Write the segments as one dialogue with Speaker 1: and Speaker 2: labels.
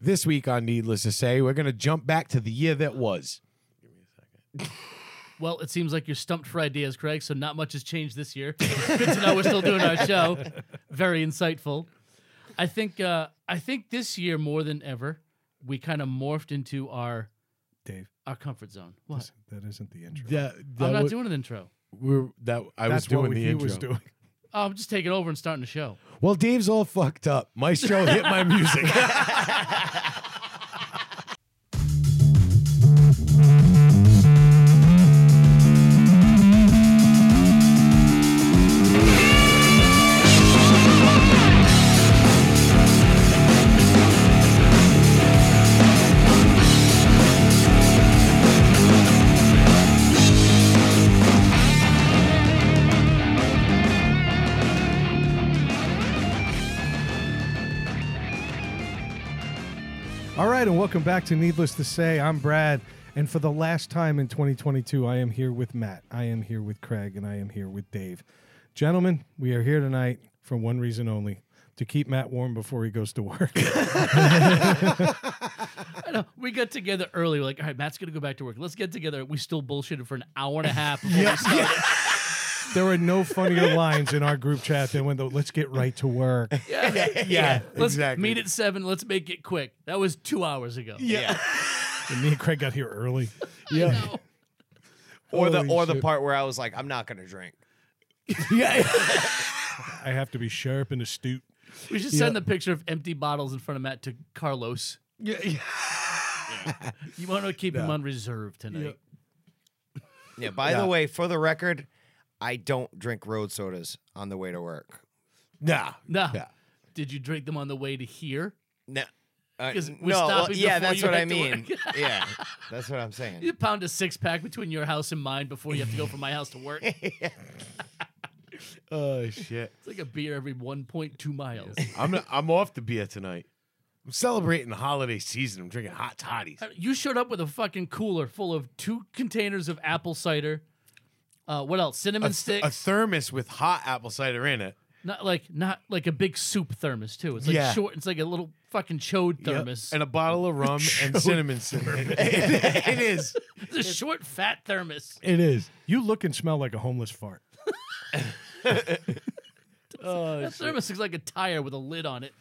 Speaker 1: This week on Needless to Say, we're going to jump back to the year that was.
Speaker 2: Well, it seems like you're stumped for ideas, Craig, so not much has changed this year. Good to know we're still doing our show. Very insightful. I think uh, I think this year more than ever, we kind of morphed into our
Speaker 3: Dave,
Speaker 2: our comfort zone. What?
Speaker 3: listen, that isn't the intro.
Speaker 1: That,
Speaker 2: I'm not doing an intro.
Speaker 1: we're, that I
Speaker 3: That's
Speaker 1: was doing
Speaker 3: what
Speaker 1: the
Speaker 3: he
Speaker 1: intro.
Speaker 3: was doing.
Speaker 2: Oh, I'm just taking over and starting the show.
Speaker 1: Well, Dave's all fucked up. Maestro hit my music.
Speaker 3: All right, and welcome back to Needless to Say. I'm Brad, and for the last time in 2022, I am here with Matt, I am here with Craig, and I am here with Dave. Gentlemen, we are here tonight for one reason only to keep Matt warm before he goes to work.
Speaker 2: I know. We got together early. We're like, all right, Matt's gonna go back to work. Let's get together. We still bullshitted for an hour and a half. Before we started.
Speaker 3: there are no funnier lines in our group chat than when the let's get right to work.
Speaker 1: yeah,
Speaker 2: Let's
Speaker 1: exactly.
Speaker 2: meet at seven. Let's make it quick. That was two hours ago.
Speaker 4: Yeah.
Speaker 3: And me and Craig got here early.
Speaker 1: Yeah.
Speaker 4: or the
Speaker 3: Holy
Speaker 4: or the
Speaker 3: shit.
Speaker 4: part where I was like, I'm not gonna drink.
Speaker 1: yeah.
Speaker 3: I have to be sharp and astute.
Speaker 2: We should send the picture of empty bottles in front of Matt to Carlos.
Speaker 1: yeah. yeah.
Speaker 2: You want to keep him on reserve tonight.
Speaker 4: Yeah. By
Speaker 1: Yeah.
Speaker 4: the way, for the record, I don't drink road sodas on the way to work.
Speaker 1: Nah.
Speaker 2: No.
Speaker 1: Yeah.
Speaker 2: Did you drink them on the way to here?
Speaker 4: No. Uh,
Speaker 2: 'Cause
Speaker 4: no,
Speaker 2: we're
Speaker 4: well,
Speaker 2: stopping
Speaker 4: yeah,
Speaker 2: before
Speaker 4: that's
Speaker 2: you
Speaker 4: what I
Speaker 2: head to
Speaker 4: mean. yeah, that's what I'm
Speaker 2: You
Speaker 4: saying.
Speaker 2: pound a six pack between your house and mine before you have to go from my house to work. It's
Speaker 1: Oh shit.
Speaker 2: like a beer every 1.2 miles.
Speaker 1: I'm not, I'm off the beer tonight. I'm celebrating the holiday season. I'm drinking hot toddies.
Speaker 2: Uh, You showed up with a fucking cooler full of two containers of apple cider. Uh, what else? Cinnamon sticks.
Speaker 1: A thermos with hot apple cider in it.
Speaker 2: not like not like a big soup thermos too. It's like
Speaker 1: Yeah.
Speaker 2: short. It's like a little fucking chode
Speaker 1: Yep.
Speaker 2: thermos.
Speaker 1: And a bottle of rum and cinnamon stick. it is.
Speaker 2: it's a short fat thermos.
Speaker 1: It is.
Speaker 3: You look and smell like a homeless fart.
Speaker 1: Oh,
Speaker 2: That thermos is like a tire with a lid on it.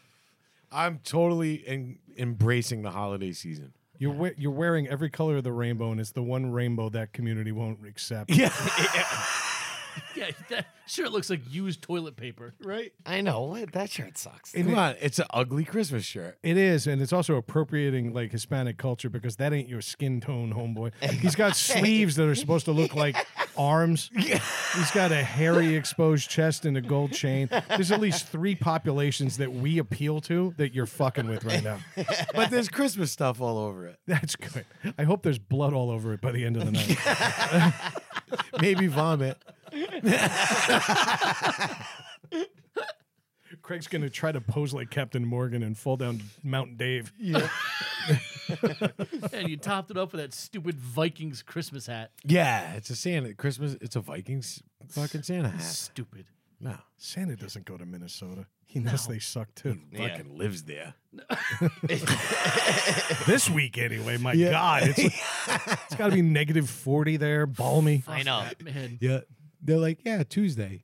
Speaker 1: I'm totally en- embracing the holiday season.
Speaker 3: You're we- you're wearing every color of the rainbow, and it's the one rainbow that community won't accept.
Speaker 1: Yeah.
Speaker 2: Yeah, that, sure. It looks like used toilet paper.
Speaker 1: right?
Speaker 4: I know what that shirt sucks.
Speaker 1: Come on. It's an ugly Christmas shirt.
Speaker 3: It is, and it's also appropriating like Hispanic culture because that ain't your skin tone, homeboy. He's got sleeves that are supposed to look like arms. He's got a hairy, exposed chest and a gold chain. There's at least three populations that we appeal to that you're fucking with right now.
Speaker 1: But there's Christmas stuff all over it.
Speaker 3: That's good. I hope there's blood all over it by the end of the night.
Speaker 1: Maybe vomit.
Speaker 3: Craig's gonna try to pose like Captain Morgan and fall down Mount Dave.
Speaker 2: and you topped it up with that stupid Vikings Christmas hat.
Speaker 1: Yeah, it's a Santa Christmas. It's a Vikings fucking Santa hat.
Speaker 2: Stupid.
Speaker 1: No,
Speaker 3: Santa doesn't go to Minnesota. He knows they suck too.
Speaker 4: Yeah.
Speaker 1: fucking lives there.
Speaker 3: this week anyway. My
Speaker 1: Yeah.
Speaker 3: God, it's, it's got to be negative forty there, balmy.
Speaker 4: I know.
Speaker 2: Fuck that, man.
Speaker 1: Yeah, they're like, yeah, Tuesday.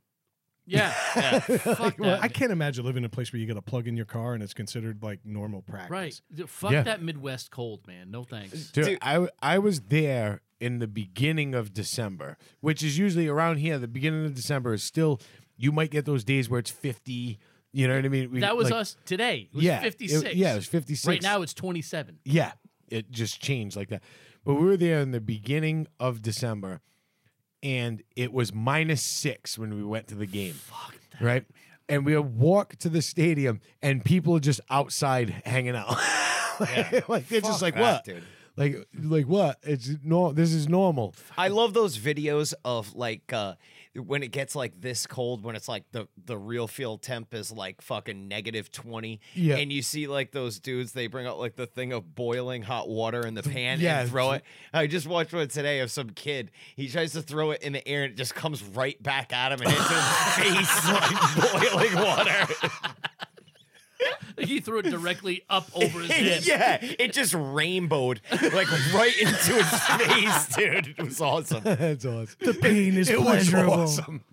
Speaker 2: Yeah. Fuck
Speaker 3: Well,
Speaker 2: that.
Speaker 3: I can't imagine living in a place where you got to plug in your car and it's considered like normal practice.
Speaker 2: Right. D- Fuck
Speaker 1: Yeah.
Speaker 2: that Midwest cold, man. No thanks.
Speaker 1: Dude,
Speaker 4: Dude.
Speaker 1: I w- I was there in the beginning of December, which is usually around here. The beginning of December is still. You might get those days where it's fifty. You know what I mean? We-
Speaker 2: That was
Speaker 1: like-
Speaker 2: us today. It was
Speaker 1: yeah, it-
Speaker 2: 56.
Speaker 1: yeah, it was 56.
Speaker 2: Right now it's 27.
Speaker 1: Yeah, it just changed like that. But we were there in the beginning of December, and it was minus six when we went to the game. Fuck that, right? And we walk to the stadium, and people are just outside hanging out. like, they're just
Speaker 4: Fuck
Speaker 1: like,
Speaker 4: that,
Speaker 1: "What,
Speaker 4: dude.
Speaker 1: Like, like what? It's no. This is normal.
Speaker 4: I love those videos of like uh, when it gets like this cold, when it's like the the real field temp is like fucking negative twenty,
Speaker 1: Yeah.
Speaker 4: and you see like those dudes they bring out like the thing of boiling hot water in the pan
Speaker 1: yeah.
Speaker 4: and throw it. I just watched one today of some kid. He tries to throw it in the air and it just comes right back at him and hits him in the face like boiling water.
Speaker 2: Like, he threw it directly up over his head.
Speaker 4: yeah, it just rainbowed like right into his face, dude. It was awesome.
Speaker 1: That's awesome.
Speaker 3: The pain is pleasurable.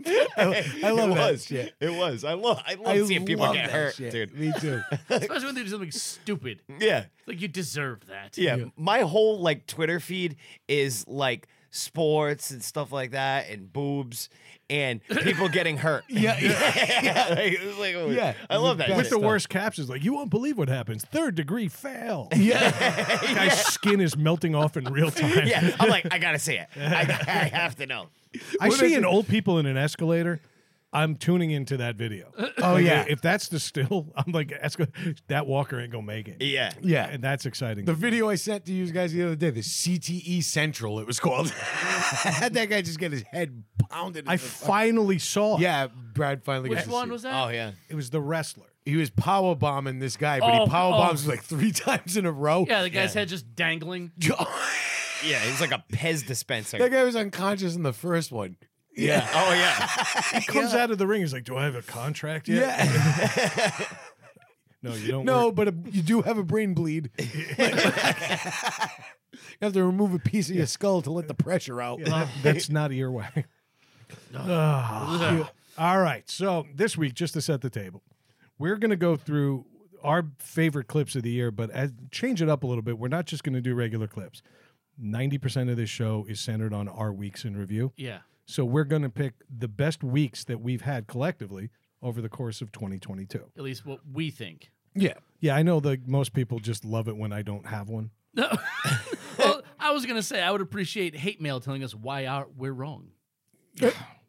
Speaker 1: I love
Speaker 4: it
Speaker 1: that
Speaker 4: was.
Speaker 1: shit.
Speaker 4: It was. I love. I love
Speaker 1: I
Speaker 4: seeing people
Speaker 1: love
Speaker 4: get
Speaker 1: that
Speaker 4: hurt,
Speaker 1: shit.
Speaker 4: dude.
Speaker 1: Me too.
Speaker 2: Especially when they do something stupid.
Speaker 4: Yeah.
Speaker 2: Like you deserve that.
Speaker 4: yeah, My whole like Twitter feed is like sports and stuff like that, and boobs, and people getting hurt.
Speaker 1: Yeah,
Speaker 4: yeah. like, it was like, oh,
Speaker 1: Yeah,
Speaker 4: I love that.
Speaker 1: it's
Speaker 3: With
Speaker 4: Shit.
Speaker 3: the worst captions, like you won't believe what happens. Third degree fail.
Speaker 1: Yeah.
Speaker 3: Guy's skin is melting off in real time.
Speaker 4: yeah, I'm like, I gotta see it. I, I have to know.
Speaker 3: I see an old people in an escalator. I'm tuning into that video.
Speaker 1: Oh
Speaker 3: Like,
Speaker 1: yeah.
Speaker 3: If that's the still, I'm like, escal- that walker ain't gonna make
Speaker 1: E
Speaker 3: it.
Speaker 4: Yeah.
Speaker 1: Yeah.
Speaker 3: And that's exciting.
Speaker 1: The video I sent to you guys the other day, the CTE Central, it was called. Had that guy just get his head pounded. in
Speaker 3: I
Speaker 1: the fu-
Speaker 3: finally saw it.
Speaker 1: yeah, Brad finally.
Speaker 2: Which
Speaker 1: gets to
Speaker 2: one
Speaker 1: see it.
Speaker 2: was that?
Speaker 4: Oh yeah.
Speaker 3: It was the wrestler.
Speaker 1: He was power bombing this guy, but
Speaker 2: Oh,
Speaker 1: he power bombs
Speaker 2: oh.
Speaker 1: like three times in a row.
Speaker 2: Yeah, the guy's head just dangling.
Speaker 4: Yeah. It was like a Pez dispenser.
Speaker 1: that guy was unconscious in the first one.
Speaker 4: yeah. Oh yeah.
Speaker 3: He comes out of the ring. He's like, "Do I have a contract yet?"
Speaker 1: Yeah.
Speaker 3: No, you don't.
Speaker 1: No,
Speaker 3: work-
Speaker 1: but a, you do have a brain bleed. you have to remove a piece of your skull to let the pressure out.
Speaker 3: That- that's not earwax. Ah, you- All right. So this week, just to set the table, we're going to go through our favorite clips of the year, but as, change it up a little bit. We're not just going to do regular clips. 90% of this show is centered on our weeks in review.
Speaker 2: Yeah.
Speaker 3: So we're going to pick the best weeks that we've had collectively over the course of 2022.
Speaker 2: At least what we think.
Speaker 1: Yeah.
Speaker 3: Yeah, I know that most people just love it when I don't have one.
Speaker 2: No. well, I was gonna say I would appreciate hate mail telling us why are we're wrong.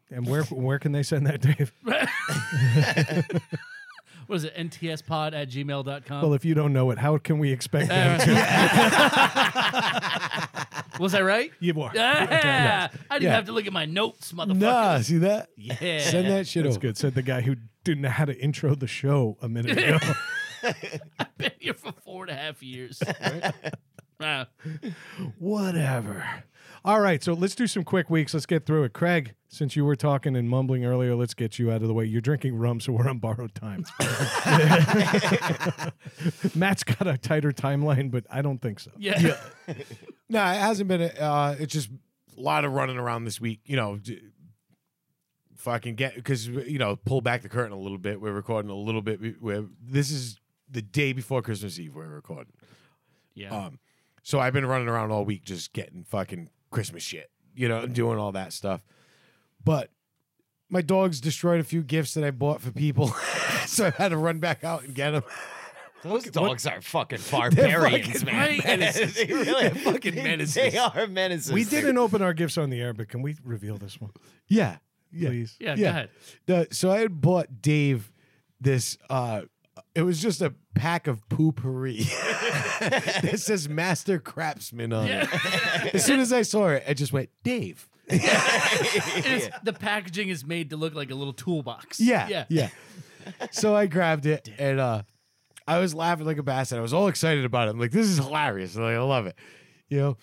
Speaker 3: And where where can they send that, Dave?
Speaker 2: What is it? NTSpod at gmail.com.
Speaker 3: Well, if you don't know it, how can we expect
Speaker 2: Uh,
Speaker 3: them to?
Speaker 2: was I right?
Speaker 3: You are.
Speaker 2: Yeah. I didn't
Speaker 1: Yeah.
Speaker 2: have to look at my notes, motherfucker.
Speaker 1: Nah, Ah, see that?
Speaker 2: Yeah.
Speaker 1: Send that shit
Speaker 3: That's
Speaker 1: over.
Speaker 3: good. Said the guy who didn't know how to intro the show a minute ago.
Speaker 2: Been here for four and a half years. Ah,
Speaker 3: Whatever. All right, so let's do some quick weeks. Let's get through it. Craig, since you were talking and mumbling earlier, let's get you out of the way. You're drinking rum, so we're on borrowed time. Matt's got a tighter timeline, but I don't think so.
Speaker 2: yeah.
Speaker 1: No, it hasn't been. A, uh, it's just a lot of running around this week. You know, d- fucking get because you know pull back the curtain a little bit. We're recording a little bit. We- We're, this is the day before Christmas Eve. We're recording.
Speaker 2: Yeah.
Speaker 1: Um, so I've been running around all week just getting fucking Christmas shit, you know, and doing all that stuff. But my dog's destroyed a few gifts that I bought for people, so I had to run back out and get them.
Speaker 4: Those dogs are fucking barbarians,
Speaker 1: fucking
Speaker 4: man.
Speaker 2: menaces.
Speaker 4: they really are
Speaker 1: fucking menaces.
Speaker 4: They are menaces.
Speaker 3: We
Speaker 4: dude.
Speaker 3: didn't open our gifts on the air, but can we reveal this one,
Speaker 1: Yeah, yeah.
Speaker 3: please?
Speaker 2: yeah. Go
Speaker 1: yeah.
Speaker 2: ahead.
Speaker 1: The- so I had bought Dave this. uh It was just a pack of poopery. this says Master Craftsman on it. As soon as I saw it, I just went, Dave.
Speaker 2: It's- The packaging is made to look like a little toolbox.
Speaker 1: Yeah,
Speaker 2: Yeah.
Speaker 1: yeah. so I grabbed it and uh I was laughing like a bastard. I was all excited about it. I'm like, this is hilarious. I'm like, I love it. You know?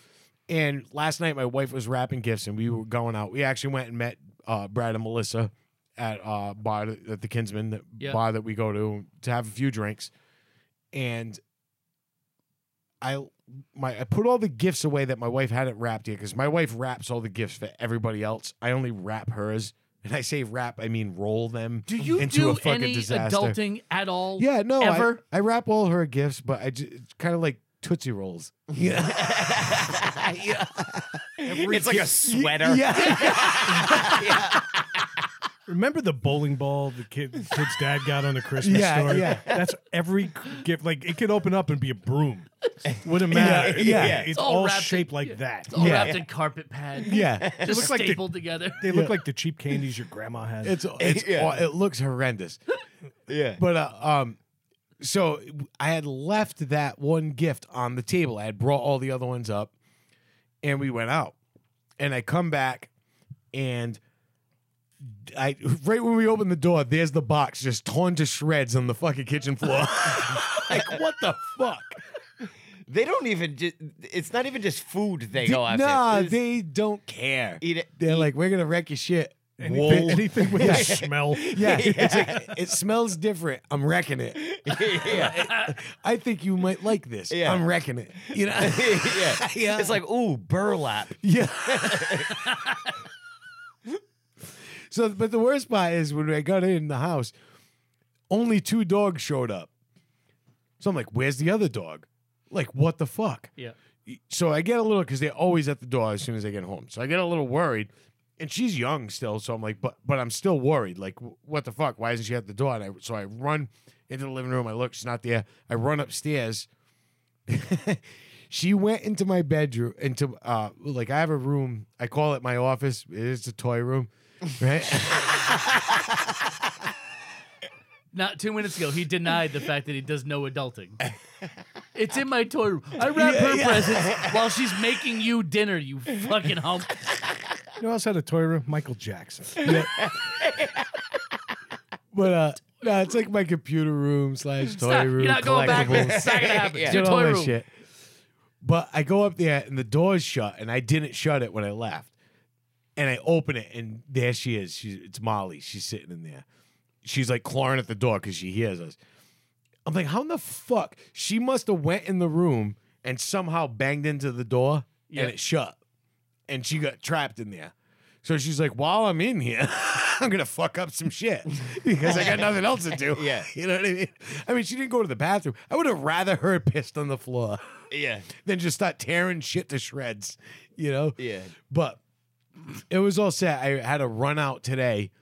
Speaker 1: And last night my wife was wrapping gifts and we were going out. We actually went and met uh Brad and Melissa at uh bar at the Kinsman that
Speaker 2: Yeah.
Speaker 1: bar that we go to to have a few drinks. And I my I put all the gifts away that my wife hadn't wrapped yet because my wife wraps all the gifts for everybody else. I only wrap hers, and I say wrap, I mean roll them.
Speaker 2: Do you
Speaker 1: into
Speaker 2: do
Speaker 1: a fucking
Speaker 2: any
Speaker 1: disaster.
Speaker 2: adulting at all?
Speaker 1: Yeah, no,
Speaker 2: Ever?
Speaker 1: I, I wrap all her gifts, but I just kind of like tootsie rolls. Yeah,
Speaker 4: It's like a sweater.
Speaker 1: yeah,
Speaker 3: Remember the bowling ball the kid the kid's dad got on the Christmas
Speaker 1: Yeah,
Speaker 3: story?
Speaker 1: yeah.
Speaker 3: That's every gift. Like it could open up and be a broom. Wouldn't matter.
Speaker 1: yeah.
Speaker 3: It's,
Speaker 2: It's all
Speaker 3: all,
Speaker 2: wrapped in-
Speaker 3: shaped like
Speaker 2: yeah.
Speaker 3: that.
Speaker 2: It's all
Speaker 1: Yeah.
Speaker 2: wrapped in carpet pad.
Speaker 1: yeah.
Speaker 2: Just
Speaker 3: look like they-
Speaker 2: stapled together.
Speaker 3: They look like the cheap candies your grandma had.
Speaker 1: It's it's
Speaker 4: Yeah.
Speaker 1: aw- it looks horrendous.
Speaker 4: Yeah.
Speaker 1: But uh, um, so I had left that one gift on the table. I had brought all the other ones up, and we went out. And I come back, and I right when we open the door, there's the box just torn to shreds on the fucking kitchen floor. like what the fuck?
Speaker 4: They don't even. Ju- it's not even just food they go after.
Speaker 1: Nah,
Speaker 4: It's-
Speaker 1: they don't care.
Speaker 4: eat it.
Speaker 1: They're like, we're gonna wreck your shit.
Speaker 3: Anything, anything with a smell.
Speaker 1: Yeah, it's like it smells different. I'm wrecking it.
Speaker 4: yeah.
Speaker 1: I think you might like this.
Speaker 4: Yeah.
Speaker 1: I'm wrecking it. You know?
Speaker 4: yeah.
Speaker 1: Yeah.
Speaker 4: It's like, ooh, burlap.
Speaker 1: yeah. so, but the worst part is when I got in the house, only two dogs showed up. So I'm like, "Where's the other dog?" Like, what the fuck?
Speaker 2: Yeah.
Speaker 1: so I get a little because they're always at the door as soon as I get home. So I get a little worried, and she's young still. So I'm like, but but I'm still worried. Like, wh- what the fuck? Why isn't she at the door? And I, so I run into the living room. I look, she's not there. I run upstairs. she went into my bedroom, into uh, like I have a room. I call it my office. It's a toy room, right?
Speaker 2: Not two minutes ago, he denied the fact that he does no adulting. it's in my toy room. I wrap her presents while she's making you dinner. You fucking hump.
Speaker 3: You know, I also had a toy room. Michael Jackson.
Speaker 1: but uh, no, it's like my computer room slash toy
Speaker 2: Stop.
Speaker 1: room.
Speaker 2: You're not going back.
Speaker 1: collectibles.
Speaker 2: It's not gonna happen. It's
Speaker 4: Yeah.
Speaker 2: your
Speaker 1: Did all
Speaker 2: toy
Speaker 1: that
Speaker 2: room.
Speaker 1: shit. But I go up there and the door's shut, and I didn't shut it when I left. And I open it, and there she is. She's it's Molly. She's sitting in there. She's like clawing at the door because she hears us. I'm like, how in the fuck? She must have went in the room and somehow banged into the door,
Speaker 2: Yeah.
Speaker 1: and it shut, and she got trapped in there. So she's like, while I'm in here, I'm gonna fuck up some shit because I got nothing else to do.
Speaker 4: Yeah.
Speaker 1: you know what I mean. I mean, she didn't go to the bathroom. I would have rather her pissed on the floor
Speaker 4: Yeah.
Speaker 1: than just start tearing shit to shreds. You know.
Speaker 4: Yeah.
Speaker 1: But it was all set. I had a run out today.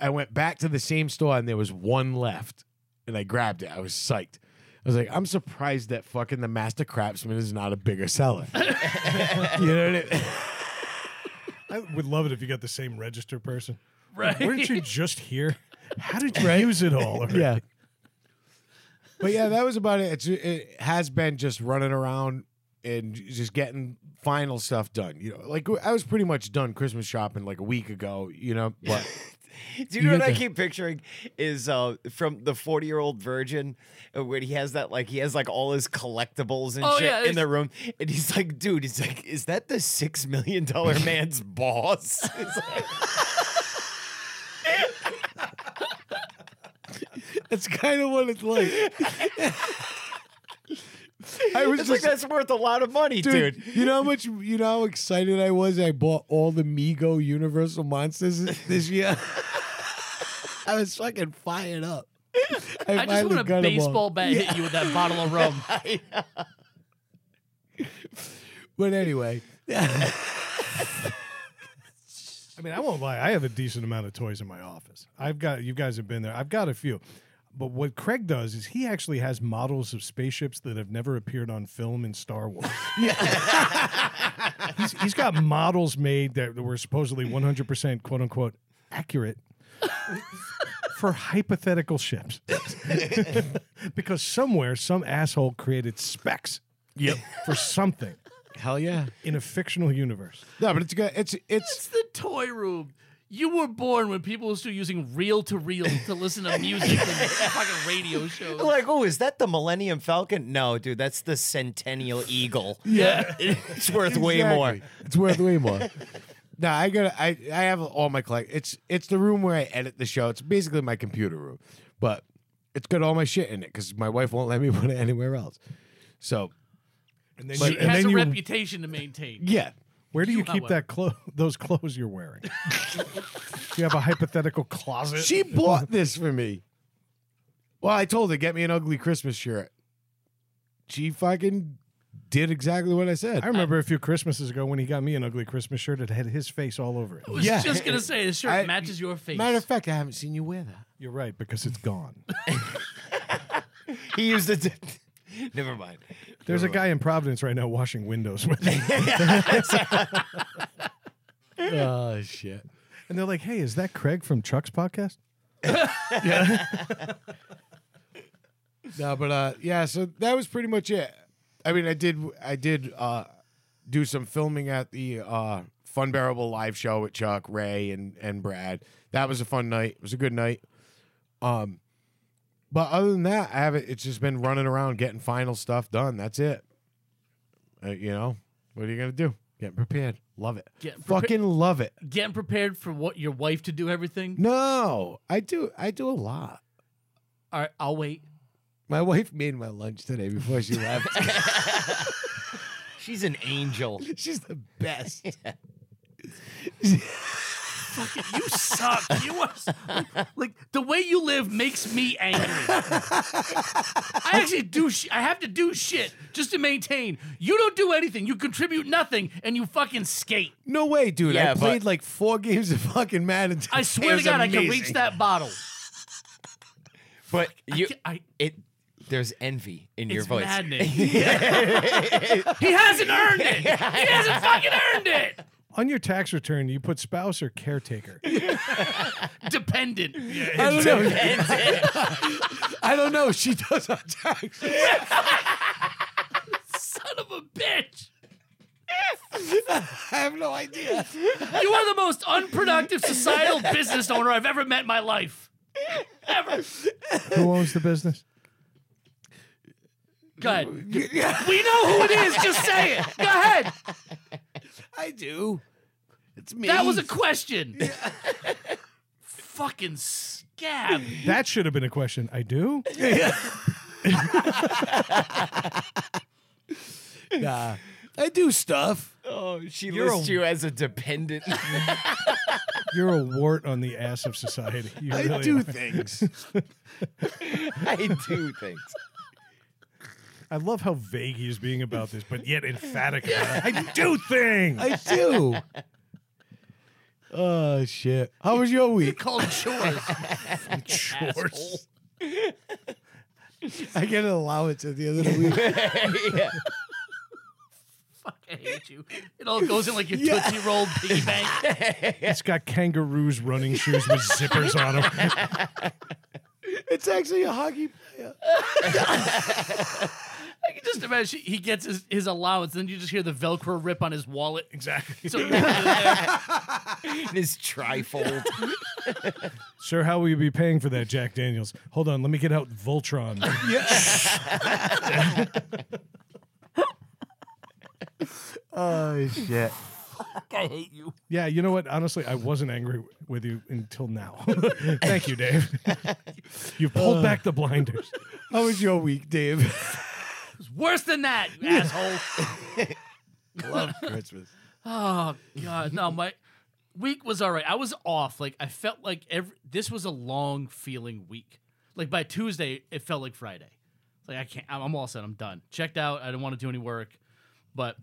Speaker 1: I went back to the same store and there was one left, and I grabbed it. I was psyched. I was like, I'm surprised that fucking the master craftsman is not a bigger seller. you know what I mean?
Speaker 3: I would love it if you got the same register person.
Speaker 2: Right.
Speaker 3: Weren't you just here? How did you use it all? already?
Speaker 1: yeah. But yeah, that was about it. It's, it has been just running around and just getting final stuff done. You know, like I was pretty much done Christmas shopping like a week ago. You know, but
Speaker 4: Do you
Speaker 1: You
Speaker 4: know what
Speaker 1: got
Speaker 4: I
Speaker 1: the-
Speaker 4: keep picturing is uh, from the forty-year-old virgin uh, when he has that like he has like all his collectibles and
Speaker 2: Oh,
Speaker 4: shit
Speaker 2: yeah,
Speaker 4: in the
Speaker 2: it's-
Speaker 4: room, and he's like, dude, he's like, is that the six million dollar man's boss? It's like-
Speaker 1: that's kind of what it's like. I was
Speaker 4: it's like
Speaker 1: just
Speaker 4: that's worth a lot of money,
Speaker 1: dude,
Speaker 4: dude.
Speaker 1: You know how much you know how excited I was. I bought all the Mego Universal monsters this year. I was fucking fired up. I,
Speaker 2: I just
Speaker 1: finally
Speaker 2: want a
Speaker 1: got 'em all.
Speaker 2: baseball bat hit you with that bottle of rum.
Speaker 1: But anyway,
Speaker 3: I mean, I won't lie. I have a decent amount of toys in my office. I've got you guys have been there. I've got a few. But what Craig does is he actually has models of spaceships that have never appeared on film in Star Wars. he's, he's got models made that were supposedly 100% quote unquote accurate for hypothetical ships. because somewhere some asshole created specs
Speaker 1: yep.
Speaker 3: for something
Speaker 1: Hell yeah.
Speaker 3: in a fictional universe.
Speaker 1: No, but it's good. It's it's
Speaker 2: It's the toy room. You were born when people were still using reel to reel to listen to music and fucking radio shows.
Speaker 4: Like, oh, is that the Millennium Falcon? No, dude, that's the Centennial Eagle.
Speaker 2: yeah.
Speaker 4: It's worth way more.
Speaker 1: Exactly. It's worth way more. no, I got I I have all my collect. It's it's the room where I edit the show. It's basically my computer room, but it's got all my shit in it because my wife won't let me put it anywhere else. So
Speaker 3: And then,
Speaker 2: She
Speaker 3: you, and
Speaker 2: has
Speaker 3: then
Speaker 2: a
Speaker 3: you-
Speaker 2: reputation to maintain.
Speaker 1: yeah,
Speaker 3: Where do you,
Speaker 2: You,
Speaker 3: keep
Speaker 2: however.
Speaker 3: that clo- those clothes you're wearing? do you have a hypothetical closet?
Speaker 1: she bought this for me. Well, I told her get me an ugly Christmas shirt. She fucking did exactly what I said.
Speaker 3: I remember a few Christmases ago when he got me an ugly Christmas shirt. It had his face all over it.
Speaker 2: I was
Speaker 1: Yeah.
Speaker 2: just gonna say the shirt
Speaker 1: I-
Speaker 2: matches your face.
Speaker 1: Matter of fact, I haven't seen you wear that.
Speaker 3: You're right because it's gone.
Speaker 4: He used it. to- Never mind.
Speaker 3: There's a guy in Providence right now washing windows with it,
Speaker 1: oh shit.
Speaker 3: and they're like, "Hey, is that Craig from Chuck's podcast?"
Speaker 1: No, but uh, yeah. So that was pretty much it. I mean, I did, I did uh, do some filming at the uh, Fun Bearable live show with Chuck, Ray, and and Brad. That was a fun night. It was a good night. Um, but other than that, I haven't. It's just been running around getting final stuff done. That's it. Uh, you know, what are you gonna do? Getting prepared. Love it.
Speaker 2: Getting prepa-
Speaker 1: Fucking love it.
Speaker 2: Getting prepared for what your wife to do everything.
Speaker 1: No, I do. I do a lot.
Speaker 2: All right, I'll wait.
Speaker 1: My wife made my lunch today before she left.
Speaker 4: She's an angel.
Speaker 1: She's the best.
Speaker 2: You suck. You are s- like, like the way you live makes me angry. I actually do. Sh- I have to do shit just to maintain. You don't do anything. You contribute nothing, and you fucking skate.
Speaker 1: No way, dude.
Speaker 4: Yeah,
Speaker 1: I
Speaker 4: but-
Speaker 1: played like four games of fucking Madden. today.
Speaker 2: I
Speaker 1: It
Speaker 2: swear to
Speaker 1: was
Speaker 2: God, I can reach
Speaker 1: amazing.
Speaker 2: that bottle.
Speaker 4: But you,
Speaker 2: I, I-
Speaker 4: it, there's envy in your
Speaker 2: it's
Speaker 4: voice.
Speaker 2: maddening. he hasn't earned it. He hasn't fucking earned it.
Speaker 3: On your tax return, you put spouse or caretaker.
Speaker 2: Dependent.
Speaker 1: I don't know. I don't know. She does on tax.
Speaker 2: Son of a bitch.
Speaker 1: I have no idea.
Speaker 2: You are the most unproductive societal business owner I've ever met in my life. Ever.
Speaker 3: Who owns the business?
Speaker 2: Go ahead. We know who it is. Just say it. Go ahead.
Speaker 1: I do. It's me.
Speaker 2: That was a question. Fucking scab.
Speaker 3: That should have been a question. I do.
Speaker 1: Nah. I do stuff.
Speaker 4: Oh, she
Speaker 3: You're
Speaker 4: lists
Speaker 3: a-
Speaker 4: you as a dependent.
Speaker 3: You're a wart on the ass of society. You
Speaker 1: I
Speaker 3: really
Speaker 1: do
Speaker 3: are.
Speaker 1: things.
Speaker 4: I do things.
Speaker 3: I love how vague he is being about this, but yet emphatic. About it. I do things.
Speaker 1: I do. Oh shit! How was your week?
Speaker 2: Called chores.
Speaker 3: Chores.
Speaker 1: I get an allowance at the end of the week.
Speaker 4: yeah.
Speaker 2: Fuck, I hate you. It all goes in like your
Speaker 1: Yeah.
Speaker 2: Tootsie Roll piggy bank.
Speaker 3: It's got kangaroos running shoes with zippers on them.
Speaker 1: It's actually a hockey player.
Speaker 2: I can just imagine he gets his, his allowance, then you just hear the Velcro rip on his wallet.
Speaker 3: Exactly.
Speaker 2: So there.
Speaker 4: This trifold.
Speaker 3: Sir, how will you be paying for that, Jack Daniels? Hold on, let me get out Voltron.
Speaker 1: Oh shit!
Speaker 2: I hate you.
Speaker 3: yeah, you know what? Honestly, I wasn't angry with you until now. Thank you, Dave. you pulled back the blinders.
Speaker 1: How was your week, Dave?
Speaker 2: It's worse than that, you asshole.
Speaker 1: Love Christmas.
Speaker 2: Oh god, no, my week was all right. I was off. Like I felt like every this was a long feeling week. Like by Tuesday, it felt like Friday. It's like I can't. I'm, I'm all set. I'm done. Checked out. I didn't want to do any work, but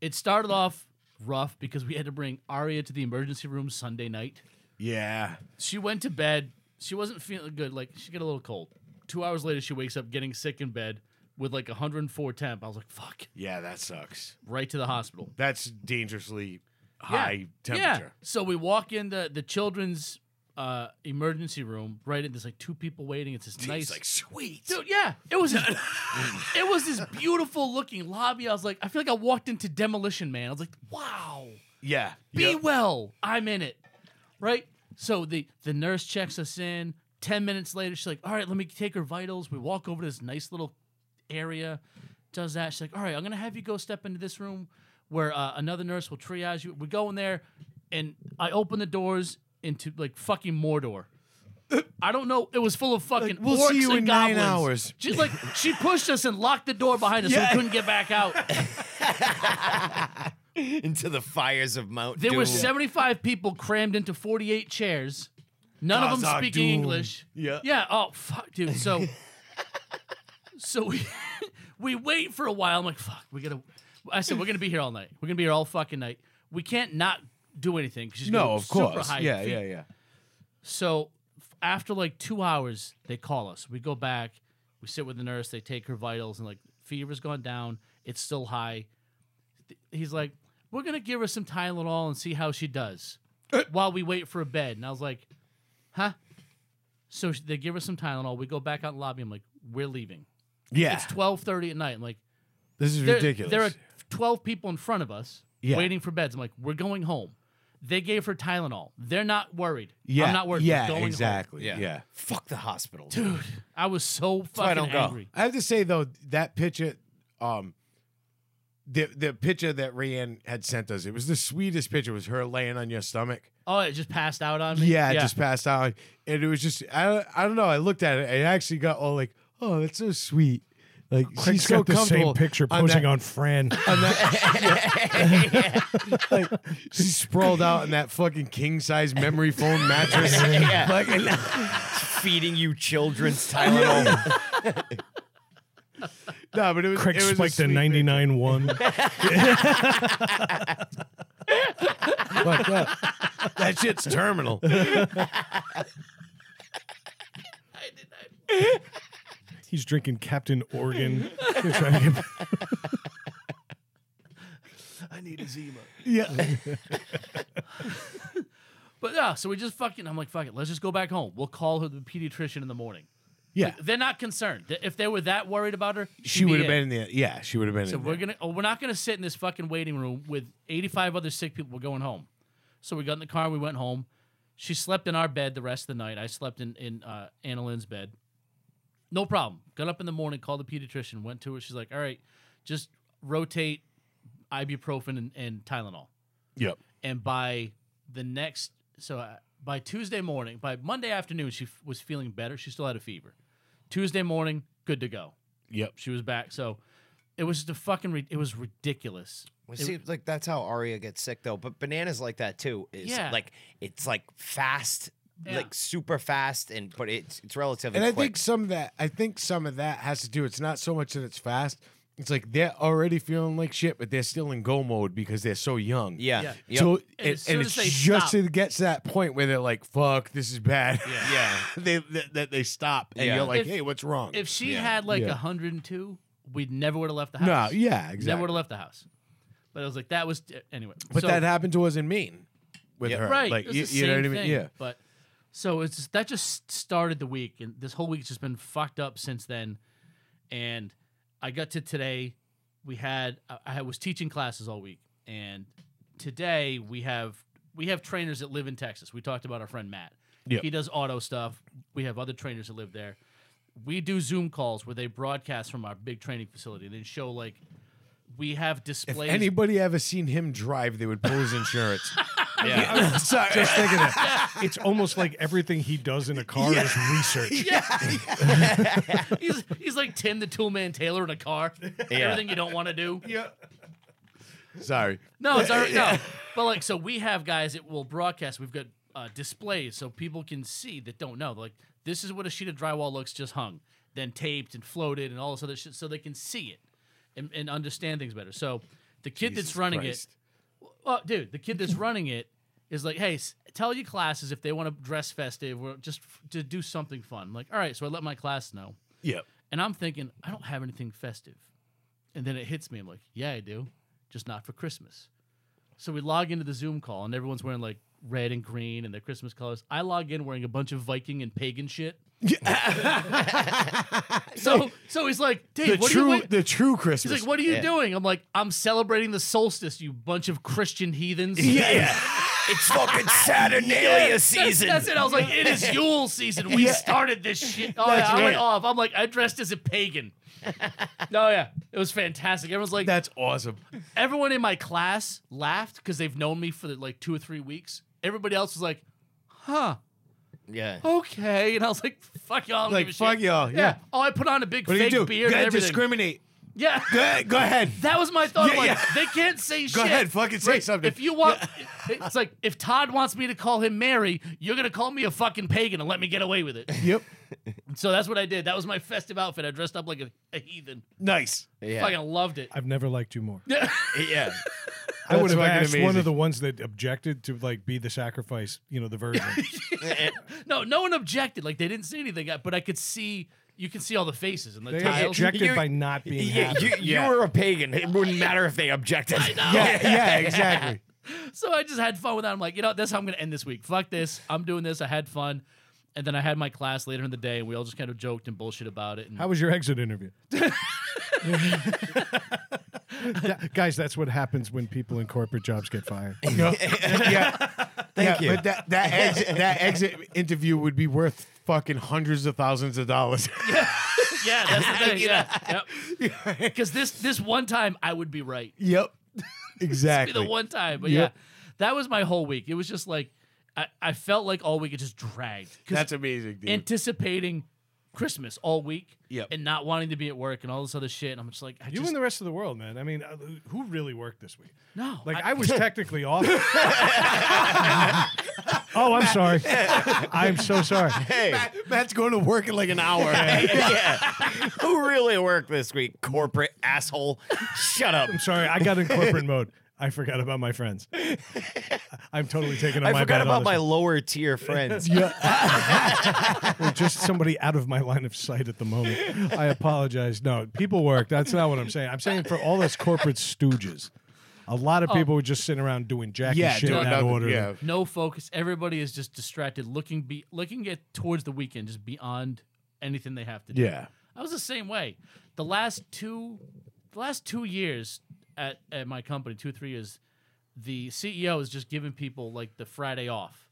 Speaker 2: it started off rough because we had to bring Aria to the emergency room Sunday night.
Speaker 1: Yeah.
Speaker 2: She went to bed. She wasn't feeling good. Like she got a little cold. Two hours later, she wakes up getting sick in bed with like 104 temp. I was like, fuck,
Speaker 1: Yeah, that sucks.
Speaker 2: right to the hospital.
Speaker 1: That's dangerously
Speaker 2: Yeah.
Speaker 1: high
Speaker 2: Yeah.
Speaker 1: temperature.
Speaker 2: So we walk in the the children's uh emergency room, right? And there's like two people waiting. It's this
Speaker 1: He's
Speaker 2: nice
Speaker 1: like sweet.
Speaker 2: dude. Yeah, it was this- it was this beautiful looking lobby. I was like, I feel like I walked into Demolition Man. I was like, wow.
Speaker 1: Yeah.
Speaker 2: Be
Speaker 1: Yep.
Speaker 2: well. I'm in it. Right? So the the nurse checks us in. 10 minutes later, she's like, "All right, let me take her vitals." We walk over to this nice little area. Does that. She's like, "All right, I'm going to have you go step into this room where uh, another nurse will triage you." We go in there and I open the doors into like fucking Mordor. I don't know. It was full of fucking
Speaker 1: Like, we'll
Speaker 2: orcs
Speaker 1: see you
Speaker 2: and
Speaker 1: in nine
Speaker 2: goblins.
Speaker 1: hours.
Speaker 2: She's like, she pushed us and locked the door behind us so
Speaker 1: Yeah.
Speaker 2: we couldn't get back out.
Speaker 4: into the fires of Mount
Speaker 2: There
Speaker 4: Doom.
Speaker 2: were 75 people crammed into 48 chairs. None of them
Speaker 1: Gaza
Speaker 2: speaking
Speaker 1: Doom.
Speaker 2: English.
Speaker 1: Yeah.
Speaker 2: Yeah. Oh fuck, dude. So, so we we wait for a while. I'm like, fuck. We gotta. I said we're gonna be here all night. We're gonna be here all fucking night. We can't not do anything. 'cause she's gonna
Speaker 1: No,
Speaker 2: be
Speaker 1: of
Speaker 2: super
Speaker 1: course.
Speaker 2: high
Speaker 1: Yeah,
Speaker 2: fever.
Speaker 1: yeah, yeah.
Speaker 2: So f- after like two hours, they call us. We go back. We sit with the nurse. They take her vitals and like fever's gone down. It's still high. Th- He's like, we're gonna give her some Tylenol and see how she does while we wait for a bed. And I was like, huh? So sh- they give her some Tylenol. We go back out in the lobby. I'm like, we're leaving.
Speaker 1: Yeah.
Speaker 2: It's 12:30 at night. I'm like,
Speaker 1: this is
Speaker 2: there,
Speaker 1: ridiculous.
Speaker 2: There are 12 people in front of us
Speaker 1: Yeah.
Speaker 2: waiting for beds. I'm like, we're going home. They gave her Tylenol. They're not worried.
Speaker 1: yeah.
Speaker 2: I'm not worried. We're
Speaker 1: Yeah,
Speaker 2: going home.
Speaker 1: exactly.
Speaker 4: Yeah.
Speaker 1: Yeah.
Speaker 4: Fuck the hospital.
Speaker 2: Dude, I was so
Speaker 4: why I
Speaker 2: fucking
Speaker 4: don't go.
Speaker 2: angry.
Speaker 1: I have to say though, that picture, um, the the picture that Rayanne had sent us. It was the sweetest picture. It was her laying on your stomach.
Speaker 2: Oh, it just passed out on me.
Speaker 1: Yeah, I just passed out, and it was just I don't, I don't know. I looked at it. I actually got all like, oh, that's so sweet. Like she's
Speaker 3: Craig's
Speaker 1: so
Speaker 3: got the
Speaker 1: comfortable
Speaker 3: same picture
Speaker 1: on
Speaker 3: posing
Speaker 1: that-
Speaker 3: on Fran.
Speaker 1: on that- like, she sprawled out on that fucking king size memory foam mattress.
Speaker 4: Yeah.
Speaker 1: Like, and-
Speaker 4: Feeding you children's Tylenol.
Speaker 1: no, but it was
Speaker 3: Craig
Speaker 1: it was a
Speaker 3: spiked a
Speaker 1: sweet
Speaker 3: 99 1.
Speaker 1: picture. Like, yeah, that shit's terminal.
Speaker 3: He's drinking Captain Organ. He's trying to get-
Speaker 2: I need a Zima.
Speaker 1: Yeah,
Speaker 2: But yeah, so we just fucking. I'm like, fuck it. Let's just go back home. We'll call her the pediatrician in the morning.
Speaker 1: yeah.
Speaker 2: They're not concerned. Th- If they were that worried about her, she'd
Speaker 1: She
Speaker 2: be
Speaker 1: would have
Speaker 2: in.
Speaker 1: been in there. Yeah, she would have been.
Speaker 2: So
Speaker 1: in
Speaker 2: we're
Speaker 1: there.
Speaker 2: gonna. Oh, we're not gonna sit in this fucking waiting room with 85 other sick people. We're going home. So we got in the car. and We went home. She slept in our bed the rest of the night. I slept in in uh, Anna Lynn's bed. No problem. Got up in the morning, called the pediatrician, went to her. She's like, "All right, just rotate ibuprofen and, and Tylenol."
Speaker 1: Yep.
Speaker 2: and by the next so uh, by tuesday morning by monday afternoon she f- was feeling better she still had a fever tuesday morning good to go
Speaker 1: Yep.
Speaker 2: she was back so it was just a fucking re- it was ridiculous
Speaker 4: It seems like that's how Aria gets sick though. But bananas like that too is
Speaker 2: Yeah.
Speaker 4: like it's like fast,
Speaker 2: Yeah.
Speaker 4: like super fast, and but it's it's relatively.
Speaker 1: And I
Speaker 4: quick.
Speaker 1: think some of that I think some of that has to do it's not so much that it's fast. It's like they're already feeling like shit, but they're still in go mode because they're so young.
Speaker 4: yeah,
Speaker 2: Yeah.
Speaker 4: Yep.
Speaker 1: So
Speaker 2: And
Speaker 1: and,
Speaker 2: as
Speaker 1: and
Speaker 2: soon
Speaker 1: it's
Speaker 2: as they
Speaker 1: just
Speaker 2: stop-
Speaker 1: it gets to that point where they're like, "Fuck, this is bad."
Speaker 4: yeah,
Speaker 1: they that, that they stop and
Speaker 4: Yeah.
Speaker 1: you're like,
Speaker 2: If-
Speaker 1: "Hey, what's wrong?"
Speaker 2: if she
Speaker 4: Yeah.
Speaker 2: had like a
Speaker 1: Yeah.
Speaker 2: 102 we never would have left the house
Speaker 1: no, yeah,
Speaker 2: never
Speaker 1: exactly.
Speaker 2: would have left the house but it was like that was eh, anyway
Speaker 1: But
Speaker 2: so-
Speaker 1: that happened to us in Maine with
Speaker 4: Yeah.
Speaker 1: her.
Speaker 2: right
Speaker 1: Like
Speaker 2: it was
Speaker 1: you,
Speaker 2: the
Speaker 1: you know
Speaker 2: same
Speaker 1: what I mean?
Speaker 2: thing,
Speaker 1: Yeah.
Speaker 2: but so it's just, that just started the week and this whole week's just been fucked up since then and i got to today we had I- i was teaching classes all week and today we have we have trainers that live in texas we talked about our friend matt
Speaker 1: Yep.
Speaker 2: he does auto stuff we have other trainers that live there we do zoom calls where they broadcast from our big training facility and then show like we have
Speaker 1: If
Speaker 2: displays
Speaker 1: anybody ever seen him drive, they would pull his insurance.
Speaker 4: yeah.
Speaker 1: Sorry.
Speaker 3: Just thinking that. It's almost like everything he does in a car is research.
Speaker 2: he's, he's like Tim the Tool Man Taylor in a car. Everything you don't want to do.
Speaker 1: Sorry.
Speaker 2: No, it's already no. But like, so we have guys that will broadcast. We've got uh, displays so people can see that don't know. Like, this is what a sheet of drywall looks just hung, then taped and floated and all this other shit, so they can see it and, and understand things better. So the kid that's
Speaker 1: Jesus
Speaker 2: running
Speaker 1: Christ.
Speaker 2: it, well, dude, the kid that's running it is like, hey, s- tell your classes if they want to dress festive or just f- to do something fun. I'm like, all right, so I let my class know.
Speaker 1: Yep.
Speaker 2: And I'm thinking, I don't have anything festive. And then it hits me. I'm like, yeah, I do, just not for Christmas. So we log into the Zoom call, and everyone's wearing like red and green and their Christmas colors. I log in wearing a bunch of Viking and pagan shit. so, so he's like,
Speaker 1: The
Speaker 2: Dave, what are
Speaker 1: true
Speaker 2: you? wait-
Speaker 1: the true Christmas.
Speaker 2: He's like, what are you
Speaker 4: Yeah.
Speaker 2: doing? I'm like, I'm celebrating the solstice, you bunch of Christian heathens.
Speaker 4: it's fucking Saturnalia
Speaker 2: That's,
Speaker 4: season.
Speaker 2: that's it. I was like, it is Yule season. We started this shit. Oh, yeah, I went
Speaker 1: right.
Speaker 2: off. I'm like, I dressed as a pagan. no, yeah, it was fantastic. Everyone's like,
Speaker 1: That's awesome.
Speaker 2: everyone in my class laughed because they've known me for like two or three weeks. Everybody else was like, huh,
Speaker 4: Yeah.
Speaker 2: okay. And I was like, fuck y'all. I don't
Speaker 1: Like,
Speaker 2: give a
Speaker 1: fuck
Speaker 2: shit.
Speaker 1: y'all,
Speaker 2: Yeah.
Speaker 1: yeah.
Speaker 2: Oh, I put on a big
Speaker 1: What do you
Speaker 2: fake
Speaker 1: do?
Speaker 2: beard
Speaker 1: Go
Speaker 2: and
Speaker 1: ahead,
Speaker 2: everything.
Speaker 1: discriminate.
Speaker 2: yeah.
Speaker 1: Go ahead. Go ahead.
Speaker 2: That was my thought. I'm
Speaker 1: Yeah,
Speaker 2: like,
Speaker 1: yeah.
Speaker 2: they can't say shit.
Speaker 1: ahead, fucking say something.
Speaker 2: If you want, it's like if Todd wants me to call him Mary, you're gonna call me a fucking pagan and let me get away with it.
Speaker 1: Yep.
Speaker 2: so that's what I did. That was my festive outfit. I dressed up like a, a heathen.
Speaker 1: Nice.
Speaker 4: Yeah.
Speaker 2: Fucking loved it.
Speaker 3: I've never liked you more.
Speaker 4: yeah.
Speaker 3: I would
Speaker 1: That's
Speaker 3: have
Speaker 1: fucking
Speaker 3: asked one
Speaker 1: amazing.
Speaker 3: of the ones that objected to like be the sacrifice, you know, the virgin.
Speaker 2: No, no one objected. Like they didn't say anything, but I could see. You can see all the faces and the
Speaker 3: They
Speaker 2: tiles.
Speaker 3: objected
Speaker 4: You're-
Speaker 3: by not being
Speaker 4: Yeah,
Speaker 3: happy.
Speaker 4: you, you
Speaker 1: Yeah.
Speaker 4: were a pagan. It wouldn't matter if they objected.
Speaker 1: Yeah, yeah, exactly.
Speaker 2: So I just had fun with that. I'm like, you know, that's how I'm going to end this week. Fuck this. I'm doing this. I had fun. And then I had my class later in the day, and we all just kind of joked and bullshit about it. And
Speaker 3: How was your exit interview? That- guys, that's what happens when people in corporate jobs get fired.
Speaker 1: No, yeah. Thank
Speaker 4: you.
Speaker 1: But that that exit, that exit interview would be worth fucking hundreds of thousands of dollars.
Speaker 2: yeah, that's the thing. Yeah, because this this one time I would be right.
Speaker 1: Yep. Exactly.
Speaker 2: Be the one time, but
Speaker 1: Yep.
Speaker 2: yeah, that was my whole week. It was just like I, I felt like all week it just dragged. 'Cause
Speaker 1: That's amazing, dude.
Speaker 2: anticipating Christmas all week
Speaker 1: Yep.
Speaker 2: and not wanting to be at work and all this other shit. And I'm just like, I
Speaker 3: You
Speaker 2: just
Speaker 3: and the rest of the world, man. I mean, uh, who really worked this week?
Speaker 2: no.
Speaker 3: Like I, was technically off. oh, I'm sorry. I'm so sorry.
Speaker 4: Hey,
Speaker 1: Matt's going to work in like an hour.
Speaker 4: yeah. Who really worked this week? Corporate asshole. Shut up.
Speaker 3: I'm sorry. I got in corporate mode. I forgot about my friends. I'm totally taking on
Speaker 4: I
Speaker 3: my
Speaker 4: forgot
Speaker 3: bad
Speaker 4: about
Speaker 3: on
Speaker 4: my
Speaker 3: this
Speaker 4: lower tier friends.
Speaker 3: one. We're just somebody out of my line of sight at the moment. I apologize. No, people work. That's not what I'm saying. I'm saying for all those corporate stooges, a lot of people were just sitting around doing jack
Speaker 1: yeah,
Speaker 3: and shit
Speaker 1: doing
Speaker 3: in that
Speaker 1: nothing,
Speaker 3: order.
Speaker 1: Yeah.
Speaker 2: no focus. Everybody is just distracted, looking be looking at towards the weekend, just beyond anything they have to do.
Speaker 1: Yeah.
Speaker 2: I was the same way. The last two, the last two years at at my company, two three years, the CEO is just giving people like the Friday off,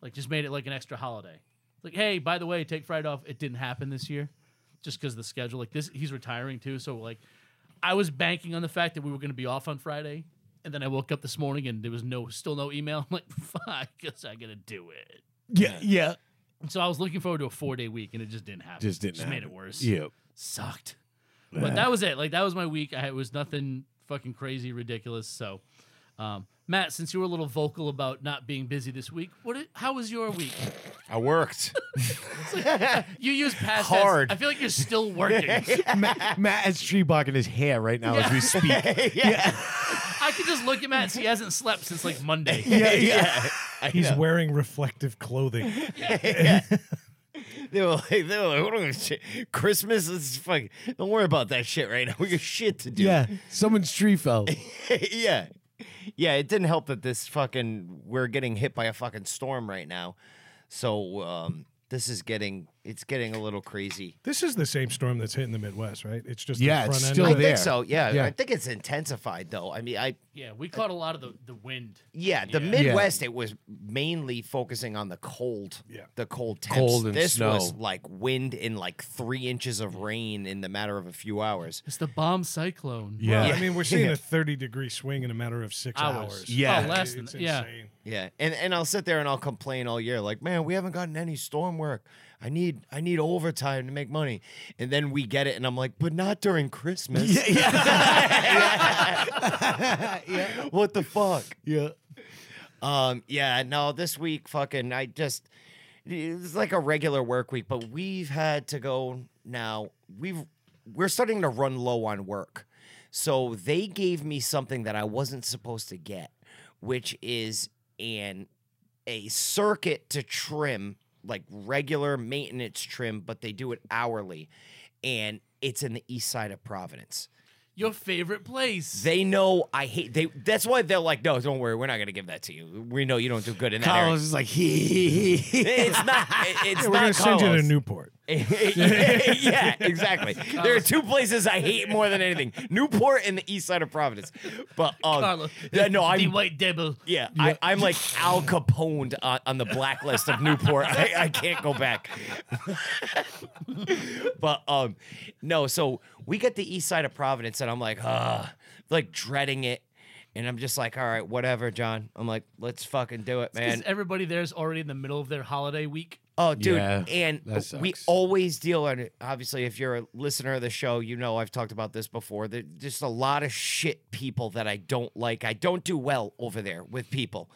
Speaker 2: like just made it like an extra holiday. Like, hey, by the way, take Friday off. It didn't happen this year, just because the schedule. Like this, he's retiring too, so like, I was banking on the fact that we were going to be off on Friday. And then I woke up this morning and there was no, still no email. I'm like, fuck, I guess I gotta do it.
Speaker 1: Yeah. Yeah.
Speaker 2: So I was looking forward to a four day week and it just didn't happen.
Speaker 1: Just didn't
Speaker 2: Just made
Speaker 1: happen.
Speaker 2: it worse
Speaker 1: Yep.
Speaker 2: sucked. But that was it. Like that was my week. I, it was nothing fucking crazy ridiculous. So, um, Matt, since you were a little vocal about not being busy this week, what? i- How was your week?
Speaker 4: I worked.
Speaker 2: You use past
Speaker 4: Hard.
Speaker 2: Tense. I feel like you're still working.
Speaker 1: Matt, Matt is tree blocking his hair right now as we speak.
Speaker 2: I can just look at Matt and see he hasn't slept since like Monday.
Speaker 1: Yeah. Yeah.
Speaker 3: He's wearing reflective clothing.
Speaker 4: They were like, they were like, "What are we- shit? Christmas is fucking. Don't worry about that shit right now. We got shit to do.
Speaker 1: Yeah. Someone's tree fell.
Speaker 4: yeah. Yeah, it didn't help that this fucking we're getting hit by a fucking storm right now. So um this is getting it's getting a little crazy.
Speaker 3: This is the same storm that's hitting the Midwest, right? It's just
Speaker 1: Yeah,
Speaker 3: the
Speaker 1: it's
Speaker 3: front end.
Speaker 1: still
Speaker 4: I
Speaker 1: there.
Speaker 4: think so. Yeah,
Speaker 1: Yeah.
Speaker 4: I think it's intensified though. I mean, I
Speaker 2: Yeah, we caught a lot of the, the wind.
Speaker 4: yeah, the
Speaker 2: Yeah.
Speaker 4: Midwest it was mainly focusing on the cold.
Speaker 3: Yeah.
Speaker 4: The cold temps.
Speaker 1: Cold and
Speaker 4: this was
Speaker 1: snow.
Speaker 4: like wind and like 3 inches of rain in the matter of a few hours.
Speaker 2: It's the bomb cyclone.
Speaker 1: Yeah.
Speaker 3: I mean, we're seeing a 30 degree swing in a matter of six
Speaker 2: Hours.
Speaker 3: hours.
Speaker 1: Yeah.
Speaker 2: Oh, less than
Speaker 3: It's
Speaker 2: that. Yeah.
Speaker 3: insane.
Speaker 4: Yeah, and and I'll sit there and I'll complain all year, like, man, we haven't gotten any storm work. I need I need overtime to make money, and then we get it, and I'm like, but not during Christmas. What the fuck?
Speaker 1: Yeah.
Speaker 4: Um, yeah, no, this week, fucking, I just it's like a regular work week, but we've had to go now. We've we're starting to run low on work, so they gave me something that I wasn't supposed to get, which is an a circuit to trim, like regular maintenance trim, but they do it hourly, and it's in the east side of Providence.
Speaker 2: Your favorite place.
Speaker 4: They know I hate they. That's why they're like, no, don't worry, we're not gonna give that to you. We know you don't do good in that. area."
Speaker 1: Carlos is like, he, he, he, he.
Speaker 4: It's not. it- It's
Speaker 3: Yeah, we're
Speaker 4: not.
Speaker 3: going to send you to
Speaker 4: Carlos.
Speaker 3: Newport.
Speaker 4: yeah, yeah, exactly. There are two places I hate more than anything: Newport and the East Side of Providence. But um,
Speaker 2: Carlos.
Speaker 4: yeah, no,
Speaker 2: the
Speaker 4: I'm
Speaker 2: white devil.
Speaker 4: yeah, I, I'm like Al Capone on, on the blacklist of Newport. I, I can't go back. but um, no, so we get the east side of Providence, and I'm like, ah, like dreading it. And I'm just like, all right, whatever, John. I'm like, let's fucking do it,
Speaker 2: Because
Speaker 4: man.
Speaker 2: everybody there's already in the middle of their holiday week.
Speaker 4: Oh, dude.
Speaker 1: Yeah,
Speaker 4: and
Speaker 1: that
Speaker 4: we
Speaker 1: sucks.
Speaker 4: always deal on it. Obviously, if you're a listener of the show, you know I've talked about this before. There's just a lot of shit people that I don't like. I don't do well over there with people.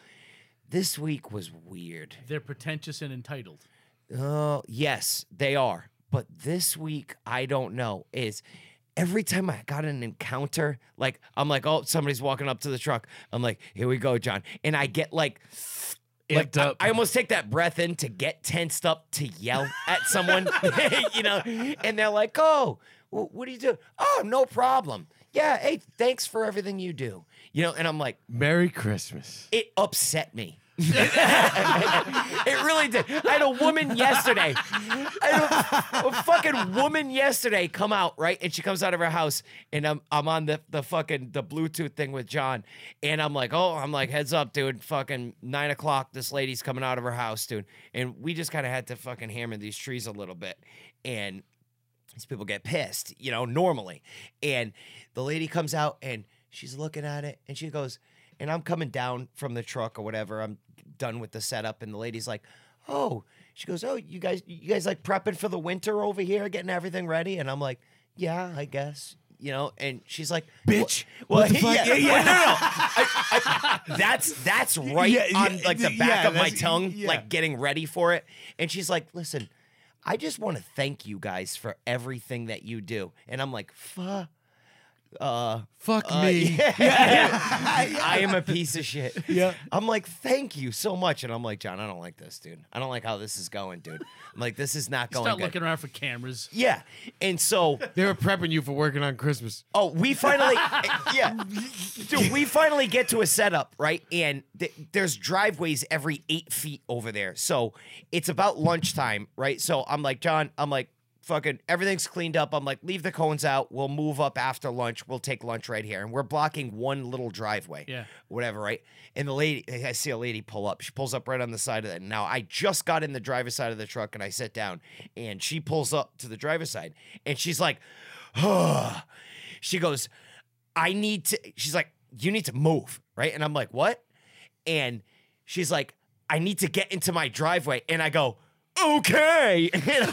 Speaker 4: This week was weird.
Speaker 2: They're pretentious and entitled.
Speaker 4: Oh, yes, they are. But this week, I don't know. Is every time I got an encounter, like I'm like, oh, somebody's walking up to the truck. I'm like, here we go, John. And I get like, like
Speaker 1: Amped
Speaker 4: I,
Speaker 1: up.
Speaker 4: I almost take that breath in to get tensed up to yell at someone, you know. And they're like, oh, wh- what do you do? Oh, no problem. Yeah, hey, thanks for everything you do. You know, and I'm like,
Speaker 1: Merry Christmas.
Speaker 4: it upset me. it really did. I had a woman yesterday. I had a, a fucking woman yesterday come out, right? And she comes out of her house and I'm I'm on the, the fucking the Bluetooth thing with John. And I'm like, oh, I'm like, heads up, dude. Fucking nine o'clock, this lady's coming out of her house, dude. And we just kind of had to fucking hammer these trees a little bit. And These people get pissed, you know, normally. And the lady comes out and she's looking at it and she goes, and I'm coming down from the truck or whatever. I'm done with the setup. And the lady's like, oh, she goes, oh, you guys, you guys like prepping for the winter over here, getting everything ready? And I'm like, yeah, I guess. You know, and she's like,
Speaker 1: Bitch,
Speaker 4: Well,
Speaker 1: what the fuck?
Speaker 4: yeah, yeah, no, no, no. I- I- that's that's right
Speaker 1: Yeah, yeah,
Speaker 4: on like the
Speaker 1: yeah,
Speaker 4: back of my
Speaker 1: that's-
Speaker 4: tongue,
Speaker 1: yeah.
Speaker 4: like getting ready for it. And she's like, "Listen, I just want to thank you guys for everything that you do." And I'm like, "Fuck." Uh,
Speaker 1: Fuck
Speaker 4: uh,
Speaker 1: me.
Speaker 4: yeah. I am a piece of shit.
Speaker 1: Yeah.
Speaker 4: I'm like, thank you so much. And I'm like, John, I don't like this, dude. I don't like how this is going, dude. I'm like, this is not going
Speaker 2: Start
Speaker 4: good.
Speaker 2: looking around for cameras.
Speaker 4: yeah. And so
Speaker 1: They were prepping you for working on Christmas.
Speaker 4: Oh, we finally, yeah, dude, we finally get to a setup, right? And th- there's driveways every eight feet over there, so it's about lunchtime, right? So I'm like, John, I'm like, fucking, everything's cleaned up. I'm like, leave the cones out. We'll move up after lunch. We'll take lunch right here, and we're blocking one little driveway,
Speaker 2: Yeah.
Speaker 4: whatever, right? And the lady, I see a lady pull up. She pulls up right on the side of that. Now I just got in the driver's side of the truck, and I sit down, and she pulls up to the driver's side, and she's like. She goes, I need to, she's like, you need to move, right? And I'm like, what? And she's like, I need to get into my driveway. And I go, okay. And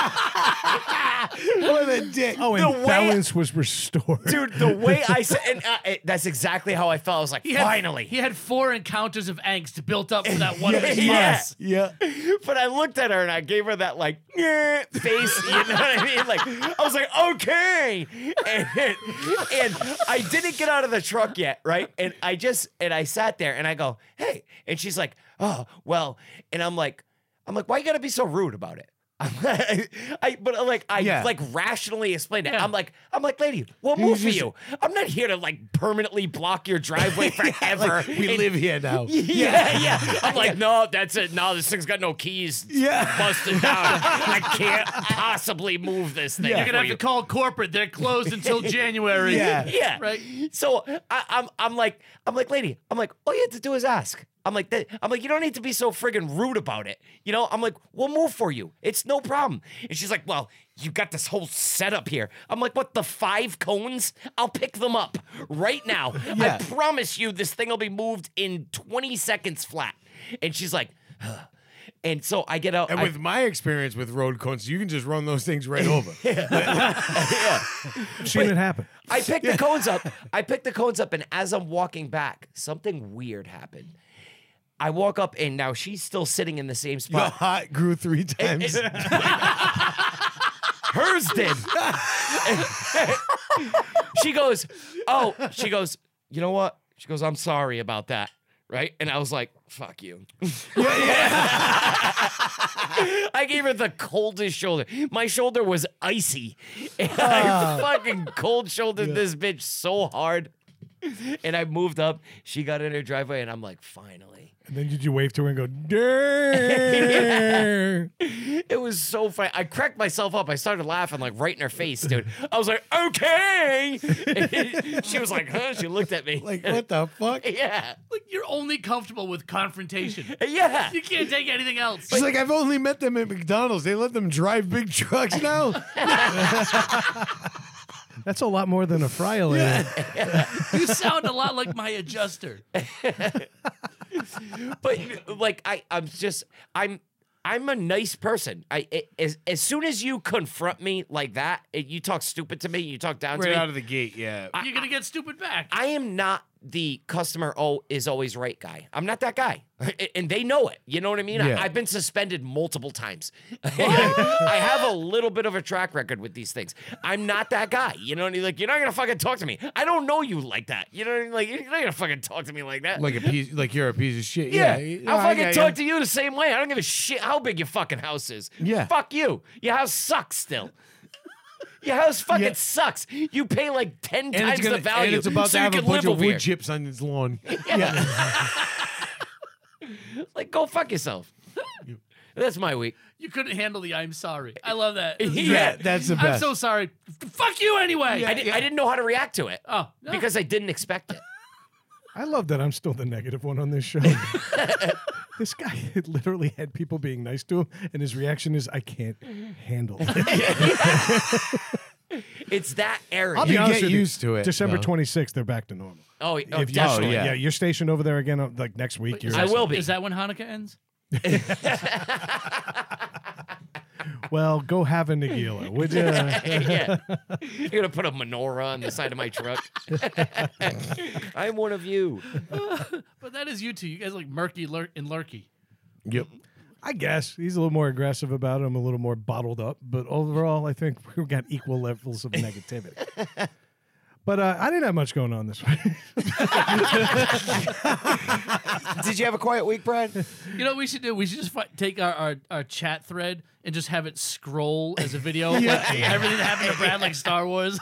Speaker 4: I-
Speaker 1: What a dick.
Speaker 3: Oh, and
Speaker 4: The way-
Speaker 3: balance was restored.
Speaker 4: dude, the way I said, and uh, it- that's exactly how I felt. I was like,
Speaker 2: He had-
Speaker 4: finally.
Speaker 2: he had four encounters of angst built up for that one
Speaker 4: Yeah,
Speaker 2: response.
Speaker 4: yeah.
Speaker 1: Yeah.
Speaker 4: But I looked at her and I gave her that like "Nyeh" face, you know what I mean? Like I was like, okay. And, and I didn't get out of the truck yet, right? And I just and I sat there and I go, hey. And she's like, oh, well. And I'm like, I'm like, why you gotta be so rude about it? I but like I
Speaker 1: Yeah.
Speaker 4: like rationally explained it.
Speaker 2: Yeah.
Speaker 4: I'm like, I'm like, lady, we'll move for
Speaker 1: just-
Speaker 4: you. I'm not here to like permanently block your driveway forever.
Speaker 1: Like, we
Speaker 4: And-
Speaker 1: live here now.
Speaker 4: yeah, yeah. I'm like, no, that's it. No, this thing's got no keys.
Speaker 1: Yeah.
Speaker 4: Busted down. I can't possibly move this thing.
Speaker 2: You're gonna
Speaker 4: for
Speaker 2: have to call corporate. They're closed until January.
Speaker 1: Yeah.
Speaker 4: you. Yeah.
Speaker 2: Right.
Speaker 4: So I, I'm I'm like, I'm like, lady, I'm like, all you have to do is ask. I'm like that. I'm like, you don't need to be so friggin' rude about it. You know, I'm like, we'll move for you. It's no problem. And she's like, well, you got this whole setup here. I'm like, what the five cones? I'll pick them up right now.
Speaker 1: Yeah.
Speaker 4: I promise you, this thing will be moved in 20 seconds flat. And she's like, huh. and so I get out.
Speaker 1: And
Speaker 4: I-
Speaker 1: with my experience with road cones, you can just run those things right over.
Speaker 3: Seen it happen.
Speaker 4: I picked the cones up. I picked the cones up, and as I'm walking back, something weird happened. I walk up, and now she's still sitting in the same
Speaker 1: The
Speaker 4: spot.
Speaker 1: hot grew three times.
Speaker 4: Hers did. she goes, Oh, she goes, You know what? She goes, I'm sorry about that. Right? And I was like, Fuck you. I gave her the coldest shoulder. My shoulder was icy. And I fucking cold shouldered this bitch so hard. And I moved up. She got in her driveway, and I'm like, Finally.
Speaker 3: And then did you wave to her and go, "Durr."
Speaker 4: It was so funny. I cracked myself up. I started laughing like right in her face, dude. I was like, okay. she was like, huh? She looked at me.
Speaker 1: like, what the fuck?
Speaker 4: yeah.
Speaker 2: Like you're only comfortable with confrontation.
Speaker 4: Yeah.
Speaker 2: You can't take anything else.
Speaker 1: She's like, I've only met them at McDonald's. They let them drive big trucks now.
Speaker 3: That's a lot more than a fry later.
Speaker 2: You sound a lot like my adjuster.
Speaker 4: But like, I, I'm just, I'm, I'm a nice person. I it, as, as soon as you confront me like that, it, you talk stupid to me, you talk down to me.
Speaker 1: of the gate, yeah.
Speaker 2: You're gonna get stupid back.
Speaker 4: I am not the customer oh is always right guy. I'm not that guy. And they know it. You know what I mean?
Speaker 1: Yeah.
Speaker 4: I, have been suspended multiple times. I have a little bit of a track record with these things. I'm not that guy. You know what I mean? Like you're not gonna fucking talk to me. I don't know you like that. You know what I mean? Like you're not gonna fucking talk to me like that.
Speaker 1: Like a piece, like you're a piece of shit.
Speaker 4: yeah.
Speaker 1: Yeah,
Speaker 4: I'll fucking
Speaker 1: yeah,
Speaker 4: talk to you the same way. I don't give a shit how big your fucking house is.
Speaker 1: Yeah.
Speaker 4: Fuck you. Your house sucks still. Your house fucking
Speaker 1: Yeah.
Speaker 4: sucks. You pay like ten
Speaker 1: And
Speaker 4: times
Speaker 1: it's, gonna,
Speaker 4: the value.
Speaker 1: and it's about to
Speaker 4: so you
Speaker 1: have a
Speaker 4: can
Speaker 1: bunch
Speaker 4: live
Speaker 1: of
Speaker 4: over
Speaker 1: wood
Speaker 4: here.
Speaker 1: chips on its lawn.
Speaker 4: Like, go fuck yourself. That's my week.
Speaker 2: You couldn't handle the I'm sorry. I love that.
Speaker 4: Yeah,
Speaker 1: that's the
Speaker 2: I'm
Speaker 1: best.
Speaker 2: so sorry. Fuck you anyway.
Speaker 4: I, di- I didn't know how to react to it
Speaker 2: oh, no.
Speaker 4: because I didn't expect it.
Speaker 3: I love that I'm still the negative one on this show. This guy had literally had people being nice to him, and his reaction is, "I can't handle it."
Speaker 4: It's that area.
Speaker 3: I'll be
Speaker 1: You
Speaker 3: honest
Speaker 1: get
Speaker 3: with you,
Speaker 1: used to it,
Speaker 3: December
Speaker 1: though.
Speaker 3: twenty sixth, they're back to normal.
Speaker 4: oh, oh,
Speaker 3: If you-
Speaker 4: definitely.
Speaker 1: yeah.
Speaker 3: yeah, you're stationed over there again, uh, like next week. You're
Speaker 4: I will be.
Speaker 2: Is that when Hanukkah ends?
Speaker 3: Well, go have a nigila, would you?
Speaker 4: yeah. You're gonna put a menorah on the side of my truck. I'm one of you.
Speaker 2: But that is you two. You guys are like murky lur- and lurky.
Speaker 1: Yep.
Speaker 3: I guess he's a little more aggressive about it. I'm a little more bottled up, but overall, I think we got equal levels of negativity. but uh, I didn't have much going on this week.
Speaker 4: Did you have a quiet week, Brad?
Speaker 2: You know what we should do? We should just fi- take our, our, our chat thread and just have it scroll as a video. like Everything that happened to Brad, like Star Wars.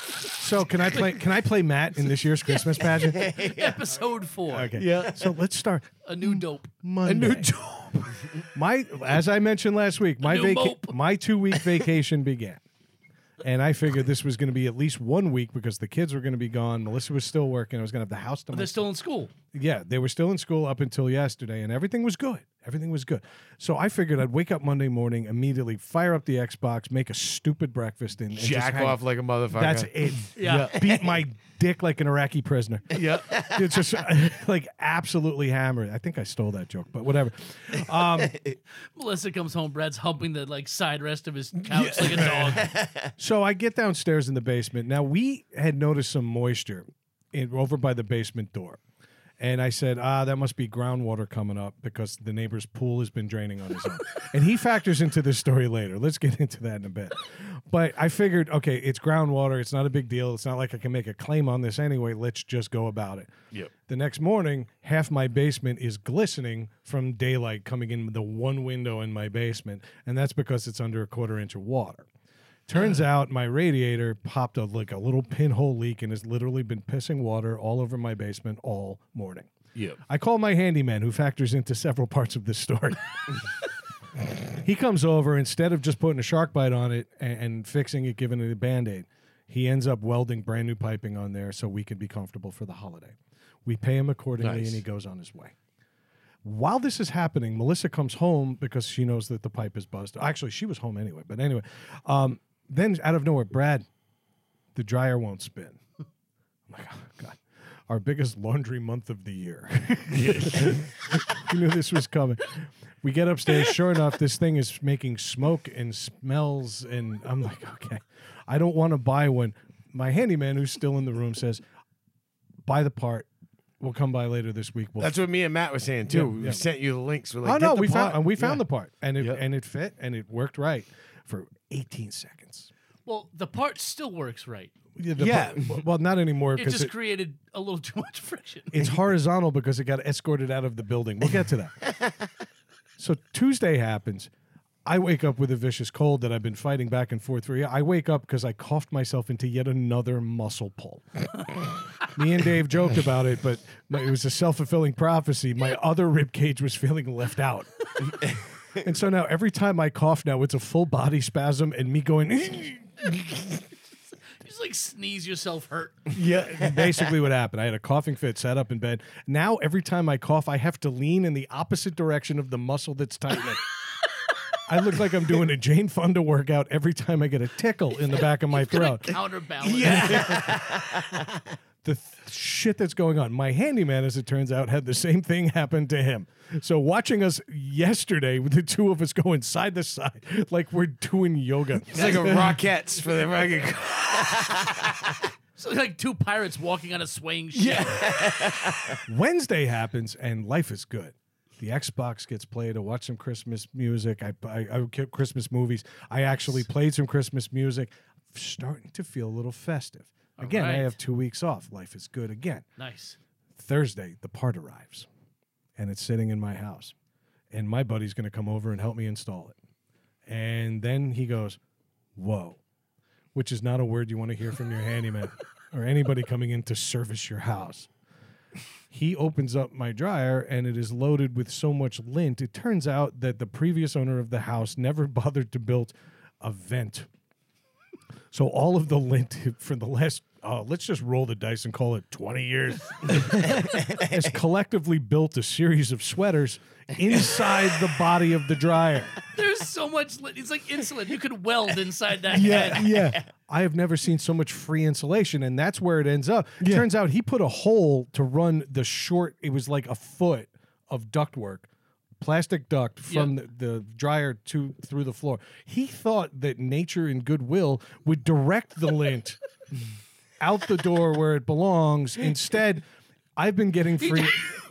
Speaker 3: so can I play? Can I play Matt in this year's Christmas pageant?
Speaker 2: Episode four.
Speaker 3: Okay. Yeah. So let's start
Speaker 2: A new dope.
Speaker 3: Monday. my as I mentioned last week, my
Speaker 2: new
Speaker 3: vaca-
Speaker 2: mope.
Speaker 3: my two week vacation began. And I figured this was going to be at least one week because the kids were going to be gone. Melissa was still working. I was going to have the house to
Speaker 2: They're
Speaker 3: myself.
Speaker 2: still in school.
Speaker 3: Yeah, they were still in school up until yesterday, and everything was good. Everything was good. So I figured I'd wake up Monday morning, immediately fire up the Xbox, make a stupid breakfast, and, and just
Speaker 1: Jack
Speaker 3: hang-
Speaker 1: off like a motherfucker.
Speaker 3: That's it.
Speaker 2: Yeah.
Speaker 3: beat my dick like an Iraqi prisoner.
Speaker 1: Yeah.
Speaker 3: It's just like absolutely hammered. I think I stole that joke, but whatever.
Speaker 2: Melissa comes home. Brad's humping the like side rest of his couch like a dog.
Speaker 3: So I get downstairs in the basement. Now we had noticed some moisture in, over by the basement door. And I said, ah, that must be groundwater coming up because the neighbor's pool has been draining on his own. and he factors into this story later. Let's get into that in a bit. But I figured, okay, it's groundwater. It's not a big deal. It's not like I can make a claim on this anyway. Let's just go about it.
Speaker 1: Yep.
Speaker 3: The next morning, half my basement is glistening from daylight coming in the one window in my basement, and that's because it's under a quarter inch of water. Turns out my radiator popped a like a little pinhole leak and has literally been pissing water all over my basement all morning.
Speaker 1: Yep.
Speaker 3: I call my handyman, who factors into several parts of this story. he comes over instead of just putting a shark bite on it and, and fixing it, giving it a band aid. He ends up welding brand new piping on there so we can be comfortable for the holiday. We pay him accordingly
Speaker 1: Nice.
Speaker 3: and he goes on his way. While this is happening, Melissa comes home because she knows that the pipe is buzzed. Actually, she was home anyway, but anyway. Um, then out of nowhere, Brad, the dryer won't spin. I'm like, oh, God, our biggest laundry month of the year. you knew this was coming. We get upstairs. Sure enough, this thing is making smoke and smells. And I'm like, okay, I don't want to buy one. My handyman, who's still in the room, says, buy the part. We'll come by later this week. We'll
Speaker 1: That's what me and Matt were saying too.
Speaker 3: Yeah,
Speaker 1: we
Speaker 3: yeah.
Speaker 1: sent you the links. We're like,
Speaker 3: oh
Speaker 1: "Get
Speaker 3: no,
Speaker 1: the
Speaker 3: we
Speaker 1: pot."
Speaker 3: found and we found
Speaker 1: Yeah.
Speaker 3: the part, and it
Speaker 1: Yep.
Speaker 3: and it fit, and it worked right for 18 seconds.
Speaker 2: Well, the part still works right.
Speaker 3: Yeah, the-
Speaker 1: Yeah.
Speaker 3: well, not anymore
Speaker 2: It
Speaker 3: because
Speaker 2: just
Speaker 3: it-
Speaker 2: created a little too much friction.
Speaker 3: it's horizontal because it got escorted out of the building. We'll get to that. so Tuesday happens. I wake up with a vicious cold that I've been fighting back and forth for. I wake up because I coughed myself into yet another muscle pull. Me and Dave joked about it, but my- it was a self fulfilling prophecy. My other rib cage was feeling left out. and so now every time I cough, now it's a full body spasm and me going.
Speaker 2: You just like sneeze yourself hurt.
Speaker 3: Yeah, basically what happened. I had a coughing fit, sat up in bed. Now every time I cough, I have to lean in the opposite direction of the muscle that's tightening. I look like I'm doing a Jane Fonda workout every time I get a tickle in the back of my
Speaker 2: Gotta
Speaker 3: throat.
Speaker 2: Counterbalance.
Speaker 3: The th- shit that's going on. My handyman, as it turns out, had the same thing happen to him. So watching us yesterday, the two of us go inside the side like we're doing yoga.
Speaker 1: It's like a Rockettes for the fucking.
Speaker 2: So like two pirates walking on a swaying ship.
Speaker 3: Wednesday happens and life is good. The Xbox gets played. I watch some Christmas music. I, I, I kept Christmas movies. I actually played some Christmas music. Starting to feel a little festive. Again, I
Speaker 2: right.
Speaker 3: have two weeks off. Life is good again.
Speaker 2: Nice.
Speaker 3: Thursday, the part arrives and it's sitting in my house. And my buddy's going to come over and help me install it. And then he goes, Whoa, which is not a word you want to hear from your handyman or anybody coming in to service your house. He opens up my dryer and it is loaded with so much lint. It turns out that the previous owner of the house never bothered to build a vent. So all of the lint for the last oh, let's just roll the dice and call it 20 years, has collectively built a series of sweaters inside the body of the dryer.
Speaker 2: There's so much. Li- it's like insulin. You could weld inside that.
Speaker 3: Yeah,
Speaker 2: head.
Speaker 3: yeah. I have never seen so much free insulation, and that's where it ends up. Turns out he put a hole to run the short. It was like a foot of ductwork, plastic duct from the, the dryer to through the floor. He thought that nature and goodwill would direct the lint out the door where it belongs. Instead, I've been getting free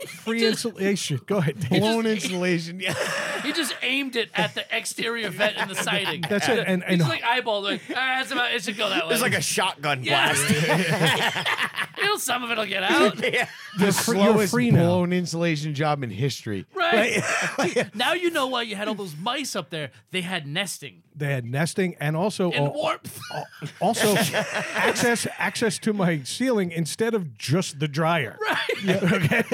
Speaker 3: free insulation. Go ahead. Dave.
Speaker 1: Blown insulation. Yeah.
Speaker 2: He just aimed it at the exterior vent in the siding.
Speaker 3: That's it, and-
Speaker 2: He's
Speaker 3: and-
Speaker 2: like eyeballed. Like ah, that's about. It should go that way.
Speaker 4: It's like a shotgun
Speaker 2: Yeah.
Speaker 4: blast.
Speaker 2: It'll, some of it'll get out.
Speaker 4: Yeah.
Speaker 1: The
Speaker 3: fr- you're
Speaker 1: slowest
Speaker 3: free now.
Speaker 1: blown insulation job in history.
Speaker 2: Right. now you know why you had all those mice up there. They had nesting
Speaker 3: They had nesting and also
Speaker 2: and
Speaker 3: a-
Speaker 2: warmth.
Speaker 3: Al- also access access to my ceiling instead of just the dryer. okay.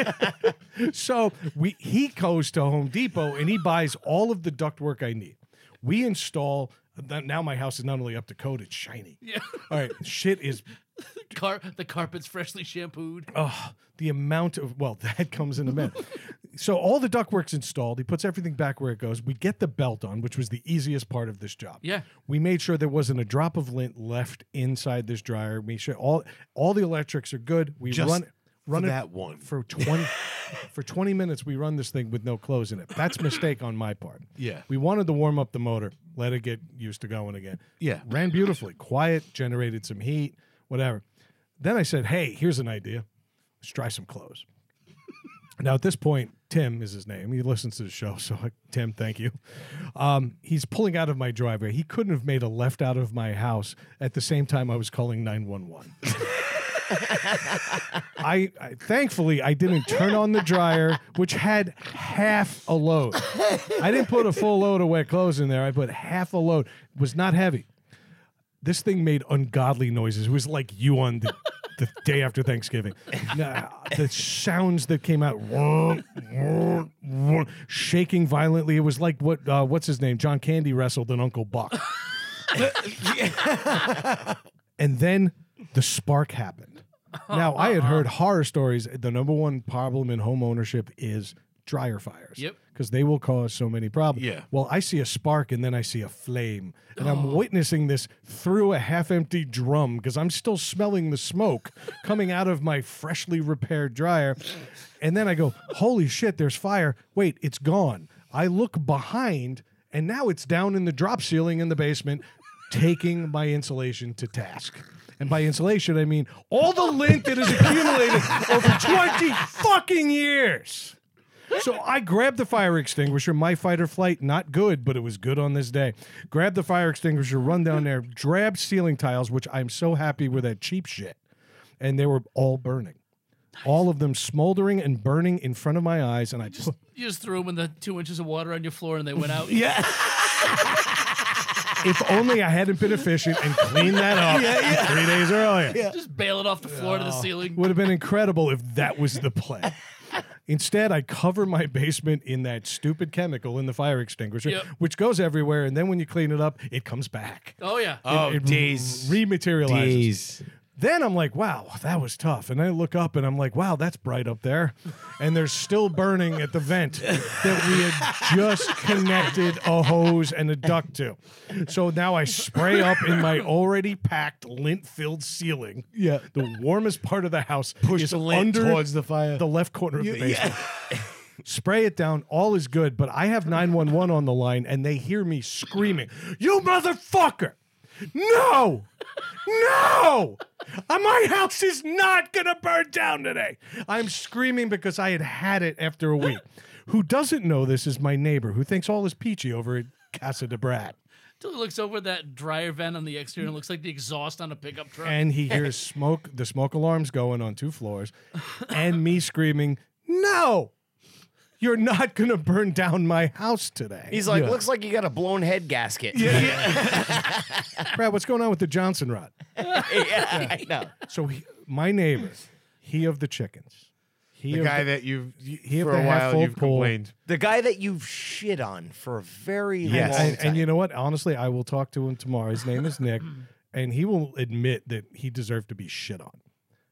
Speaker 3: so we he goes to Home Depot and he buys all of the ductwork I need. We install th- now my house is not only up to code, it's shiny.
Speaker 2: Yeah.
Speaker 3: All right, shit is
Speaker 2: Car- the carpet's freshly shampooed.
Speaker 3: oh, the amount of well that comes in a minute. so all the ductwork's installed. He puts everything back where it goes. We get the belt on, which was the easiest part of this job.
Speaker 2: Yeah.
Speaker 3: we made sure there wasn't a drop of lint left inside this dryer. We sure all all the electrics are good. We
Speaker 1: Just
Speaker 3: run run it
Speaker 1: that one.
Speaker 3: for twenty. For 20 minutes, we run this thing with no clothes in it. That's a mistake on my part.
Speaker 1: Yeah.
Speaker 3: We wanted to warm up the motor, let it get used to going again.
Speaker 1: Yeah.
Speaker 3: Ran beautifully, quiet, generated some heat, whatever. Then I said, hey, here's an idea. Let's try some clothes. Now, at this point, Tim is his name. He listens to the show. So, Tim, thank you. Um, he's pulling out of my driveway. He couldn't have made a left out of my house at the same time I was calling 911. I, I thankfully I didn't turn on the dryer, which had half a load. I didn't put a full load of wet clothes in there. I put half a load. It was not heavy. This thing made ungodly noises. It was like you on the, the day after Thanksgiving. Nah, the sounds that came out, shaking violently. It was like what uh, what's his name? John Candy wrestled an Uncle Buck. And then the spark happened. Now, I had heard horror stories. The number one problem in home ownership is dryer fires.
Speaker 2: Yep.
Speaker 3: Because they will cause so many problems.
Speaker 1: Yeah.
Speaker 3: Well, I see a spark and then I see a flame. And I'm witnessing this through a half empty drum because I'm still smelling the smoke coming out of my freshly repaired dryer. And then I go, holy shit, there's fire. Wait, it's gone. I look behind and now it's down in the drop ceiling in the basement taking my insulation to task. And by insulation, I mean all the lint that has accumulated over 20 fucking years. So I grabbed the fire extinguisher, my fight or flight, not good, but it was good on this day. Grab the fire extinguisher, run down there, grab ceiling tiles, which I'm so happy were that cheap shit. And they were all burning. All of them smoldering and burning in front of my eyes. And I just,
Speaker 2: You just threw them in the two inches of water on your floor and they went out.
Speaker 3: if only I hadn't been efficient and cleaned that up three days earlier.
Speaker 2: Just bail it off the floor to the ceiling.
Speaker 3: Would have been incredible if that was the plan. Instead, I cover my basement in that stupid chemical in the fire extinguisher,
Speaker 2: Yep.
Speaker 3: which goes everywhere. And then when you clean it up, it comes back.
Speaker 2: Oh, yeah.
Speaker 1: Oh,
Speaker 3: it
Speaker 1: days.
Speaker 3: rematerializes.
Speaker 1: Days.
Speaker 3: Then I'm like, wow, that was tough. And I look up and I'm like, wow, that's bright up there. And there's still burning at the vent that we had just connected a hose and a duct to. So now I spray up in my already packed lint filled ceiling.
Speaker 1: Yeah.
Speaker 3: The warmest part of the house
Speaker 1: Push
Speaker 3: is
Speaker 1: the lint
Speaker 3: under
Speaker 1: towards the fire.
Speaker 3: the left corner of the
Speaker 1: Yeah.
Speaker 3: basement. Spray it down. All is good, but I have 911 on the line and they hear me screaming, You motherfucker! No! No! Uh, My house is not gonna burn down today! I'm screaming because I had had it after a week. Who doesn't know this is my neighbor who thinks all is peachy over at Casa de Brad.
Speaker 2: Till he looks over that dryer vent on the exterior and it looks like the exhaust on a pickup truck.
Speaker 3: And he hears smoke, the smoke alarms going on two floors, and me screaming, No! You're not gonna burn down my house today.
Speaker 4: He's like, looks like you got a blown head gasket. Yeah,
Speaker 3: Brad, what's going on with the Johnson rod?
Speaker 4: I know.
Speaker 3: So he, my neighbor, he of the chickens, he
Speaker 1: The
Speaker 3: of
Speaker 1: guy
Speaker 3: the-
Speaker 1: that you've you-
Speaker 3: He
Speaker 1: for
Speaker 3: up
Speaker 1: a
Speaker 3: the
Speaker 1: while
Speaker 3: half-full
Speaker 1: you've
Speaker 3: pool.
Speaker 1: complained.
Speaker 4: The guy that you've shit on for a very
Speaker 1: Yes.
Speaker 4: long
Speaker 3: and,
Speaker 4: time.
Speaker 3: and you know what? Honestly, I will talk to him tomorrow. His name is Nick. and he will admit that he deserved to be shit on.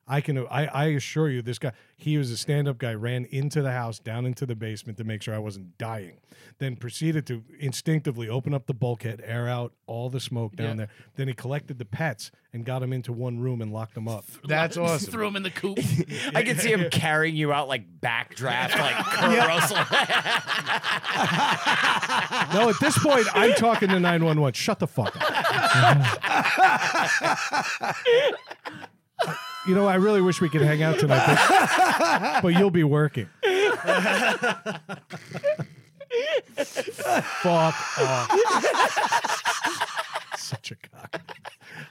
Speaker 3: I can I, I assure you this guy he was a stand-up guy ran into the house down into the basement to make sure I wasn't dying then proceeded to instinctively open up the bulkhead air out all the smoke down
Speaker 2: Yeah.
Speaker 3: there then he collected the pets and got them into one room and locked them up
Speaker 1: That's awesome.
Speaker 2: Threw him in the coop.
Speaker 4: I can see him carrying you out like backdraft, like Kurt Russell.
Speaker 3: no at this point I'm talking to 911 shut the fuck up you know I really wish we could hang out tonight but, but you'll be working fuck off such a cock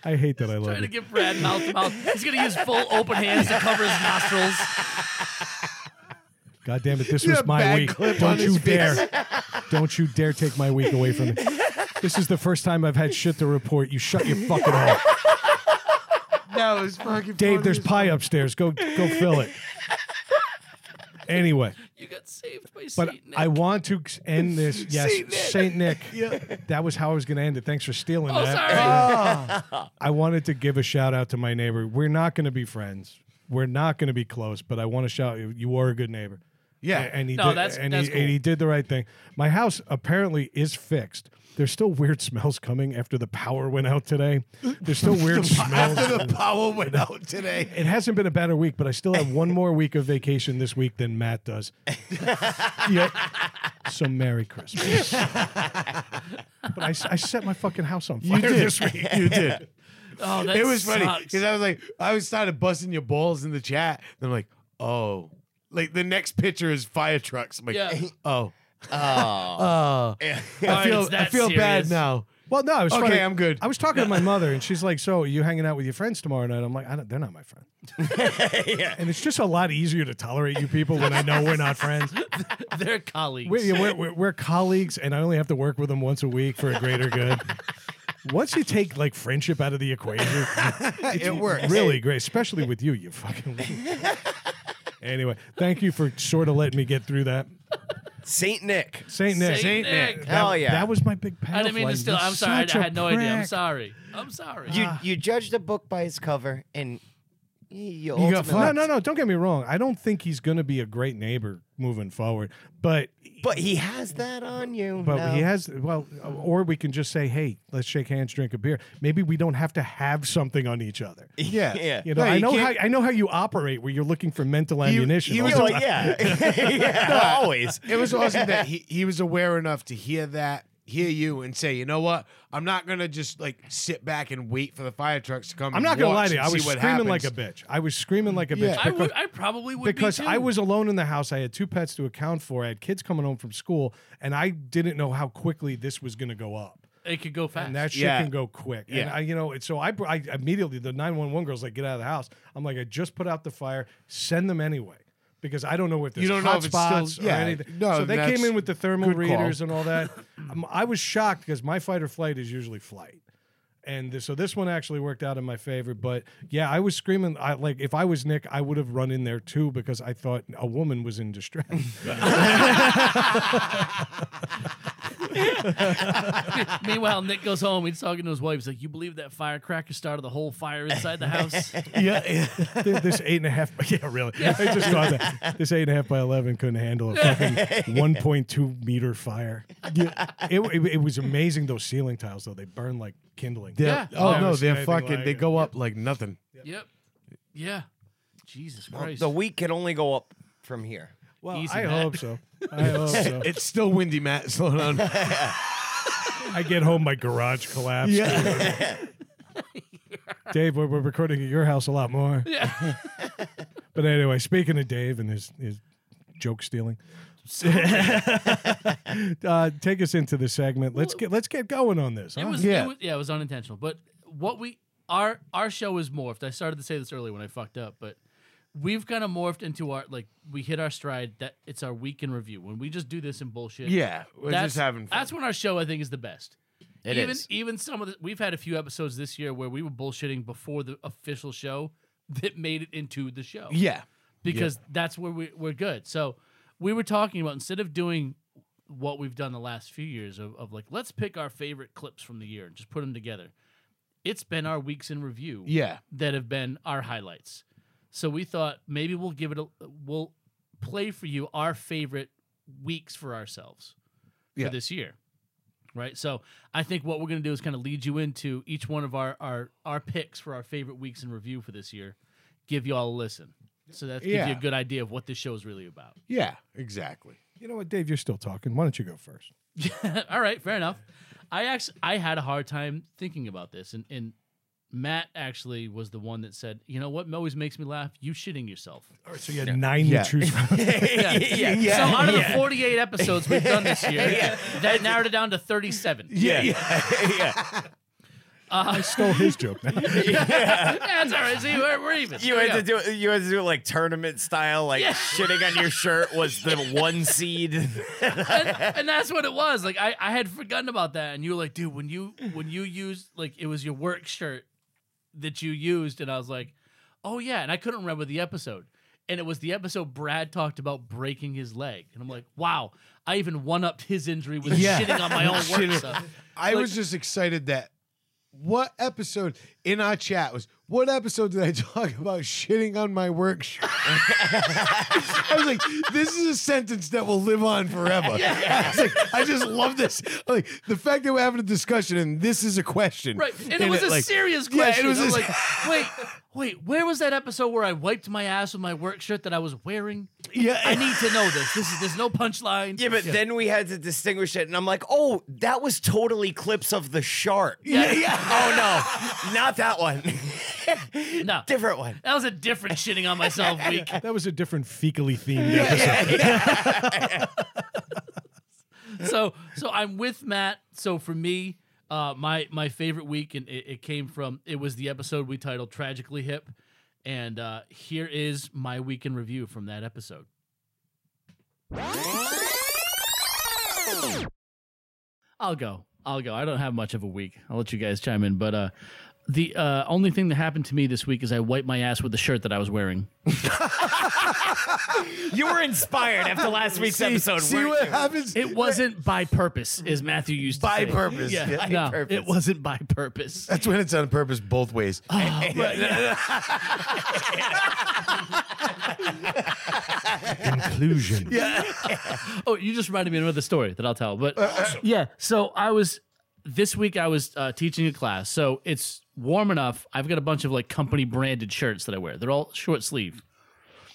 Speaker 3: I hate that I love
Speaker 2: Trying to
Speaker 3: you.
Speaker 2: give Brad mouth to mouth. He's gonna use full open hands to cover his nostrils.
Speaker 3: God damn it, this
Speaker 1: You
Speaker 3: was
Speaker 1: have
Speaker 3: my
Speaker 1: bad
Speaker 3: week.
Speaker 1: clip on
Speaker 3: Don't
Speaker 1: his
Speaker 3: you
Speaker 1: face.
Speaker 3: dare. Don't you dare take my week away from me. This is the first time I've had shit to report. You shut your fucking hole.
Speaker 1: That was fucking
Speaker 3: Dave, there's pie upstairs. Go go fill it. Anyway,
Speaker 2: You got saved by
Speaker 3: but
Speaker 2: Satan.
Speaker 3: I want to end this. Yes,
Speaker 1: Saint Nick.
Speaker 3: Saint Nick. That was how I was going to end it. Thanks for stealing
Speaker 2: Oh,
Speaker 3: that.
Speaker 2: sorry.
Speaker 3: I wanted to give a shout out to my neighbor. We're not going to be friends. We're not going to be close, but I want to shout you. You are a good neighbor.
Speaker 1: Yeah.
Speaker 3: A- and he
Speaker 2: No,
Speaker 3: did,
Speaker 2: that's-
Speaker 3: and,
Speaker 2: that's
Speaker 3: he, and he did the right thing. My house apparently is fixed. There's still weird smells coming after the power went out today. There's still weird smells.
Speaker 1: After the power went out today.
Speaker 3: It hasn't been a better week, but I still have one more week of vacation this week than Matt does. yeah. So Merry Christmas. but I, s- I set my fucking house on fire
Speaker 1: You did.
Speaker 3: this week.
Speaker 1: You did.
Speaker 2: oh, that
Speaker 1: it was funny
Speaker 2: sucks.
Speaker 1: because I was like, I was started busting your balls in the chat. And I'm like, oh, like the next picture is fire trucks. I'm like,
Speaker 2: Yeah.
Speaker 1: oh, oh,
Speaker 4: oh.
Speaker 1: I
Speaker 2: Alright,
Speaker 1: feel,
Speaker 2: it's
Speaker 1: I
Speaker 2: that
Speaker 1: feel bad
Speaker 2: serious.
Speaker 1: now.
Speaker 3: Well, no, I was
Speaker 1: Okay,
Speaker 3: funny.
Speaker 1: I'm good.
Speaker 3: I was talking to my mother, and she's like, "So, are you hanging out with your friends tomorrow night?" I'm like, I don't, "They're not my friend."
Speaker 4: Yeah.
Speaker 3: And it's just a lot easier to tolerate you people when I know we're not friends.
Speaker 2: They're colleagues.
Speaker 3: We're, yeah, we're, we're, we're colleagues, and I only have to work with them once a week for a greater good. Once you take like friendship out of the equation, it's
Speaker 1: It works.
Speaker 3: really great, especially with you. You fucking. anyway, thank you for sort of letting me get through that.
Speaker 4: Saint Nick.
Speaker 3: Saint Nick.
Speaker 2: Saint
Speaker 1: Saint Nick.
Speaker 2: Nick.
Speaker 3: that,
Speaker 4: Hell yeah.
Speaker 3: That was my big payoff.
Speaker 2: I didn't mean to
Speaker 3: line.
Speaker 2: steal.
Speaker 3: You're
Speaker 2: I'm sorry. I, I
Speaker 3: such a
Speaker 2: had no idea. I'm
Speaker 3: prick.
Speaker 2: sorry. I'm sorry.
Speaker 4: You you judged a book by its cover, and you,
Speaker 1: got
Speaker 4: ultimately-
Speaker 1: fucked.
Speaker 3: No, no, no. Don't get me wrong. I don't think he's going to be a great neighbor moving forward, but
Speaker 4: But he has that on you.
Speaker 3: but
Speaker 4: now.
Speaker 3: he has well, or we can just say, hey, let's shake hands, drink a beer. Maybe we don't have to have something on each other.
Speaker 1: Yeah.
Speaker 4: Yeah.
Speaker 3: You know,
Speaker 1: No,
Speaker 3: I
Speaker 1: you
Speaker 3: know how
Speaker 1: can't-
Speaker 3: I know how you operate where you're looking for mental ammunition.
Speaker 1: he
Speaker 3: all
Speaker 1: was
Speaker 3: the
Speaker 4: Well,
Speaker 1: like-
Speaker 3: time.
Speaker 4: yeah, yeah, always.
Speaker 1: It was awesome that he, he was aware enough to hear that, hear you, and say, you know what? I'm not going to just like sit back and wait for the fire trucks to come.
Speaker 3: I'm
Speaker 1: and
Speaker 3: not gonna lie
Speaker 1: watch
Speaker 3: to you. I
Speaker 1: and
Speaker 3: was
Speaker 1: see what
Speaker 3: screaming like a
Speaker 1: happens."
Speaker 3: bitch. I was screaming like a
Speaker 1: Yeah.
Speaker 3: bitch
Speaker 2: I
Speaker 3: because,
Speaker 2: would. I probably would
Speaker 3: because
Speaker 2: be too.
Speaker 3: I was alone in the house. I had two pets to account for. I had kids coming home from school, and I didn't know how quickly this was going to go up.
Speaker 2: It could go fast.
Speaker 3: and that shit
Speaker 1: Yeah.
Speaker 3: can go quick. And
Speaker 1: Yeah.
Speaker 3: I, you know, it's so I, br- I immediately the nine one one girls like get out of the house. I'm like, I just put out the fire. Send them anyway because I don't know what there's
Speaker 1: You don't know
Speaker 3: hot
Speaker 1: if it's still-
Speaker 3: spots
Speaker 1: yeah,
Speaker 3: or anything.
Speaker 1: no,
Speaker 3: so they
Speaker 1: that's
Speaker 3: came in with the thermal
Speaker 1: good call.
Speaker 3: readers and all that. um, I was shocked because my fight or flight is usually flight. And th- so this one actually worked out in my favor, but yeah, I was screaming. I like if I was Nick, I would have run in there too because I thought a woman was in distress.
Speaker 2: Meanwhile, Nick goes home. He's talking to his wife. He's like, "You believe that firecracker started the whole fire inside the house?"
Speaker 3: yeah, yeah. this eight and a half. Yeah, really. I just thought that this eight and a half by eleven couldn't handle a fucking one point two meter fire. Yeah, it, it, it was amazing. Those ceiling tiles, though, they burn like kindling.
Speaker 1: They're-
Speaker 2: Yeah.
Speaker 1: Oh,
Speaker 3: Never
Speaker 1: no,
Speaker 3: seen
Speaker 1: they're
Speaker 3: anything
Speaker 1: fucking,
Speaker 3: like
Speaker 1: they
Speaker 3: it.
Speaker 1: go up like nothing.
Speaker 2: yep. Yeah. Jesus Christ.
Speaker 4: The week can only go up from here.
Speaker 3: Well,
Speaker 2: Easy,
Speaker 3: I
Speaker 2: Matt.
Speaker 3: hope so. I hope so.
Speaker 1: It's still windy, Matt. Slow down.
Speaker 3: I get home, my garage collapsed.
Speaker 1: yeah.
Speaker 3: Dave, we're, we're recording at your house a lot more.
Speaker 2: yeah.
Speaker 3: But anyway, speaking of Dave and his his joke stealing. uh, take us into the segment. Let's get let's get going on this.
Speaker 2: It
Speaker 3: huh?
Speaker 2: was, yeah.
Speaker 1: Yeah.
Speaker 2: It was, yeah, it was unintentional. But what we our our show is morphed. I started to say this earlier when I fucked up, but we've kind of morphed into our like we hit our stride. That it's our week in review when we just do this and bullshit.
Speaker 1: Yeah. We're just having fun.
Speaker 2: That's when our show I think is the best.
Speaker 4: It
Speaker 2: even
Speaker 4: is.
Speaker 2: even some of the we've had a few episodes this year where we were bullshitting before the official show that made it into the show
Speaker 1: Yeah.
Speaker 2: because that's where we, we're good. So we were talking about instead of doing what we've done the last few years of, of like let's pick our favorite clips from the year and just put them together. it's been our weeks in review
Speaker 1: Yeah.
Speaker 2: that have been our highlights. So we thought maybe we'll give it a we'll play for you our favorite weeks for ourselves
Speaker 1: Yeah.
Speaker 2: for this year. Right? So I think what we're going to do is kind of lead you into each one of our our our picks for our favorite weeks in review for this year. Give you all a listen. So that gives you
Speaker 1: Yeah.
Speaker 2: a good idea of what this show is really about.
Speaker 1: Yeah. Exactly.
Speaker 3: You know what, Dave? You're still talking. Why don't you go first?
Speaker 2: All right, fair enough. I actually I had a hard time thinking about this, and and Matt actually was the one that said, you know what always makes me laugh? You shitting yourself.
Speaker 3: All right, so you had nine
Speaker 1: Yeah.
Speaker 3: to choose from.
Speaker 4: yeah, yeah,
Speaker 2: so out of the 48 episodes we've done this year, that narrowed it down to 37.
Speaker 1: Yeah.
Speaker 3: I stole his joke. Now.
Speaker 2: That's all right. See, we're, we're even.
Speaker 4: You
Speaker 2: There
Speaker 4: had to
Speaker 2: we go.
Speaker 4: do you had to do like tournament style, like
Speaker 2: Yeah.
Speaker 4: shitting on your shirt was the one seed.
Speaker 2: and, and that's what it was. Like I, I had forgotten about that, and you were like, dude, when you when you used like it was your work shirt that you used, and I was like, oh yeah, and I couldn't remember the episode, and it was the episode Brad talked about breaking his leg, and I'm like, wow, I even one upped his injury with
Speaker 1: Yeah.
Speaker 2: shitting on my own work
Speaker 1: Shitting.
Speaker 2: stuff.
Speaker 1: I was just excited that what episode in our chat was what episode did I talk about shitting on my work shirt? I was like, this is a sentence that will live on forever. I was like, I just love this. Like the fact that we're having a discussion and this is a question.
Speaker 2: Right, and, it was a
Speaker 1: like-
Speaker 2: serious
Speaker 1: Yeah, it
Speaker 2: question.
Speaker 1: was
Speaker 2: I'm
Speaker 1: a-
Speaker 2: like, wait, wait, where was that episode where I wiped my ass with my work shirt that I was wearing?
Speaker 1: Yeah.
Speaker 2: I need to know this. This is there's no punchline.
Speaker 4: Yeah, but then we had to distinguish it, and I'm like, oh, that was totally clips of the shark.
Speaker 1: yeah, yeah.
Speaker 4: Oh no, not that one.
Speaker 2: no,
Speaker 4: Different one.
Speaker 2: That was a different shitting on myself week.
Speaker 3: That was a different fecally themed episode.
Speaker 2: So so I'm with Matt. So for me, uh, my my favorite week, and it, it came from it was the episode we titled "Tragically Hip," and uh, here is my week in review from that episode. I'll go. I'll go. I don't have much of a week. I'll let you guys chime in, but uh, the uh, only thing that happened to me this week is I wiped my ass with the shirt that I was wearing.
Speaker 4: You were inspired after last week's
Speaker 1: See,
Speaker 4: episode.
Speaker 1: see
Speaker 4: weren't
Speaker 1: what
Speaker 4: you?
Speaker 1: happens?
Speaker 2: It wasn't by purpose, as Matthew used to
Speaker 1: By
Speaker 2: say.
Speaker 1: purpose.
Speaker 2: Yeah,
Speaker 1: Yeah, by
Speaker 2: no,
Speaker 4: purpose.
Speaker 2: it wasn't by purpose.
Speaker 1: That's when it's on purpose both ways.
Speaker 4: Oh,
Speaker 3: Inclusion.
Speaker 2: Oh, you just reminded me of another story that I'll tell.
Speaker 1: Uh,
Speaker 2: But yeah, so I was this week I was uh, teaching a class, so it's warm enough. I've got a bunch of like company branded shirts that I wear. They're all short sleeve,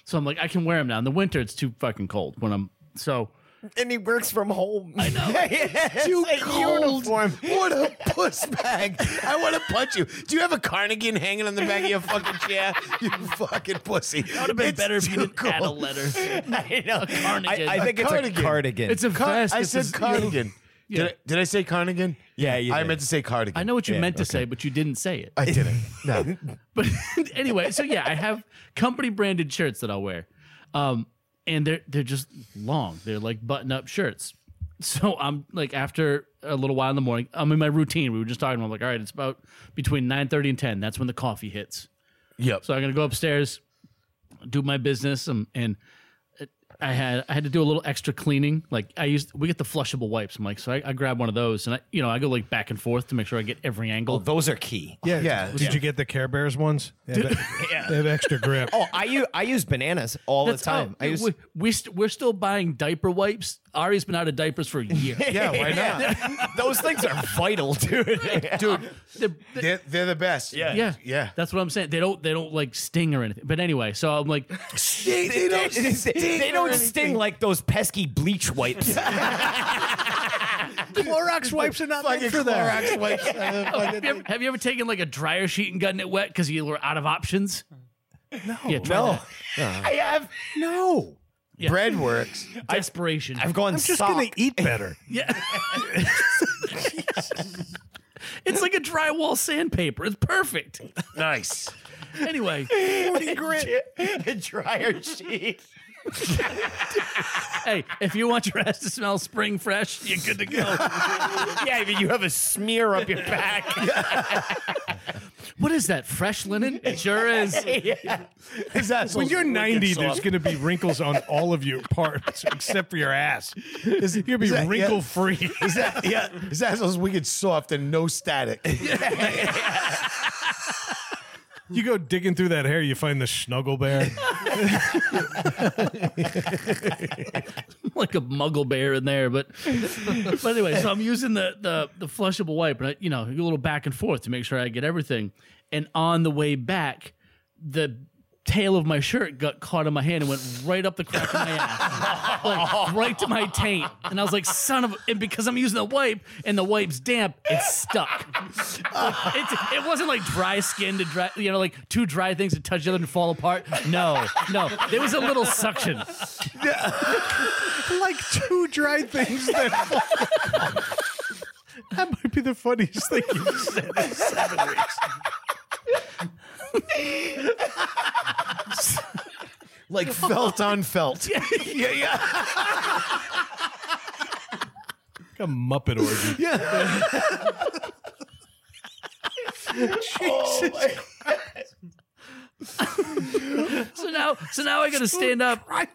Speaker 2: so I'm like I can wear them now. In the winter, it's too fucking cold when I'm so.
Speaker 4: and he works from home. I know.
Speaker 1: Too cold. What a puss bag. I want to punch you. Do you have a carnigan hanging on the back of your fucking chair? You fucking pussy. That would
Speaker 2: It'd have been better if you didn't add a letter.
Speaker 4: I know.
Speaker 2: carnigan.
Speaker 4: I, I think
Speaker 1: A
Speaker 4: it's
Speaker 1: cardigan.
Speaker 4: a cardigan.
Speaker 2: It's a vest.
Speaker 1: I
Speaker 2: it's
Speaker 1: said
Speaker 2: a-
Speaker 1: cardigan.
Speaker 2: Yeah.
Speaker 1: Did, I, did I say carnigan?
Speaker 4: Yeah, you
Speaker 1: I
Speaker 4: did.
Speaker 1: meant to say cardigan.
Speaker 2: I know what you
Speaker 1: Yeah,
Speaker 2: meant to
Speaker 1: okay.
Speaker 2: say, but you didn't say it.
Speaker 1: I didn't. No.
Speaker 2: But anyway, so yeah, I have company branded shirts that I'll wear. Um, and they're they're just long. They're like button up shirts. So I'm like after a little while in the morning, I'm in my routine. We were just talking. I'm like, all right, it's about between 9:30 and 10. That's when the coffee hits.
Speaker 1: Yep.
Speaker 2: So I'm gonna go upstairs, do my business, um, and it- I had I had to do a little extra cleaning. Like I used, we get the flushable wipes. I'm like, so I, I grab one of those, and I, you know, I go like back and forth to make sure I get every angle.
Speaker 4: Those are key.
Speaker 3: Yeah.
Speaker 1: Yeah.
Speaker 3: Did you get the Care Bears ones? They have, they have extra grip.
Speaker 4: Oh, I use I use bananas all the time.
Speaker 2: oh,
Speaker 4: I use
Speaker 2: we, we st- we're still buying diaper wipes. Ari's been out of diapers for a year.
Speaker 1: Yeah, why not?
Speaker 4: those things are vital, dude.
Speaker 1: Dude,
Speaker 2: They're- they-
Speaker 1: they're, they're the best.
Speaker 2: yeah,
Speaker 1: Yeah.
Speaker 2: That's what I'm saying. They don't they don't like sting or anything. But anyway, so I'm like,
Speaker 1: They, they don't sting.
Speaker 4: they
Speaker 1: or
Speaker 4: don't
Speaker 1: anything.
Speaker 4: sting like those pesky bleach wipes.
Speaker 3: Clorox wipes are not
Speaker 1: Fucking Clorox wipes. Uh,
Speaker 2: have, you ever, have you ever taken like a dryer sheet and gotten it wet because you were out of options? No, yeah, try
Speaker 4: no, Uh-huh.
Speaker 2: that.
Speaker 4: I have.
Speaker 3: No.
Speaker 1: Bread works.
Speaker 2: desperation.
Speaker 4: I've gone
Speaker 3: I'm just
Speaker 4: sock.
Speaker 3: going to eat better.
Speaker 2: yeah. it's like a drywall sandpaper. It's perfect.
Speaker 1: Nice.
Speaker 2: Anyway,
Speaker 4: a dryer sheet.
Speaker 2: hey, if you want your ass to smell spring fresh, you're good to go.
Speaker 4: yeah, I mean you have a smear up your back.
Speaker 2: What is that? Fresh linen? It sure is.
Speaker 3: when you're 90, there's going to be wrinkles on all of your parts except for your ass. You're going to be
Speaker 1: that- yeah.
Speaker 3: wrinkle free.
Speaker 1: His, a- yeah, his asshole's wicked soft and no static.
Speaker 3: You go digging through that hair, you find the snuggle bear.
Speaker 2: like a muggle bear in there. But but anyway, so I'm using the the, the flushable wipe, and I, you know, a little back and forth to make sure I get everything. And on the way back, the tail of my shirt got caught in my hand and went right up the crack of my ass, like right to my taint. And I was like, "Son of!" a-" And because I'm using the wipe and the wipe's damp, it's stuck. It's, it wasn't like dry skin to dry, you know, like two dry things that touch each other and fall apart. No, no, there was a little suction.
Speaker 3: like two dry things that fall. that might be the funniest thing you've said in seven weeks.
Speaker 1: like felt on felt.
Speaker 4: yeah, yeah.
Speaker 3: Like a Muppet orgy.
Speaker 2: So now, so now I gotta stand up. I,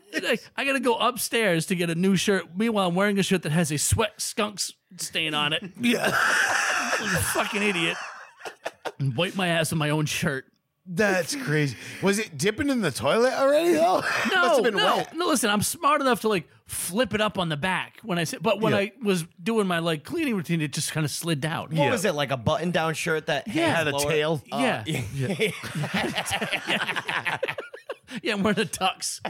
Speaker 2: I gotta go upstairs to get a new shirt. Meanwhile, I'm wearing a shirt that has a sweat skunks stain on it. Yeah, I'm a fucking idiot. And wipe my ass with my own shirt.
Speaker 1: That's crazy. Was it dipping in the toilet already though?
Speaker 2: No,
Speaker 1: Must have been
Speaker 2: no,
Speaker 1: wet.
Speaker 2: no. Listen, I'm smart enough to like flip it up on the back when I sit, but when I was doing my like cleaning routine, it just kind of slid down.
Speaker 4: What was it like a button-down shirt that
Speaker 2: Yeah. Had
Speaker 4: had
Speaker 2: a
Speaker 4: lower-
Speaker 1: tail.
Speaker 4: Uh,
Speaker 2: yeah. yeah,
Speaker 1: Oh,
Speaker 2: yeah, I'm wearing a tux.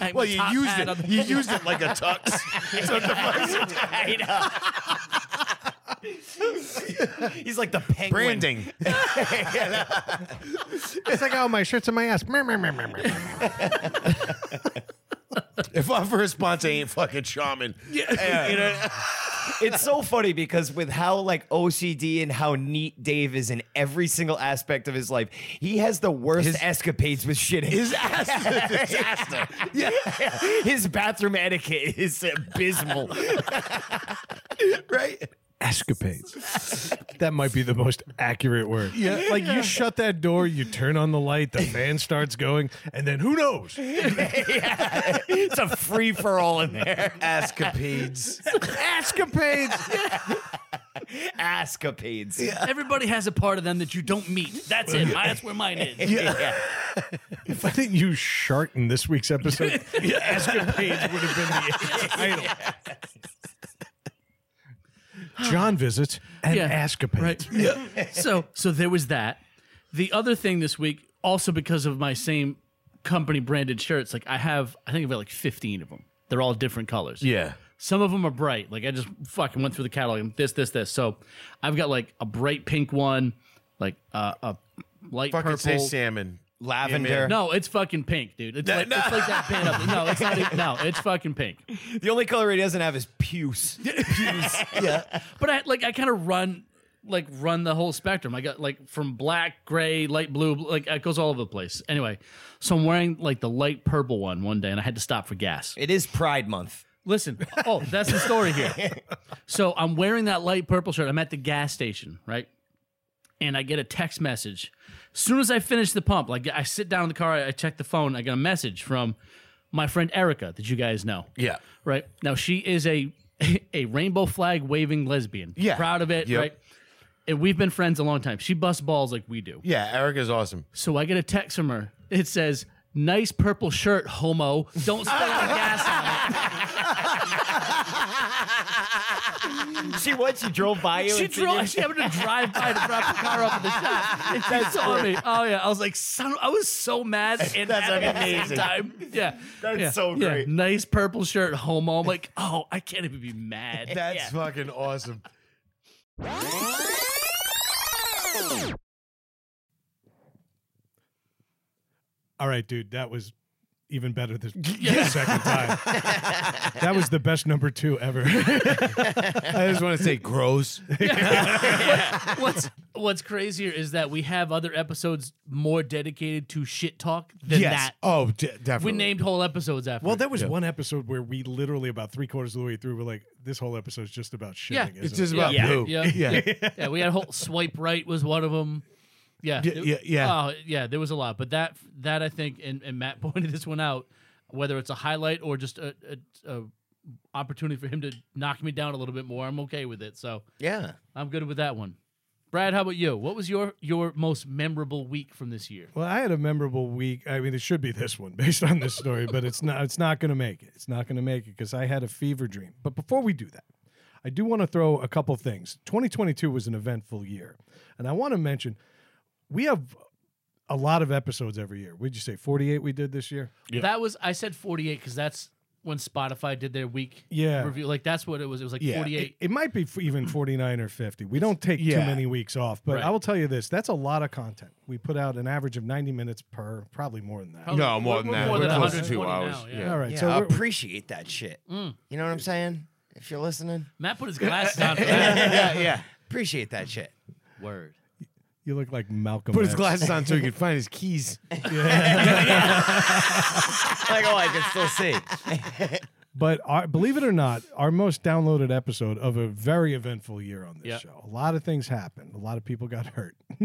Speaker 2: I-
Speaker 1: Well, you
Speaker 2: top
Speaker 1: used
Speaker 2: hat on
Speaker 1: it.
Speaker 2: the-
Speaker 1: You used it like a tux. So it defies it.
Speaker 4: I know. He's like the penguin.
Speaker 1: Branding.
Speaker 3: It's like, oh, my shirt's in my ass.
Speaker 1: If our first sponsor ain't fucking shaman, yeah, you know,
Speaker 4: It's so funny because with how like OCD and how neat Dave is in every single aspect of his life, he has the worst escapades with shitting.
Speaker 1: his ass is a disaster. Yeah,
Speaker 4: His bathroom etiquette is abysmal.
Speaker 1: right.
Speaker 3: Escapades. That might be the most accurate word. Yeah. Like you shut that door, you turn on the light, the fan starts going, and then who knows?
Speaker 4: it's a free for all in there.
Speaker 1: Escapades.
Speaker 3: Escapades.
Speaker 4: Escapades.
Speaker 2: Everybody has a part of them that you don't meet. That's it. I- That's where mine is.
Speaker 4: yeah.
Speaker 3: If I didn't use shart in this week's episode, escapades would have been the title. John visits and
Speaker 2: Yeah.
Speaker 3: escapades.
Speaker 2: Right. Yeah. So so there was that. The other thing this week, also because of my same company branded shirts, like I have, I think I've got like 15 of them. They're all different colors.
Speaker 1: Yeah.
Speaker 2: Some of them are bright. Like I just fucking went through the catalog. and This, this, this. So I've got like a bright pink one, like uh, a light
Speaker 1: Fucking
Speaker 2: purple.
Speaker 1: say salmon.
Speaker 4: Lavender.
Speaker 2: no, it's fucking pink, dude. It's, like, it's like that paint up. No, it's not. even- No, it's fucking pink.
Speaker 4: The only color he doesn't have is puce.
Speaker 2: But I like I kind of run like run the whole spectrum. I got like from black, gray, light blue, bl- like it goes all over the place. Anyway, so I'm wearing like the light purple one one day, and I had to stop for gas.
Speaker 4: It is Pride Month.
Speaker 2: Listen, oh, that's the story here. So I'm wearing that light purple shirt. I'm at the gas station, right? And I get a text message. soon as I finish the pump, like I sit down in the car, I I check the phone, I get a message from my friend Erica that you guys know.
Speaker 1: Yeah.
Speaker 2: Right. Now she is a a rainbow flag waving lesbian.
Speaker 1: Yeah.
Speaker 2: Proud of it,
Speaker 1: Yep.
Speaker 2: right? And we've been friends a long time. She busts balls like we do.
Speaker 1: Yeah, Erica's awesome.
Speaker 2: So I get a text from her. It says, Nice purple shirt, homo. Don't spill the gas on it.
Speaker 4: She once she drove by you.
Speaker 2: She
Speaker 4: and seen you-
Speaker 2: drove she happened to drive by to drop the car off at the shop. And she saw me. Oh yeah. I was like, son, I was so mad and
Speaker 1: That's
Speaker 2: happy at the
Speaker 1: amazing.
Speaker 2: same time. Yeah.
Speaker 4: That's
Speaker 2: Yeah.
Speaker 4: so
Speaker 2: Yeah.
Speaker 4: great.
Speaker 2: Nice purple shirt, homo. I'm like, oh, I can't even be mad.
Speaker 1: That's fucking awesome.
Speaker 3: All right, dude, that was even better this second time. that was the best number two ever.
Speaker 1: I just want to say gross.
Speaker 2: What's What's crazier is that we have other episodes more dedicated to shit talk than
Speaker 1: yes.
Speaker 2: that.
Speaker 1: Oh, de- definitely.
Speaker 2: We named whole episodes after.
Speaker 3: well,
Speaker 2: it.
Speaker 3: there was
Speaker 1: Yeah.
Speaker 3: one episode where we literally about three quarters of the way through were like, this whole episode's just about shitting.
Speaker 2: Yeah.
Speaker 3: isn't
Speaker 1: It's
Speaker 3: it?
Speaker 1: just about
Speaker 2: yeah.
Speaker 1: poo.
Speaker 2: Yeah,
Speaker 1: yeah.
Speaker 2: yeah, we had a whole swipe right was one of them. Yeah,
Speaker 1: Yeah,
Speaker 2: it-
Speaker 1: yeah, yeah.
Speaker 2: Oh, yeah, there was a lot, but that that I think, and, and Matt pointed this one out. Whether it's a highlight or just a, a, a opportunity for him to knock me down a little bit more, I'm okay with it. So
Speaker 4: Yeah.
Speaker 2: I'm good with that one. Brad, how about you? What was your your most memorable week from this year?
Speaker 3: Well, I had a memorable week. I mean, it should be this one based on this story, but it's not. It's not going to make it. It's not going to make it because I had a fever dream. But before we do that, I do want to throw a couple things. 2022 was an eventful year, and I want to mention we have a lot of episodes every year. Would you say 48 we did this year?
Speaker 1: Yeah.
Speaker 2: That was I said 48 because that's when Spotify did their week
Speaker 3: Yeah.
Speaker 2: review. Like that's what it was. It was like
Speaker 1: Yeah,
Speaker 2: 48.
Speaker 3: It, it might be f- even 49 or 50. We don't take too
Speaker 1: Yeah.
Speaker 3: many weeks off, but
Speaker 2: Right.
Speaker 3: I will tell you this: that's a lot of content. We put out an average of 90 minutes per, probably more than that.
Speaker 2: Probably-
Speaker 1: No, more
Speaker 2: we're-
Speaker 1: than
Speaker 2: we're
Speaker 1: that.
Speaker 2: More
Speaker 1: We're
Speaker 2: than
Speaker 1: close to two
Speaker 2: 120
Speaker 1: hours.
Speaker 2: Now, yeah.
Speaker 1: Yeah. Uh,
Speaker 3: All right,
Speaker 4: Yeah.
Speaker 3: so
Speaker 4: I
Speaker 3: we're-
Speaker 4: appreciate that shit. You know what I'm saying? If you're listening.
Speaker 2: Matt put his glasses on. for that.
Speaker 4: yeah, yeah. Appreciate that shit.
Speaker 2: Word.
Speaker 3: you look like Malcolm.
Speaker 1: Put his
Speaker 3: X.
Speaker 1: glasses on so he could find his keys.
Speaker 4: Like, oh, I can still see.
Speaker 3: But our, believe it or not, our most downloaded episode of a very eventful year on this
Speaker 2: Yeah.
Speaker 3: show. A lot of things happened. A lot of people got hurt.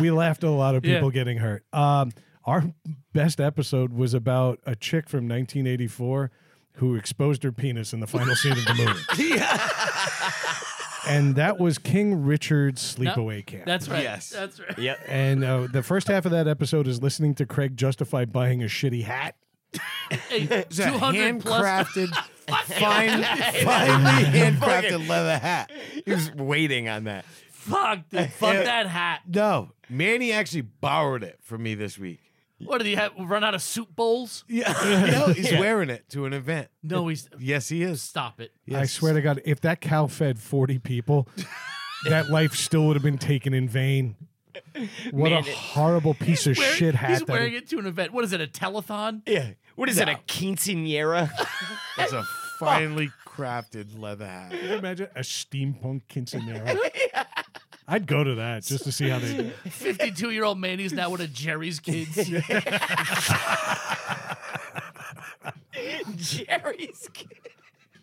Speaker 3: we laughed at a lot of
Speaker 2: Yeah.
Speaker 3: people getting hurt. Um, our best episode was about a chick from 1984 who exposed her penis in the final scene of the movie. And that was King Richard's sleepaway camp.
Speaker 2: That's right.
Speaker 4: Yes.
Speaker 2: That's right.
Speaker 4: Yep.
Speaker 3: and uh, the first half of that episode is listening to Craig justify buying a shitty hat.
Speaker 2: Hey,
Speaker 1: It's a
Speaker 2: 200 plus.
Speaker 1: handcrafted, fine, finely handcrafted leather hat.
Speaker 4: He was waiting on that.
Speaker 2: Fuck, dude. Fuck that hat.
Speaker 1: No, Manny actually borrowed it from me this week.
Speaker 2: What did he have? Run out of soup bowls?
Speaker 1: Yeah, no, he's wearing it to an event.
Speaker 2: No, he's.
Speaker 1: Yes, he is.
Speaker 2: Stop it.
Speaker 3: I
Speaker 1: Yes.
Speaker 3: swear to God, if that cow fed 40 people, that life still would have been taken in vain. What a horrible piece of
Speaker 2: Wearing-
Speaker 3: shit hat
Speaker 2: he's
Speaker 3: that
Speaker 2: wearing
Speaker 3: is.
Speaker 2: it to an event. What is it, a telethon?
Speaker 4: Yeah. What is it, a quinceanera?
Speaker 1: It's a finely crafted leather hat.
Speaker 3: Can you imagine a steampunk quinceanera? I'd go to that just to see how they do.
Speaker 2: 52 year old Manny's now one of Jerry's kids.
Speaker 4: Jerry's kid.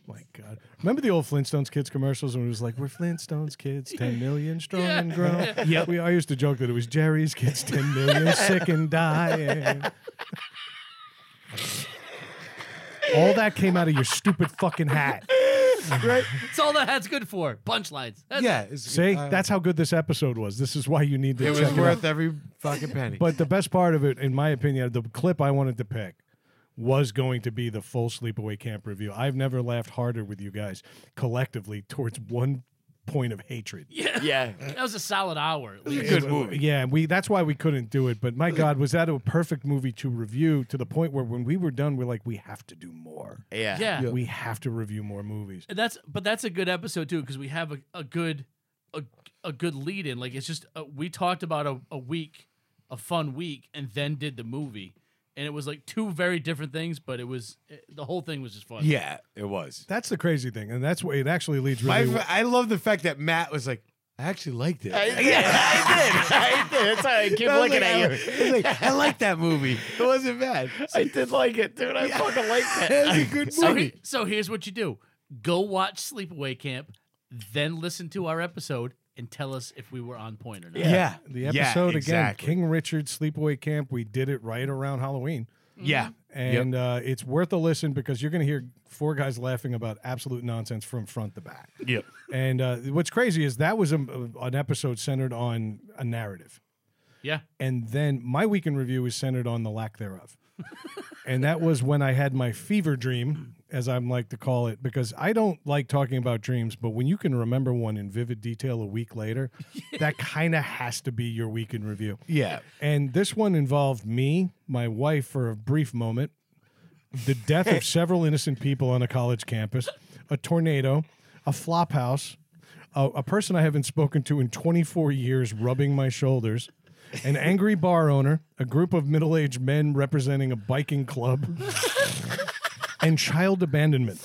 Speaker 3: My God. Remember the old Flintstones kids commercials when it was like, we're Flintstones kids, 10 million strong
Speaker 2: Yeah.
Speaker 3: and grown? Yeah. We, I used to joke that it was Jerry's kids, 10 million sick and dying. All that came out of your stupid fucking hat.
Speaker 2: That's all that hat's good for. Punchlines. That's
Speaker 1: Yeah, it's,
Speaker 3: See,
Speaker 1: uh,
Speaker 3: that's how good this episode was. This is why you need to
Speaker 1: it
Speaker 3: check
Speaker 1: was
Speaker 3: it out.
Speaker 1: worth every fucking penny.
Speaker 3: But the best part of it, in my opinion, the clip I wanted to pick was going to be the full sleepaway camp review. I've never laughed harder with you guys collectively towards one point of hatred. Yeah,
Speaker 4: Yeah.
Speaker 2: That was a solid hour. at least.
Speaker 1: good movie.
Speaker 3: we that's why we couldn't do it. But my God, was that a perfect movie to review to the point where when we were done, we're like, we have to do more.
Speaker 4: Yeah.
Speaker 2: Yeah.
Speaker 3: We have to review more movies.
Speaker 2: And That's but that's a good episode too because we have a, a good a, a good lead in. Like it's just uh we talked about a, a week, a fun week, and then did the movie, and it was like two very different things, but it was it, the whole thing was just fun.
Speaker 1: yeah, it was.
Speaker 3: That's the crazy thing, and that's what it actually leads.
Speaker 1: My,
Speaker 3: Really
Speaker 1: I love the fact that Matt was like, I actually liked it.
Speaker 4: I did. I did. I did. That's why I keep
Speaker 1: I was
Speaker 4: looking
Speaker 1: like,
Speaker 4: at you.
Speaker 1: I, was like, I like that movie. It wasn't bad.
Speaker 4: I did like it, dude. I fucking liked
Speaker 1: It was a
Speaker 4: it.
Speaker 1: good
Speaker 2: So
Speaker 1: movie.
Speaker 2: he- so here's what you do: go watch Sleepaway Camp, then listen to our episode and tell us if we were on point or not.
Speaker 1: Yeah.
Speaker 3: The
Speaker 1: Yeah,
Speaker 3: episode
Speaker 1: exactly.
Speaker 3: again, King Richard Sleepaway Camp. We did it right around Halloween,
Speaker 1: Yeah.
Speaker 3: and uh, it's worth a listen because you're going to hear four guys laughing about absolute nonsense from front to back.
Speaker 1: Yep.
Speaker 3: And uh, what's crazy is that was a, an episode centered on a narrative,
Speaker 2: Yeah.
Speaker 3: and then my weekend review is centered on the lack thereof. and that was when I had my fever dream, as I'm like to call it, because I don't like talking about dreams, but when you can remember one in vivid detail a week later, that kind of has to be your weekend review.
Speaker 1: Yeah.
Speaker 3: And this one involved me, my wife for a brief moment, the death of several innocent people on a college campus, a tornado, a flop house, a, a person I haven't spoken to in 24 years rubbing my shoulders, an angry bar owner, a group of middle aged men representing a biking club, and child abandonment.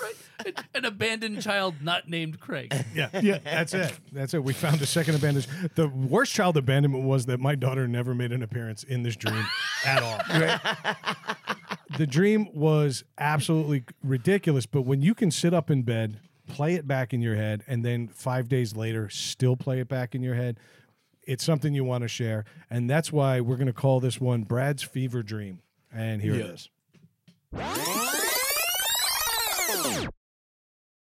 Speaker 2: An abandoned child not named Craig.
Speaker 3: Yeah, yeah, that's it. That's it. We found a second abandonment. The worst child abandonment was that my daughter never made an appearance in this dream at all. The dream was absolutely ridiculous, but when you can sit up in bed, play it back in your head, and then five days later, still play it back in your head, it's something you want to share. And that's why we're going to call this one Brad's Fever Dream. And here it
Speaker 1: Yeah.
Speaker 3: is.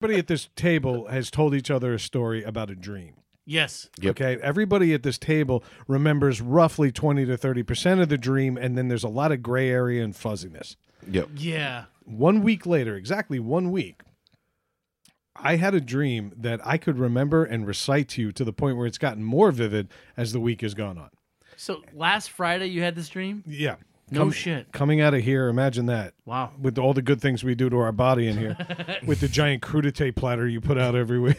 Speaker 3: Everybody at this table has told each other a story about a dream.
Speaker 2: Yes.
Speaker 1: Yep.
Speaker 3: Okay. Everybody at this table remembers roughly 20 to 30% of the dream, and then there's a lot of gray area and fuzziness.
Speaker 1: Yep.
Speaker 2: Yeah.
Speaker 3: One week later, exactly one week, I had a dream that I could remember and recite to you to the point where it's gotten more vivid as the week has gone on.
Speaker 2: So last Friday you had this dream?
Speaker 3: Yeah.
Speaker 2: No shit.
Speaker 3: Coming out of here, imagine that.
Speaker 2: Wow.
Speaker 3: With all the good things we do to our body in here, with the giant crudité platter you put out every week.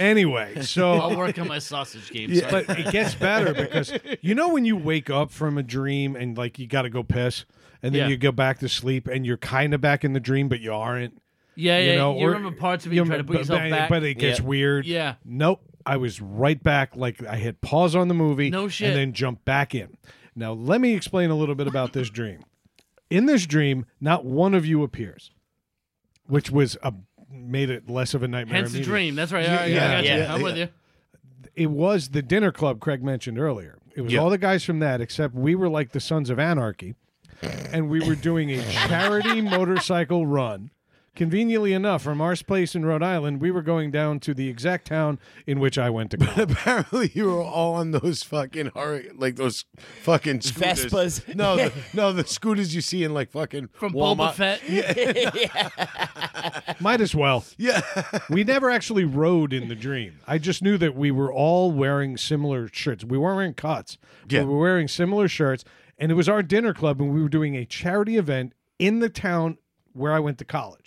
Speaker 3: anyway, so
Speaker 2: I'll work on my sausage game.
Speaker 3: Yeah,
Speaker 2: son.
Speaker 3: but it gets better because you know when you wake up from a dream and like you got to go piss, and then
Speaker 2: Yeah.
Speaker 3: you go back to sleep and you're kind of back in the dream, but you aren't.
Speaker 2: yeah, yeah.
Speaker 3: you
Speaker 2: You,
Speaker 3: know, or-
Speaker 2: remember parts of it. You try to put
Speaker 3: but-
Speaker 2: yourself
Speaker 3: but,
Speaker 2: back.
Speaker 3: but it gets
Speaker 4: Yeah.
Speaker 3: weird.
Speaker 2: Yeah.
Speaker 3: Nope. I was right back. Like I hit pause on the movie.
Speaker 2: No shit.
Speaker 3: And then jumped back in. Now let me explain a little bit about this dream. In this dream, not one of you appears, which was a made it less of a nightmare.
Speaker 2: Hence the
Speaker 3: immediately.
Speaker 2: dream. That's right. All right, yeah,
Speaker 4: yeah,
Speaker 2: I got you.
Speaker 4: yeah,
Speaker 2: I'm with you.
Speaker 3: it was the dinner club Craig mentioned earlier. It was
Speaker 1: Yeah.
Speaker 3: all the guys from that, except we were like the Sons of Anarchy, and we were doing a charity motorcycle run. Conveniently enough, from our place in Rhode Island, we were going down to the exact town in which I went to college.
Speaker 4: Mm-hmm.
Speaker 1: Apparently, you were all on those fucking hurri- like those fucking scooters.
Speaker 4: Vespas.
Speaker 1: No, the, no, the scooters you see in like fucking
Speaker 2: From
Speaker 1: Walmart.
Speaker 2: Boba Fett.
Speaker 3: Might as well.
Speaker 1: Yeah,
Speaker 3: We never actually rode in the dream. I just knew that we were all wearing similar shirts. We weren't wearing cuts.
Speaker 1: Yeah.
Speaker 3: We were wearing similar shirts, and it was our dinner club, and we were doing a charity event in the town where I went to college.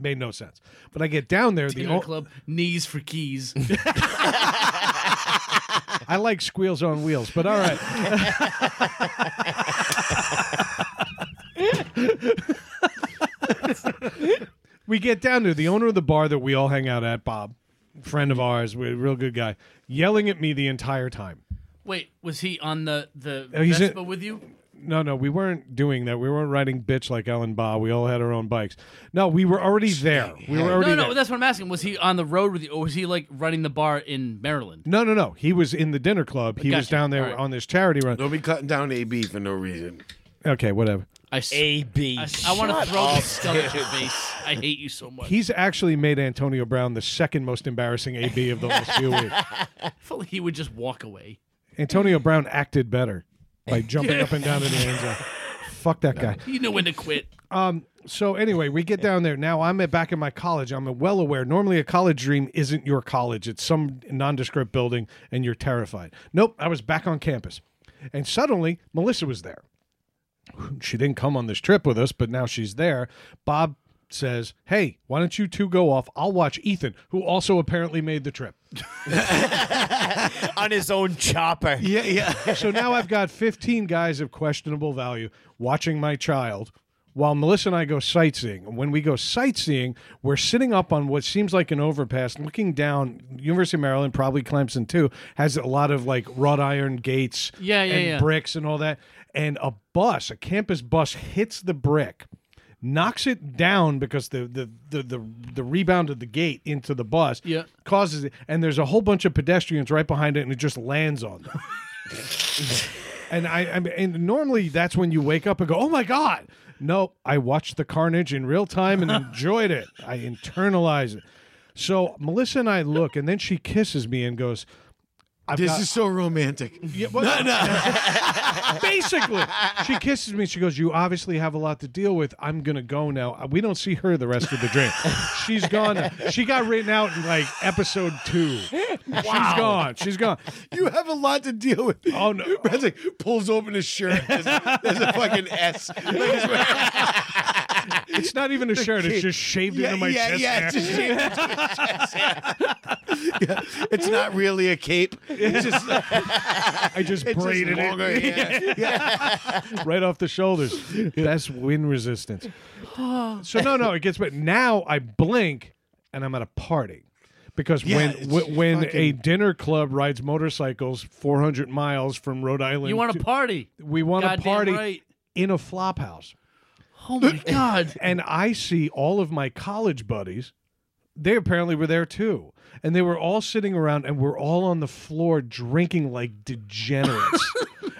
Speaker 3: Made no sense. But I get down there. The
Speaker 2: Dinner
Speaker 3: o-
Speaker 2: club. Knees for keys.
Speaker 3: I like squeals on wheels, but all right. we get down to the owner of the bar that we all hang out at, Bob, friend of ours, we- real good guy, yelling at me the entire time.
Speaker 2: Wait, was he on the the
Speaker 3: Oh, he's in-
Speaker 2: Vespa with you?
Speaker 3: No, no, we weren't doing that. We weren't riding bitch like Ellen Bob. We all had our own bikes. No, we were already there. We were already
Speaker 2: No, no,
Speaker 3: there.
Speaker 2: that's what I'm asking. Was he on the road with you, or was he like running the bar in Maryland?
Speaker 3: No, no, no. He was in the dinner club. He was
Speaker 2: Gotcha.
Speaker 3: down there
Speaker 2: All right.
Speaker 3: on this charity run.
Speaker 1: don't be cutting down AB for no reason.
Speaker 3: Okay, whatever.
Speaker 2: I, s-
Speaker 4: A B.
Speaker 2: I s- I want to throw this stuff at your face. I hate you so much.
Speaker 3: He's actually made Antonio Brown the second most embarrassing AB of the last few weeks.
Speaker 2: if only he would just walk away.
Speaker 3: Antonio Brown acted better by jumping up and down in the end zone. Fuck that guy.
Speaker 2: You know when to quit.
Speaker 3: So anyway, we get down there. Now I'm at, back in my college. I'm well aware. Normally, a college dream isn't your college. It's some nondescript building, and you're terrified. Nope, I was back on campus, and suddenly Melissa was there. She didn't come on this trip with us, but now she's there. Bob says, "Hey, why don't you two go off? I'll watch Ethan, who also apparently made the trip."
Speaker 4: on his own chopper.
Speaker 1: Yeah, yeah.
Speaker 3: So now I've got 15 guys of questionable value watching my child while Melissa and I go sightseeing. And when we go sightseeing, we're sitting up on what seems like an overpass, looking down. University of Maryland, probably Clemson too, has a lot of like wrought iron gates
Speaker 2: Yeah, yeah,
Speaker 3: and
Speaker 2: yeah.
Speaker 3: bricks and all that. And a bus, a campus bus, hits the brick. Knocks it down because the the, the the the rebound of the gate into the bus
Speaker 2: Yeah.
Speaker 3: causes it, and there's a whole bunch of pedestrians right behind it, and it just lands on them. And I, I mean, and normally that's when you wake up and go, "Oh my god!" No, I watched the carnage in real time and enjoyed it. I internalized it. So Melissa and I look, and then she kisses me and goes, I've
Speaker 1: This
Speaker 3: got-
Speaker 1: is so romantic.
Speaker 3: yeah, well, basically, she kisses me. She goes, "You obviously have a lot to deal with. I'm gonna go now. We don't see her the rest of the dream. She's gone. now. She got written out in like episode two. She's gone. She's gone.
Speaker 1: You have a lot to deal with.
Speaker 3: Oh, no.
Speaker 1: Brad's like pulls open his shirt. There's, there's a fucking S. Like, it's-
Speaker 3: It's not even a shirt. It's just shaved into my
Speaker 1: yeah,
Speaker 3: chest.
Speaker 1: yeah,
Speaker 3: hair.
Speaker 1: it's just shaved into my chest hair. Yeah, It's not really a cape. It's just,
Speaker 3: I just
Speaker 1: it's just
Speaker 3: braided it
Speaker 1: longer hair.
Speaker 3: right off the shoulders. That's wind resistance. so no, no, it gets better. Now I blink and I'm at a party. Because
Speaker 1: Yeah,
Speaker 3: when
Speaker 1: it's
Speaker 3: w- when a
Speaker 1: fucking-
Speaker 3: dinner club rides motorcycles 400 miles from Rhode Island,
Speaker 2: You want
Speaker 3: to-
Speaker 2: to party?
Speaker 3: we want to
Speaker 2: Goddamn
Speaker 3: party
Speaker 2: right.
Speaker 3: in a flop house.
Speaker 2: Oh my god!
Speaker 3: And I see all of my college buddies. They apparently were there too. And they were all sitting around and we're all on the floor drinking like degenerates.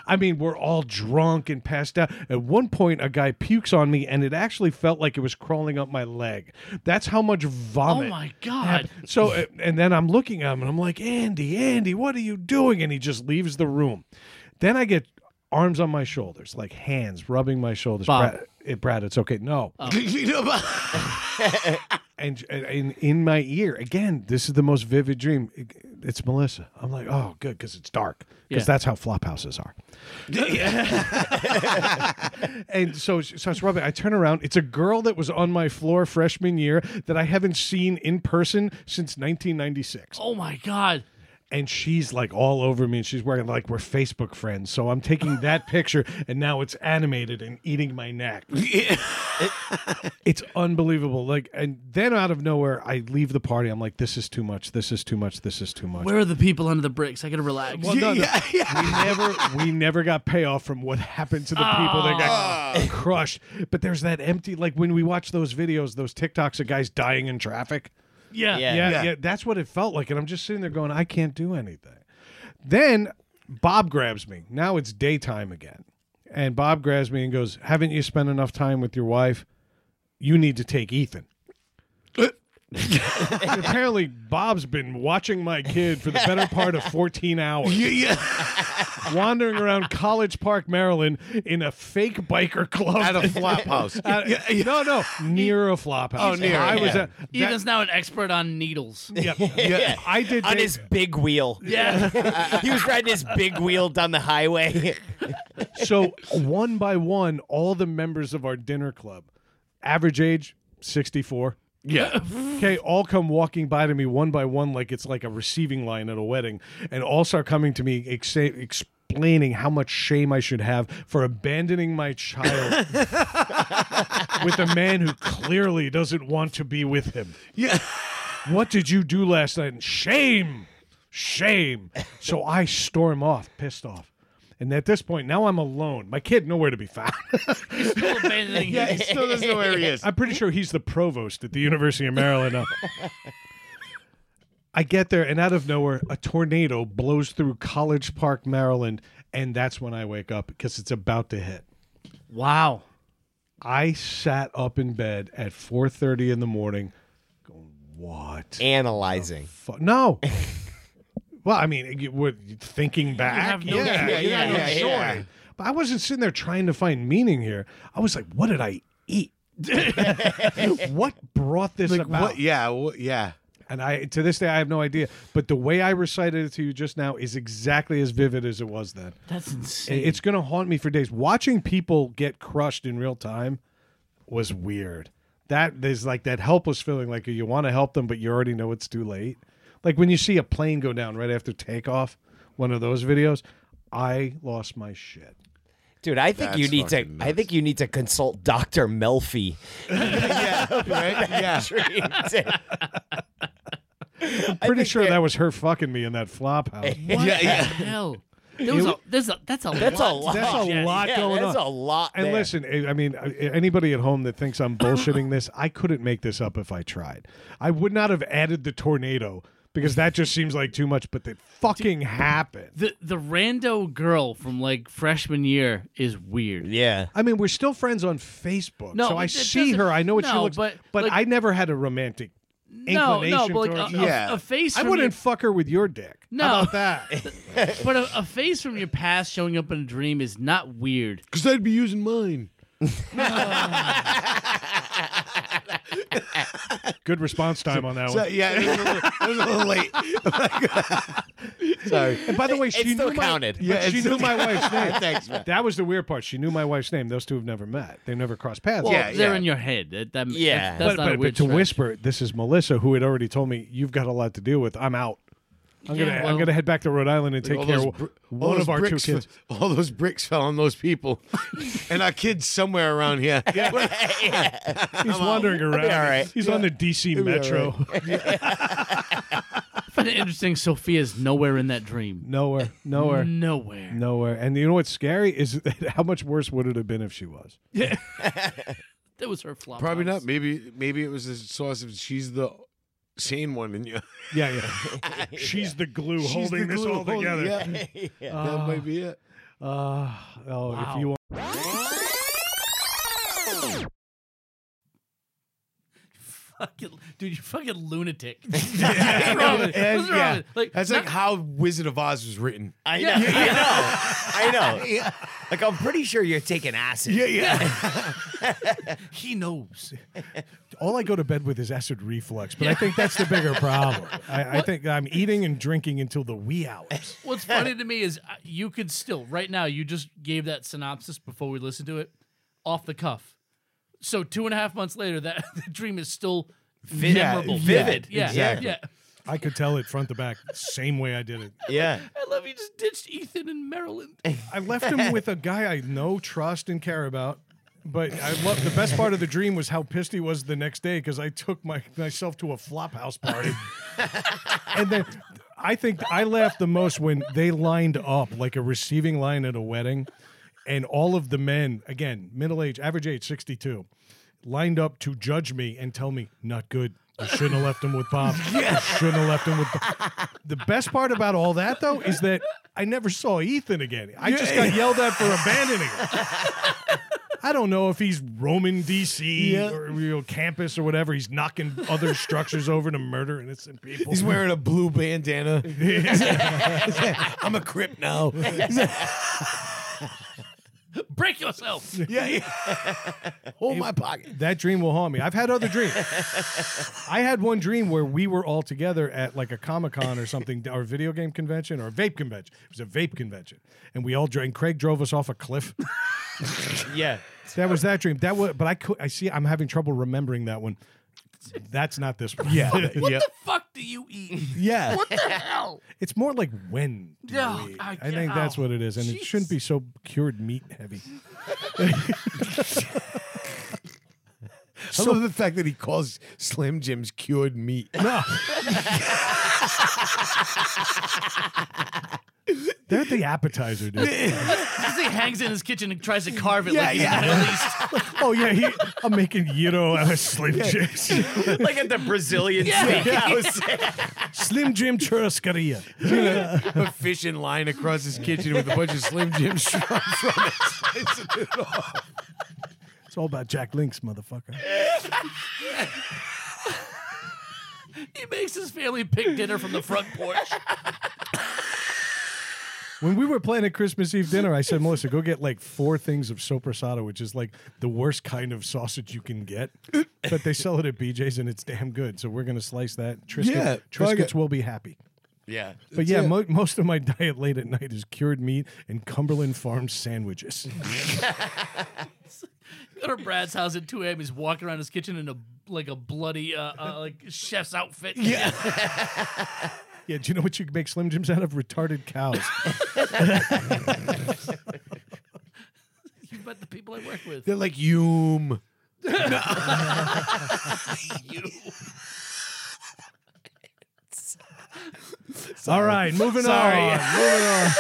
Speaker 3: I mean, we're all drunk and passed out. At one point, a guy pukes on me and it actually felt like it was crawling up my leg. That's how much
Speaker 2: Oh
Speaker 3: vomit.
Speaker 2: my god!
Speaker 3: So, uh, and then I'm looking at him and I'm like, Andy, Andy, what are you doing? And he just leaves the room. Then I get arms on my shoulders, like hands rubbing my shoulders.
Speaker 2: Bob. Oh.
Speaker 3: Brad, it, Brad, it's okay. No.
Speaker 1: You know, but-
Speaker 3: And, and in, in my ear, again, this is the most vivid dream. It- it's Melissa. I'm like, oh, good, because it's dark. Because
Speaker 2: Yeah.
Speaker 3: that's how flop houses are. and so she starts rubbing. I turn around. It's a girl that was on my floor freshman year that I haven't seen in person since 1996
Speaker 2: Oh my god!
Speaker 3: and she's like all over me and she's wearing like we're facebook friends so i'm taking that picture and now it's animated and eating my neck it's unbelievable like and then out of nowhere i leave the party i'm like this is too much this is too much this is too much
Speaker 2: Where are the people under the bricks? I gotta relax.
Speaker 3: Well, no, no. we never we never got payoff from what happened to the people that got crushed but there's that empty like when we watch those videos those tiktoks of guys dying in traffic
Speaker 2: Yeah.
Speaker 4: Yeah.
Speaker 3: yeah, yeah,
Speaker 1: Yeah.
Speaker 3: That's what it felt like. And I'm just sitting there going, I can't do anything. Then Bob grabs me. Now it's daytime again. And Bob grabs me and goes, Haven't you spent enough time with your wife? You need to take Ethan. Apparently, Bob's been watching my kid for the better part of 14 hours,
Speaker 1: Yeah, yeah.
Speaker 3: wandering around College Park, Maryland in a fake biker club.
Speaker 1: At a flop house.
Speaker 3: At-
Speaker 1: Yeah, yeah.
Speaker 3: No, no, near a flop house.
Speaker 1: Oh, near,
Speaker 3: I was
Speaker 1: yeah.
Speaker 3: at.
Speaker 2: Ethan's now an expert on needles.
Speaker 3: yeah, I did
Speaker 4: on
Speaker 3: date-
Speaker 4: his big wheel.
Speaker 2: Yeah.
Speaker 4: he was riding his big wheel down the highway.
Speaker 3: So one by one, all the members of our dinner club, average age sixty four.
Speaker 1: Yeah.
Speaker 3: Okay, all come walking by to me one by one, like it's like a receiving line at a wedding, and all start coming to me ex- explaining how much shame I should have for abandoning my child with a man who clearly doesn't want to be with him.
Speaker 1: Yeah.
Speaker 3: What did you do last night? And shame, shame. So I storm off, pissed off. And at this point, now I'm alone. My kid nowhere to be found.
Speaker 2: Still abandoning
Speaker 1: Yeah,
Speaker 2: him.
Speaker 1: he still doesn't know where he is.
Speaker 3: I'm pretty sure he's the provost at the University of Maryland. now. I get there, and out of nowhere, a tornado blows through College Park, Maryland, and that's when I wake up because it's about to hit.
Speaker 2: Wow.
Speaker 3: I sat up in bed at 4:30 in the morning, going, "What?
Speaker 4: Analyzing.
Speaker 3: fu- no." well, I mean, you, what, thinking back,
Speaker 2: have no-
Speaker 3: yeah,
Speaker 2: yeah, yeah,
Speaker 3: no,
Speaker 2: yeah,
Speaker 3: sure.
Speaker 4: yeah.
Speaker 3: But I wasn't sitting there trying to find meaning here. I was like, "What did I eat? what brought this
Speaker 1: Like,
Speaker 3: about?"
Speaker 1: what? Yeah. What, yeah.
Speaker 3: And I to this day I have no idea. But the way I recited it to you just now is exactly as vivid as it was then.
Speaker 2: That's
Speaker 3: It-
Speaker 2: insane.
Speaker 3: It's gonna haunt me for days. Watching people get crushed in real time was weird. That there's like that helpless feeling, like you want to help them, but you already know it's too late. Like when you see a plane go down right after takeoff, one of those videos, I lost my shit.
Speaker 4: Dude, I think you
Speaker 1: That's
Speaker 4: need to
Speaker 1: fucking
Speaker 4: I think you need to consult Dr. Melfi.
Speaker 1: Yeah. Right? Yeah.
Speaker 3: Pretty sure that was her fucking me in that flop house.
Speaker 2: What
Speaker 1: Yeah,
Speaker 2: the
Speaker 1: yeah.
Speaker 2: hell? There was a, there's a, that's a
Speaker 4: That's a
Speaker 2: lot.
Speaker 4: lot.
Speaker 3: That's a
Speaker 4: Jenny.
Speaker 3: lot
Speaker 4: Yeah,
Speaker 3: going
Speaker 4: that's
Speaker 3: on.
Speaker 4: a lot.
Speaker 3: And
Speaker 4: there.
Speaker 3: listen, eh, I I mean, I- anybody at home that thinks I'm bullshitting this, I couldn't make this up if I tried. I would not have added the tornado because that just seems like too much, but it fucking happened.
Speaker 2: The the rando girl from like freshman year is weird.
Speaker 4: Yeah.
Speaker 3: I mean, we're still friends on Facebook,
Speaker 2: No,
Speaker 3: so I
Speaker 2: it- it
Speaker 3: see
Speaker 2: doesn't-
Speaker 3: her. I know what she
Speaker 2: no,
Speaker 3: looks
Speaker 2: but,
Speaker 3: but
Speaker 2: like-
Speaker 3: I never had a romantic
Speaker 2: No, no,
Speaker 3: inclination
Speaker 2: but like uh,
Speaker 3: towards
Speaker 2: a,
Speaker 3: you.
Speaker 2: a-
Speaker 1: Yeah.
Speaker 2: a face.
Speaker 3: I
Speaker 2: from
Speaker 3: wouldn't fuck her with your dick. How
Speaker 2: No.
Speaker 3: about
Speaker 2: your,
Speaker 3: that?
Speaker 2: but a, a face from your past showing up in a dream is not weird.
Speaker 1: Because I'd be using mine.
Speaker 3: Good response time on that
Speaker 1: So,
Speaker 3: one.
Speaker 1: yeah, it was, a little, it was a little late.
Speaker 4: Sorry.
Speaker 3: And by the way,
Speaker 4: It
Speaker 3: she
Speaker 4: still
Speaker 3: knew
Speaker 4: counted.
Speaker 3: My, yeah,
Speaker 1: Yeah,
Speaker 3: she
Speaker 1: it
Speaker 3: knew
Speaker 1: still
Speaker 3: my wife's name.
Speaker 4: Thanks, man.
Speaker 3: That was the weird part. She knew my wife's name. Those two have never met. They never crossed paths.
Speaker 4: Well, Yeah,
Speaker 2: they're
Speaker 4: yeah.
Speaker 2: in your head. That, that,
Speaker 4: Yeah.
Speaker 2: that's, that's not
Speaker 3: but, but,
Speaker 2: a
Speaker 3: but
Speaker 2: weird
Speaker 3: to
Speaker 2: stretch.
Speaker 3: whisper, this is Melissa, who had already told me you've got a lot to deal with. I'm out. I'm
Speaker 2: Yeah,
Speaker 3: gonna I'm
Speaker 2: well-
Speaker 3: gonna head back to Rhode Island and take
Speaker 1: All
Speaker 3: care
Speaker 1: those
Speaker 3: of
Speaker 1: br- all
Speaker 3: one
Speaker 1: those
Speaker 3: of our two
Speaker 1: bricks fe-
Speaker 3: kids.
Speaker 1: all those bricks fell on those people, and our kids somewhere around here.
Speaker 3: He's wandering around.
Speaker 4: all right.
Speaker 3: He's on the DC
Speaker 1: be all
Speaker 3: Metro.
Speaker 2: I find it interesting. Sophia's nowhere in that dream.
Speaker 3: nowhere, nowhere,
Speaker 1: Mm.
Speaker 2: Nowhere.
Speaker 3: nowhere. And you know what's scary is how much worse would it have been if she was?
Speaker 2: That was her flop.
Speaker 1: Probably
Speaker 2: house.
Speaker 1: not. Maybe maybe it was the source of she's the sane one in you.
Speaker 3: Yeah, yeah. She's the glue
Speaker 1: She's
Speaker 3: holding
Speaker 1: the
Speaker 3: this
Speaker 1: glue
Speaker 3: all
Speaker 1: holding-
Speaker 3: together.
Speaker 1: yeah. that might be it.
Speaker 3: Uh, oh,
Speaker 2: Wow.
Speaker 3: if you want.
Speaker 2: Fucking, dude, you fucking lunatic. What's wrong with-
Speaker 1: And-
Speaker 2: what's wrong
Speaker 1: yeah.
Speaker 2: with- Like,
Speaker 1: That's
Speaker 2: not-
Speaker 1: like how Wizard of Oz was written.
Speaker 4: I know. I know. I know. Like I'm pretty sure you're taking acid.
Speaker 1: yeah.
Speaker 2: he knows.
Speaker 3: all I go to bed with is acid reflux, but I think that's the bigger problem. I, I think I'm eating and drinking until the wee hours.
Speaker 2: What's funny to me is uh, you could still right now. You just gave that synopsis before we listened to it, off the cuff. So two and a half months later, that the dream is still memorable,
Speaker 4: yeah,
Speaker 2: vivid. Yeah,
Speaker 4: exactly.
Speaker 2: yeah.
Speaker 3: I could tell it front to back, same way I did it.
Speaker 4: Yeah.
Speaker 2: I love you. Just ditched Ethan in Maryland.
Speaker 3: I left him with a guy I know, trust, and care about. But I love the best part of the dream was how pissed he was the next day because I took my myself to a flop house party. and then I think I laughed the most when they lined up like a receiving line at a wedding, and all of the men, again, middle age, average age 62, lined up to judge me and tell me, not good. You shouldn't have left him with Bob. You shouldn't have left him with Bob. The best part about all that, though, is that I never saw Ethan again. I just got yelled at for abandoning him. I don't know if he's roaming DC or you know, campus or whatever. He's knocking other structures over to murder innocent people.
Speaker 1: He's wearing a blue bandana. I'm a crip now.
Speaker 2: Break yourself.
Speaker 1: Yeah, yeah. Hold my pocket.
Speaker 3: That dream will haunt me. I've had other dreams. I had one dream where we were all together at like a Comic Con or something, or a video game convention, or a vape convention. It was a vape convention, and we all drank. Craig drove us off a cliff.
Speaker 4: Yeah.
Speaker 3: That was that dream. That was, but I could. I see. I'm having trouble remembering that one. That's not this one. Yeah,
Speaker 2: What the fuck do you eat?
Speaker 3: yeah.
Speaker 2: What the hell?
Speaker 3: It's more like when. do
Speaker 2: Yeah,
Speaker 3: we-
Speaker 2: I
Speaker 3: I, think
Speaker 2: get-
Speaker 3: that's
Speaker 2: oh,
Speaker 3: what it is, and it shouldn't
Speaker 2: jeez.
Speaker 3: be so cured meat heavy.
Speaker 1: I love the fact that he calls Slim Jims cured meat.
Speaker 3: No. They're the appetizer, dude.
Speaker 2: This thing hangs in his kitchen and tries to carve it. like
Speaker 1: yeah.
Speaker 2: At least.
Speaker 3: Oh yeah, he, I'm making gyro out of Slim Jims.
Speaker 4: Like at the Brazilian
Speaker 2: Yeah.
Speaker 4: steakhouse.
Speaker 3: Slim Jim churrascaria.
Speaker 1: a fishing line across his kitchen with a bunch of Slim Jim straws on it. Slicing it off.
Speaker 3: It's all about Jack Links, motherfucker.
Speaker 2: He makes his family pick dinner from the front porch.
Speaker 3: When we were planning Christmas Eve dinner, I said, Melissa, go get like four things of sopressata, which is like the worst kind of sausage you can get. But they sell it at BJ's and it's damn good. So we're gonna slice that. Triscuit,
Speaker 1: Yeah, fuck
Speaker 3: Triscuits
Speaker 1: it.
Speaker 3: will be happy.
Speaker 4: Yeah.
Speaker 3: But yeah, mo- most of my diet late at night is cured meat and Cumberland Farms sandwiches.
Speaker 2: Go to Brad's house at 2 a.m. He's walking around his kitchen in a like a bloody uh, uh, like chef's outfit. Yeah.
Speaker 3: yeah, do you know what you can make Slim Jims out of? Retarded cows.
Speaker 2: You bet the people I work with.
Speaker 1: They're like Yum.
Speaker 3: all right, moving on. Moving on.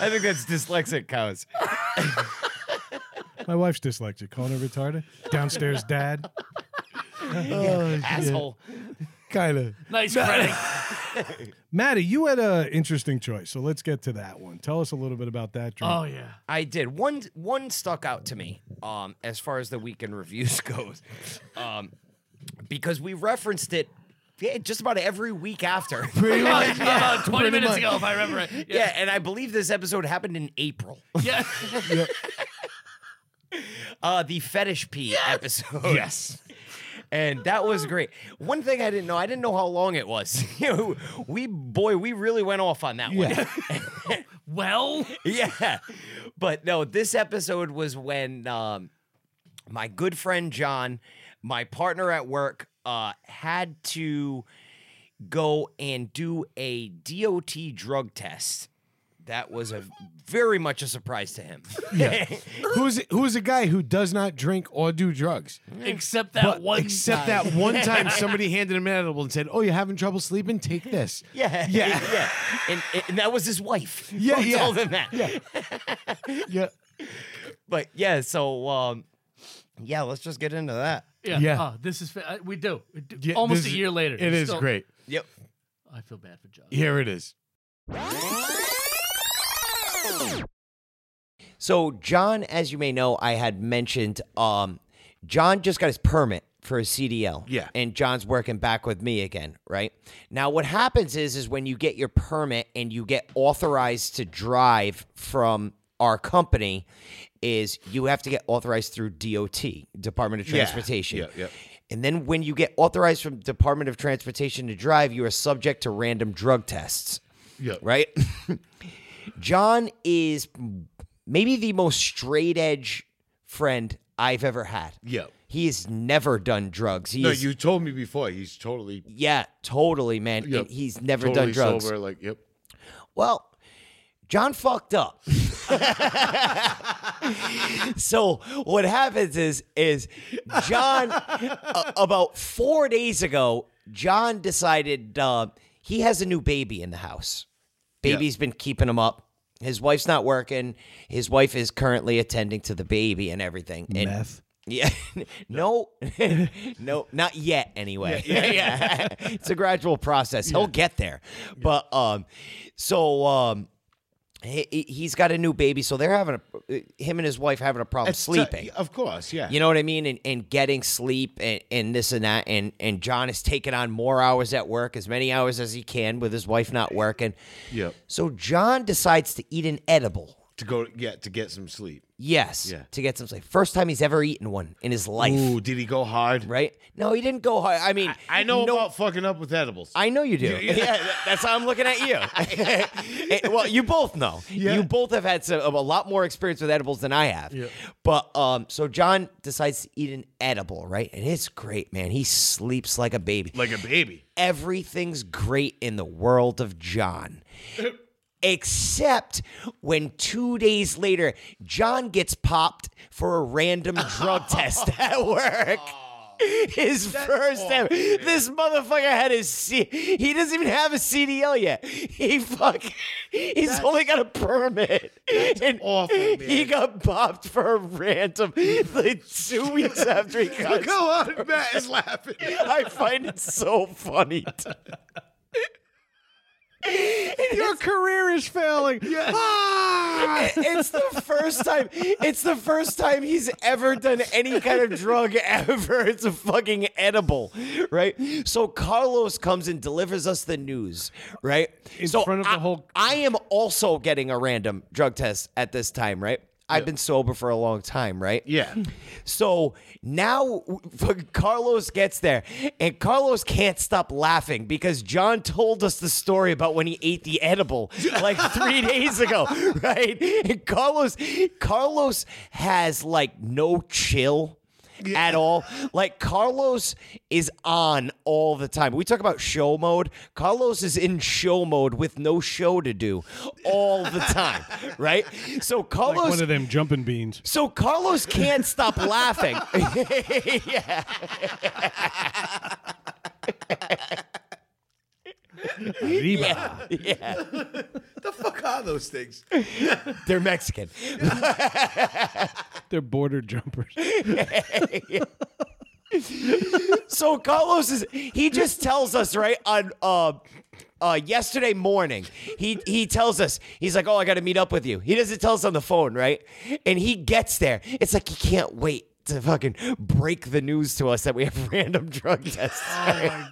Speaker 4: I think that's dyslexic cows.
Speaker 3: My wife's dyslexic. Calling her retarded. Downstairs, dad.
Speaker 4: Asshole.
Speaker 1: Kind of.
Speaker 2: Nice credit.
Speaker 3: Maddie, you had an interesting choice, so let's get to that one. Tell us a little bit about that dream.
Speaker 2: Oh yeah.
Speaker 4: I did. One one stuck out to me um as far as the weekend reviews goes. Um because we referenced it yeah, just about every week after.
Speaker 2: About 20 minutes ago, if I remember it.
Speaker 4: yeah, and I believe this episode happened in April.
Speaker 2: Yeah.
Speaker 4: Uh the fetish pee episode.
Speaker 1: Yes.
Speaker 4: and that was great. One thing I didn't know, I didn't know how long it was. You know, we boy, we really went off on that one.
Speaker 2: Well,
Speaker 4: yeah. But no, this episode was when um, my good friend John, my partner at work, uh, had to go and do a DOT drug test. That was a very much a surprise to him.
Speaker 1: who's who's a guy who does not drink or do drugs?
Speaker 2: except that
Speaker 1: But
Speaker 2: one.
Speaker 1: except
Speaker 2: time.
Speaker 1: that one time somebody handed him an edible and said, "Oh, you're having trouble sleeping? Take this."
Speaker 4: yeah,
Speaker 1: Yeah.
Speaker 4: yeah. And, and that was his wife.
Speaker 1: Yeah,
Speaker 4: who
Speaker 1: yeah.
Speaker 4: told him that.
Speaker 1: Yeah. Yeah.
Speaker 4: But yeah, so um, yeah, let's just get into that.
Speaker 2: Yeah.
Speaker 1: Yeah.
Speaker 2: Oh, this is fa- I- we do. We do.
Speaker 1: Yeah,
Speaker 2: Almost a
Speaker 1: this is-
Speaker 2: year later.
Speaker 1: It
Speaker 2: we
Speaker 1: is
Speaker 2: still-
Speaker 1: great.
Speaker 4: Yep.
Speaker 2: I feel bad for John.
Speaker 1: Here it is.
Speaker 4: So John, as you may know, I had mentioned um, John just got his permit for his CDL.
Speaker 1: Yeah.
Speaker 4: And John's working back with me again, right? Now what happens is is when you get your permit and you get authorized to drive from our company is you have to get authorized through DOT, Department of Transportation.
Speaker 1: yeah, yeah.
Speaker 4: And then when you get authorized from Department of Transportation to drive, you are subject to random drug tests
Speaker 1: Yeah.
Speaker 4: right? John is maybe the most straight edge friend I've ever had.
Speaker 1: Yeah.
Speaker 4: He has never done drugs. He
Speaker 1: No,
Speaker 4: is-
Speaker 1: you told me before. He's totally
Speaker 4: yeah, totally, man.
Speaker 1: Yep.
Speaker 4: And he's never
Speaker 1: totally
Speaker 4: done drugs.
Speaker 1: sober. Like, yep.
Speaker 4: Well, John fucked up. so what happens is is John a- about four days ago, John decided uh, he has a new baby in the house. Baby's been keeping him up. His wife's not working. His wife is currently attending to the baby and everything. And
Speaker 3: Meth.
Speaker 4: yeah. No. no, not yet anyway. Yeah. it's a gradual process. He'll get there. But um so um he, he- he's got a new baby, so they're having a uh, him and his wife having a problem sleeping.
Speaker 1: Of course, uh, yeah.
Speaker 4: You know what I mean? And, and getting sleep and, and this and that. And, and John is taking on more hours at work, as many hours as he can with his wife not working.
Speaker 1: Yep.
Speaker 4: So John decides to eat an edible.
Speaker 1: To go yeah, to get some sleep.
Speaker 4: Yes.
Speaker 1: Yeah.
Speaker 4: To get some sleep. First time he's ever eaten one in his life
Speaker 1: Ooh, did he go hard?
Speaker 4: right? No, he didn't go hard. I mean,
Speaker 1: I know
Speaker 4: no,
Speaker 1: about fucking up with edibles.
Speaker 4: I know you do.
Speaker 1: Yeah, yeah.
Speaker 4: that- that's how I'm looking at you. Eh, well, you both know.
Speaker 1: Yeah.
Speaker 4: You both have had some, a lot more experience with edibles than I have. But um, so John decides to eat an edible, right? And it's great, man. He sleeps like a baby.
Speaker 1: like a baby.
Speaker 4: Everything's great in the world of John. Except when two days later, John gets popped for a random drug test at work. His first ever. This motherfucker had his C. He doesn't even have a CDL yet. He fuck. He's only got a permit. and
Speaker 1: awful,
Speaker 4: He
Speaker 1: man.
Speaker 4: got popped for a random like two weeks after he got his
Speaker 1: Go on, Matt is laughing.
Speaker 4: I find it so funny.
Speaker 1: Your career is failing. Ah!
Speaker 4: It's the first time. It's the first time he's ever done any kind of drug ever. It's a fucking edible, right? So Carlos comes and delivers us the news, right?
Speaker 3: In
Speaker 4: so
Speaker 3: front of the
Speaker 4: I-
Speaker 3: whole-
Speaker 4: I am also getting a random drug test at this time, right? I've been sober for a long time, right?
Speaker 1: Yeah.
Speaker 4: So now fucking Carlos gets there, and Carlos can't stop laughing because John told us the story about when he ate the edible like three days ago, right? And Carlos, Carlos has like no chill. At all, like Carlos is on all the time. We talk about show mode. Carlos is in show mode with no show to do all the time, right? So Carlos,
Speaker 3: Like one of them jumping beans.
Speaker 4: so Carlos can't stop laughing. yeah.
Speaker 3: Riba.
Speaker 4: Yeah.
Speaker 1: the fuck are those things?
Speaker 4: They're Mexican.
Speaker 3: They're border jumpers.
Speaker 4: So Carlos is he just tells us, right, on uh uh, yesterday morning, he he tells us he's like, "Oh, I got to meet up with you." He doesn't tell us on the phone, right? And he gets there. It's like he can't wait to fucking break the news to us that we have random drug tests.
Speaker 5: Oh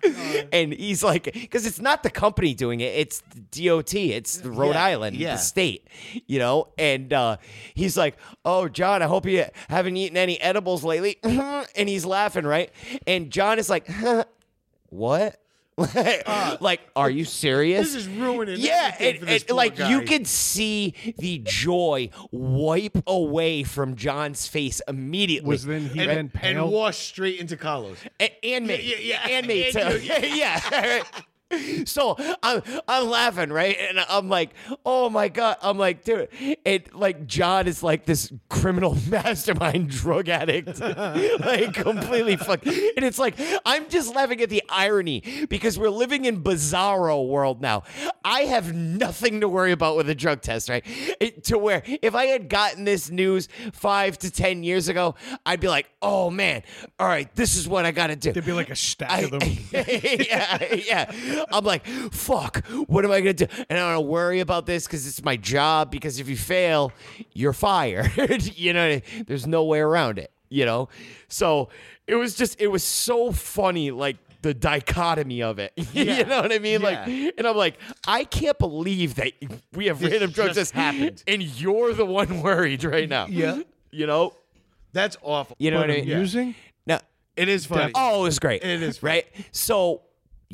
Speaker 4: and he's like, because it's not the company doing it, it's the DOT, it's the Rhode
Speaker 5: Yeah,
Speaker 4: Island,
Speaker 5: yeah.
Speaker 4: the state, you know? And uh, he's like, oh, John, I hope you haven't eaten any edibles lately. and he's laughing, right? And John is like, what? like, are you serious?
Speaker 5: Uh, This is ruining
Speaker 4: Yeah,
Speaker 5: everything
Speaker 4: and,
Speaker 5: for this
Speaker 4: and,
Speaker 5: poor
Speaker 4: like you
Speaker 5: guy.
Speaker 4: could see the joy wipe away from John's face immediately.
Speaker 3: Was then he
Speaker 5: and,
Speaker 3: then pale?
Speaker 5: and wash straight into Carlos.
Speaker 4: A- and me,
Speaker 5: Yeah, yeah, yeah.
Speaker 4: and me
Speaker 5: And
Speaker 4: too.
Speaker 5: you,
Speaker 4: yeah. So I'm I'm laughing right, and I'm like, oh my god, I'm like, dude, it like John is like this criminal mastermind drug addict, like completely fucked, and it's like I'm just laughing at the irony because we're living in bizarro world now. I have nothing to worry about with a drug test, right? It- to where if I had gotten this news five to ten years ago, I'd be like, oh man, all right, this is what I got to do.
Speaker 3: There'd be like a stack
Speaker 4: I-
Speaker 3: of them.
Speaker 4: yeah, yeah. I'm like, fuck, what am I gonna do? And I don't worry about this because it's my job. Because if you fail, you're fired. you know, there's no way around it. You know, so it was just, it was so funny, like the dichotomy of it. you know what I mean?
Speaker 5: Yeah.
Speaker 4: Like, and I'm like, I can't believe that we have
Speaker 5: This
Speaker 4: random drugs
Speaker 5: just
Speaker 4: just
Speaker 5: happened.
Speaker 4: and you're the one worried right now.
Speaker 5: Yeah. um,
Speaker 4: you know,
Speaker 5: That's awful.
Speaker 4: you know what I mean?
Speaker 3: Using?
Speaker 4: No.
Speaker 5: It is funny.
Speaker 4: Oh, it was great.
Speaker 5: It is
Speaker 4: right. So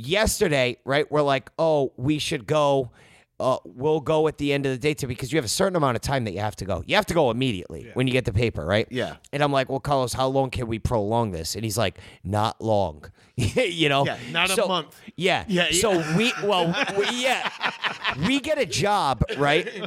Speaker 4: yesterday, right, we're like, oh, we should go. Uh, we'll go at the end of the day too because you have a certain amount of time that you have to go. You have to go immediately when you get the paper, right?
Speaker 5: Yeah.
Speaker 4: And I'm like, well, Carlos, how long can we prolong this? And he's like, not long. you know?
Speaker 5: Yeah, not a
Speaker 4: So-
Speaker 5: month.
Speaker 4: Yeah.
Speaker 5: Yeah,
Speaker 4: So we, well, we, yeah, we get a job, right?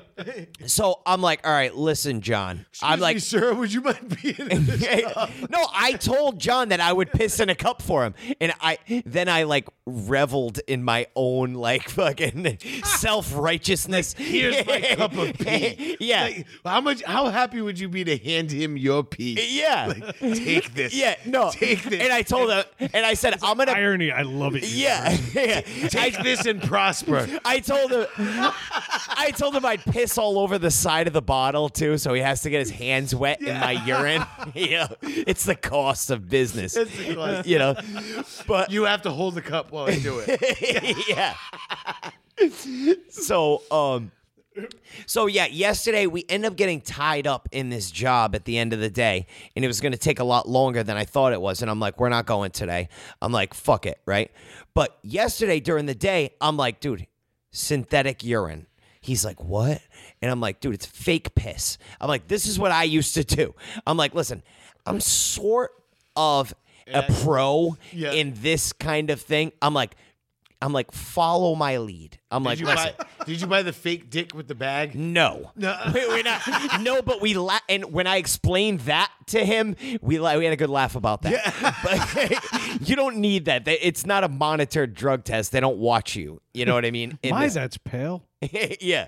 Speaker 4: So I'm like, all right, listen, John.
Speaker 5: Excuse
Speaker 4: I'm
Speaker 5: me,
Speaker 4: like,
Speaker 5: sir, would you mind being in this?
Speaker 4: no, I told John that I would piss in a cup for him, and I then I like reveled in my own like fucking self righteousness.
Speaker 5: Here's my cup of pee.
Speaker 4: Yeah.
Speaker 5: Like, how much? How happy would you be to hand him your pee?
Speaker 4: yeah,
Speaker 5: Like, take this.
Speaker 4: yeah, no.
Speaker 5: Take this.
Speaker 4: And I told him, and I said, I'm gonna.
Speaker 3: Irony. I love it.
Speaker 4: Yeah, yeah. I,
Speaker 5: take this and prosper.
Speaker 4: I told him, I told him I'd piss all over the side of the bottle too, so he has to get his hands wet in my urine. yeah, it's the cost of business.
Speaker 5: That's the class.
Speaker 4: you know, but
Speaker 5: You have to hold the cup while I do it.
Speaker 4: yeah. so, um, so yeah, yesterday we end up getting tied up in this job at the end of the day, and it was going to take a lot longer than I thought it was. And I'm like, we're not going today. I'm like, fuck it, right? But yesterday during the day, I'm like, dude, synthetic urine. He's like, what? And I'm like, dude, it's fake piss. I'm like, this is what I used to do. I'm like, listen, I'm sort of a pro
Speaker 5: Yeah.
Speaker 4: in this kind of thing. I'm like, I'm like, follow my lead. I'm like,
Speaker 5: Did you
Speaker 4: listen,
Speaker 5: buy? Did you buy the fake dick with the bag?
Speaker 4: no, no, we, we're not. No, but we la- and when I explained that to him, we la- we had a good laugh about that. But you don't need that. They- It's not a monitored drug test. They don't watch you. You know what I mean? In
Speaker 3: My,
Speaker 4: this-
Speaker 3: that's pale.
Speaker 4: yeah.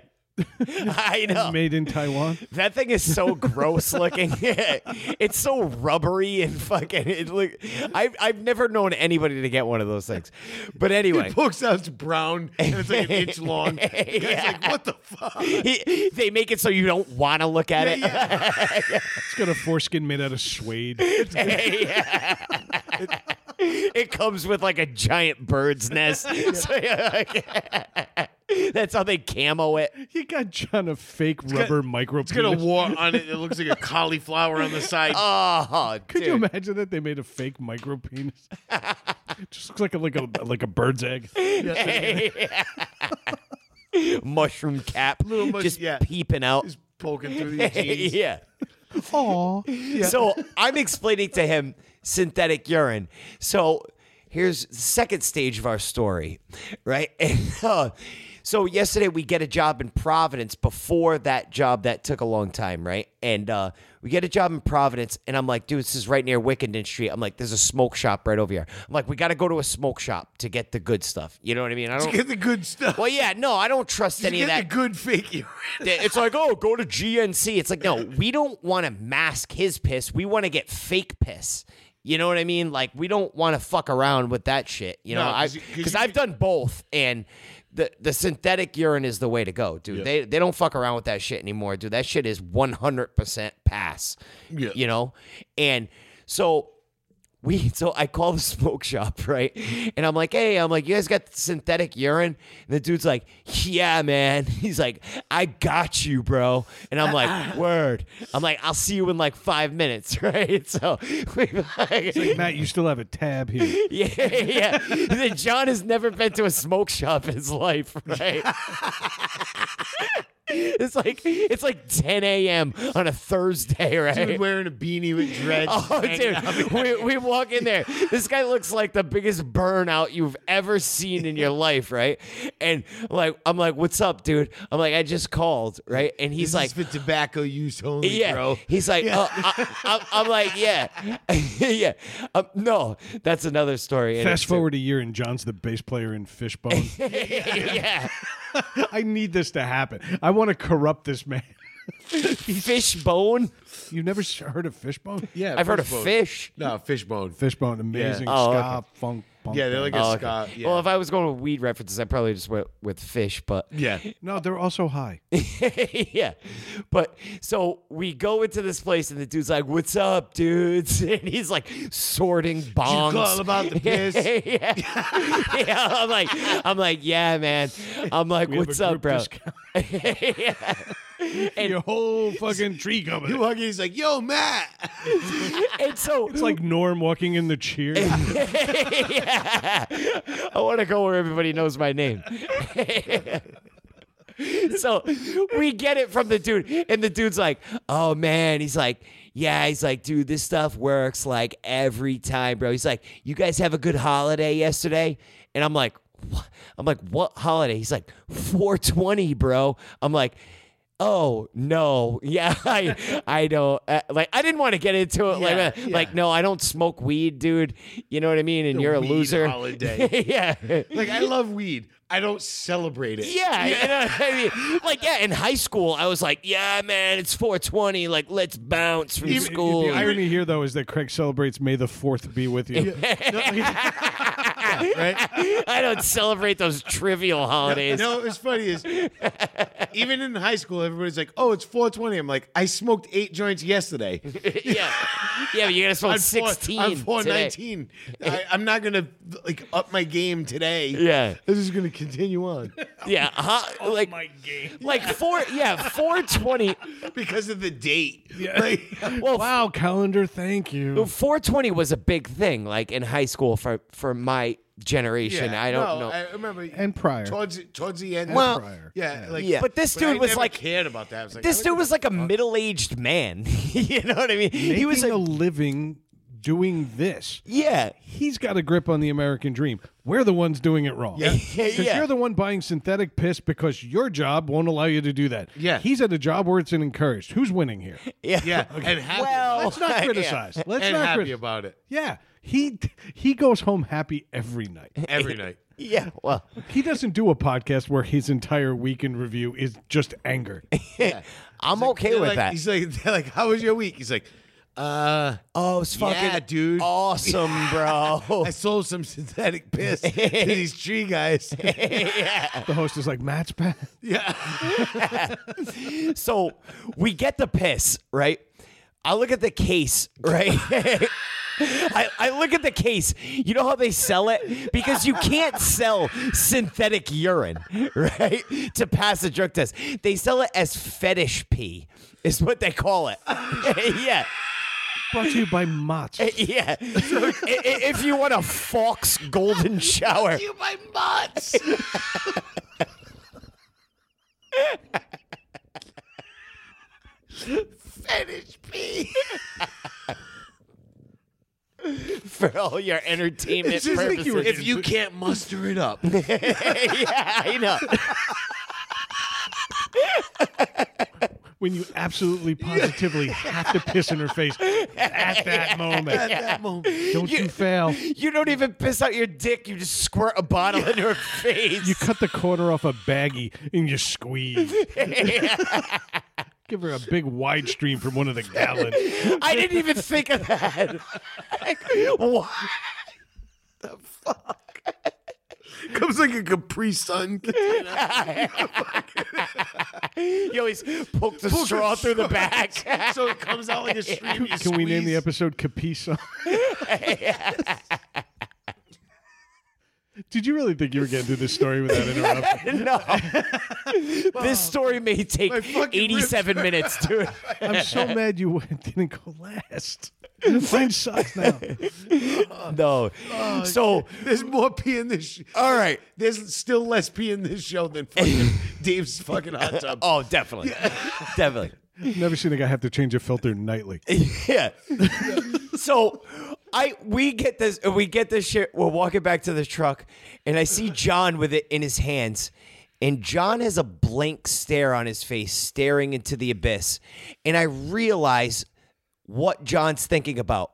Speaker 4: I know
Speaker 3: Made in Taiwan.
Speaker 4: that thing is so gross looking. it's so rubbery and fucking. It look, I've I've never known anybody to get one of those things. But anyway,
Speaker 5: It pokes out. It's brown and it's like an inch long. The guy's
Speaker 4: Yeah.
Speaker 5: like, what the fuck?
Speaker 4: he- they make it so you don't want to look at it.
Speaker 5: Yeah.
Speaker 3: It's got a foreskin made out of suede.
Speaker 4: it comes with like a giant bird's nest. So, yeah, like- that's how they camo it.
Speaker 3: He got John a fake rubber micro.
Speaker 5: It's got a war on it. It looks like a cauliflower on the side.
Speaker 4: Oh,
Speaker 3: Could
Speaker 4: dude.
Speaker 3: you imagine that they made a fake micro penis? Just looks like a like a like a bird's egg.
Speaker 4: mushroom cap,
Speaker 5: Little mush-
Speaker 4: just
Speaker 5: yeah.
Speaker 4: peeping out.
Speaker 5: It's poking through the jeans.
Speaker 4: yeah. So I'm explaining to him synthetic urine. So here's the second stage of our story, right? And uh, so yesterday we get a job in Providence before that job that took a long time, right? And uh, we get a job in Providence, and I'm like, dude, this is right near Wickenden Street. I'm like, there's a smoke shop right over here. I'm like, we got to go to a smoke shop to get the good stuff. You know what I mean? I don't.
Speaker 5: Get the good stuff.
Speaker 4: Well, yeah, no, I don't trust
Speaker 5: Just
Speaker 4: any
Speaker 5: get
Speaker 4: of that
Speaker 5: the good fake urine.
Speaker 4: that it's like, oh, go to GNC. It's like, no, we don't want to mask his piss. We want to get fake piss. You know what I mean? Like, we don't want to fuck around with that shit. You
Speaker 5: No,
Speaker 4: know,
Speaker 5: 'cause
Speaker 4: I
Speaker 5: you- 'cause
Speaker 4: because
Speaker 5: you
Speaker 4: I've
Speaker 5: could-
Speaker 4: done both, and the the synthetic urine is the way to go, dude. They they don't fuck around with that shit anymore, dude. That shit is one hundred percent pass.
Speaker 5: Yeah.
Speaker 4: You know, and So we so I call the smoke shop, right? And I'm like, hey, I'm like, you guys got synthetic urine? And the dude's like, yeah, man. He's like, I got you, bro. And I'm like, word. I'm like, I'll see you in like five minutes, right? So we like,
Speaker 3: Matt, you still have a tab here.
Speaker 4: yeah, yeah. Then John has never been to a smoke shop in his life, right? it's like it's like 10 a.m. on a Thursday, right?
Speaker 5: Dude wearing a beanie with dreads.
Speaker 4: Oh, dude, we, we walk in there. This guy looks like the biggest burnout you've ever seen in your life, right? And like, I'm like, what's up, dude? I'm like, I just called, right? And he's
Speaker 5: This
Speaker 4: like,
Speaker 5: is for tobacco use only,
Speaker 4: yeah.
Speaker 5: bro.
Speaker 4: He's like, oh, I, am like, yeah, yeah. Um, no, that's another story. in it,
Speaker 3: Fast
Speaker 4: too.
Speaker 3: forward a year, and John's the bass player in Fishbone.
Speaker 4: yeah,
Speaker 3: I need this to happen. I want to corrupt this man.
Speaker 4: fishbone.
Speaker 3: You've never s- heard of Fishbone? Yeah,
Speaker 4: I've heard of
Speaker 5: Fishbone.
Speaker 4: fish.
Speaker 5: No, fishbone.
Speaker 3: Fishbone, amazing
Speaker 4: Oh,
Speaker 3: ska funk punk.
Speaker 5: Yeah, they're like
Speaker 3: band.
Speaker 5: a
Speaker 4: Oh, okay.
Speaker 5: Scott. Yeah.
Speaker 4: Well, if I was going with weed references, I probably just went with fish, but
Speaker 5: yeah.
Speaker 3: no, they're also high.
Speaker 4: yeah. But so we go into this place, and the dude's like, "What's up, dudes?" And he's like sorting bongs.
Speaker 5: call about the piss?
Speaker 4: yeah. yeah. I'm like, I'm like, yeah, man. I'm like,
Speaker 3: have a
Speaker 4: what's
Speaker 3: group
Speaker 4: up, bro?
Speaker 3: discount.
Speaker 4: yeah. And,
Speaker 3: Your whole fucking tree company.
Speaker 5: You hug it, he's like, yo, Matt.
Speaker 4: and so
Speaker 3: It's like Norm walking in the cheer.
Speaker 4: yeah. I want to go where everybody knows my name. so we get it from the dude, and the dude's like, "Oh man," he's like, "Yeah," he's like, "Dude, this stuff works like every time, bro." He's like, "You guys have a good holiday yesterday," and I'm like, "What?" "I'm like, what holiday?" He's like, "420, bro." I'm like. Oh no! Yeah, I, I don't uh, like. I didn't want to get into it like
Speaker 5: Yeah,
Speaker 4: that. Like, no, I don't smoke weed, dude. You know what I mean? And you're a
Speaker 5: weed
Speaker 4: loser.
Speaker 5: holiday.
Speaker 4: yeah.
Speaker 5: Like, I love weed. I don't celebrate it.
Speaker 4: Yeah, you know what I mean? Like, yeah, in high school, I was like, yeah, man, it's 420. Like, let's bounce from school.
Speaker 3: The irony here, though, is that Craig celebrates May the Fourth be with you.
Speaker 4: I don't celebrate those trivial holidays.
Speaker 5: No, it was funny is even in high school, everybody's like, "Oh, it's 420." I'm like, "I smoked eight joints yesterday.
Speaker 4: yeah. Yeah, but you're going to smoke
Speaker 5: I'm
Speaker 4: 16.
Speaker 5: Four, I'm
Speaker 4: today.
Speaker 5: 419. I, I'm not gonna like up my game today.
Speaker 4: Yeah.
Speaker 5: this is gonna continue on
Speaker 4: Yeah. Uh-huh. Like, like four, yeah, 420.
Speaker 5: because of the date. Like,
Speaker 4: Well,
Speaker 3: Wow, calendar, thank you.
Speaker 4: 420 was a big thing, like, in high school for, for my generation.
Speaker 5: yeah,
Speaker 4: I don't
Speaker 5: no,
Speaker 4: know.
Speaker 5: I remember
Speaker 3: And prior.
Speaker 5: towards towards the end.
Speaker 4: Well-
Speaker 3: prior.
Speaker 5: yeah, like
Speaker 4: Yeah. But this
Speaker 5: I
Speaker 4: dude was
Speaker 5: never
Speaker 4: like-
Speaker 5: cared about that. I was like,
Speaker 4: this
Speaker 5: I
Speaker 4: dude
Speaker 5: don't
Speaker 4: was like a middle-aged man. you know what I mean? he was
Speaker 3: Making
Speaker 4: like,
Speaker 3: a living doing this.
Speaker 4: yeah,
Speaker 3: He's got a grip on the American dream. We're the ones doing it wrong.
Speaker 5: Yeah.
Speaker 3: Because
Speaker 4: Yeah.
Speaker 3: you're the one buying synthetic piss because your job won't allow you to do that.
Speaker 5: Yeah.
Speaker 3: He's at a job where it's encouraged. Who's winning here?
Speaker 4: yeah,
Speaker 5: yeah, and happy,
Speaker 4: Well,
Speaker 3: Let's not
Speaker 4: Yeah.
Speaker 3: criticize. Let's
Speaker 5: and
Speaker 3: not
Speaker 5: happy
Speaker 3: criticize.
Speaker 5: about it
Speaker 3: Yeah. He he goes home happy every night.
Speaker 5: every night.
Speaker 4: Yeah, well,
Speaker 3: He doesn't do a podcast where his entire week in review is just anger.
Speaker 4: I'm okay
Speaker 5: They're
Speaker 4: with
Speaker 5: like-
Speaker 4: that.
Speaker 5: He's like, they're like, "How was your week?" He's like, "Uh."
Speaker 4: oh, it's fucking
Speaker 5: Yeah, dude.
Speaker 4: awesome, bro.
Speaker 5: I sold some synthetic piss to these tree guys.
Speaker 3: The host is like, Matt's back.
Speaker 5: yeah.
Speaker 4: so we get the piss, right? I look at the case, right? I, I look at the case. You know how they sell it? Because you can't sell synthetic urine, right? To pass a drug test. They sell it as fetish pee, is what they call it. yeah.
Speaker 3: Brought to you by Mott's.
Speaker 4: Yeah. I- i- if you want a Fox golden shower.
Speaker 5: You my mutts. Fetish pee.
Speaker 4: for all your entertainment
Speaker 5: It's just
Speaker 4: purposes.
Speaker 5: like you, if you can't muster it up.
Speaker 4: yeah, I know.
Speaker 3: when you absolutely positively have to piss in her face at that moment.
Speaker 5: that moment.
Speaker 3: Don't you fail.
Speaker 4: You don't even piss out your dick. You just squirt a bottle in her face.
Speaker 3: You cut the corner off a baggie and you squeeze. Give her a big wide stream from one of the gallons.
Speaker 4: I didn't even think of that. Why?
Speaker 5: Comes like a Capri Sun.
Speaker 4: You always poke the straw through the back.
Speaker 5: so it comes out like a stream. you
Speaker 3: Can we name the
Speaker 5: squeeze.
Speaker 3: episode Capisa? Did you really think you were getting through this story without interruption?
Speaker 4: no. this story may take
Speaker 5: My fucking
Speaker 4: 87 minutes, dude.
Speaker 3: I'm so mad you didn't go last. Mine sucks now.
Speaker 4: no.
Speaker 5: Oh,
Speaker 4: so,
Speaker 5: There's more pee in this. Sh-
Speaker 4: all right.
Speaker 5: There's still less pee in this show than fucking Dave's fucking hot tub.
Speaker 4: Oh, definitely. definitely.
Speaker 3: Never seen a guy have to change a filter nightly.
Speaker 4: yeah. so I we get this we get this shit. We're walking back to the truck, and I see John with it in his hands. And John has a blank stare on his face, staring into the abyss. And I realize what John's thinking about.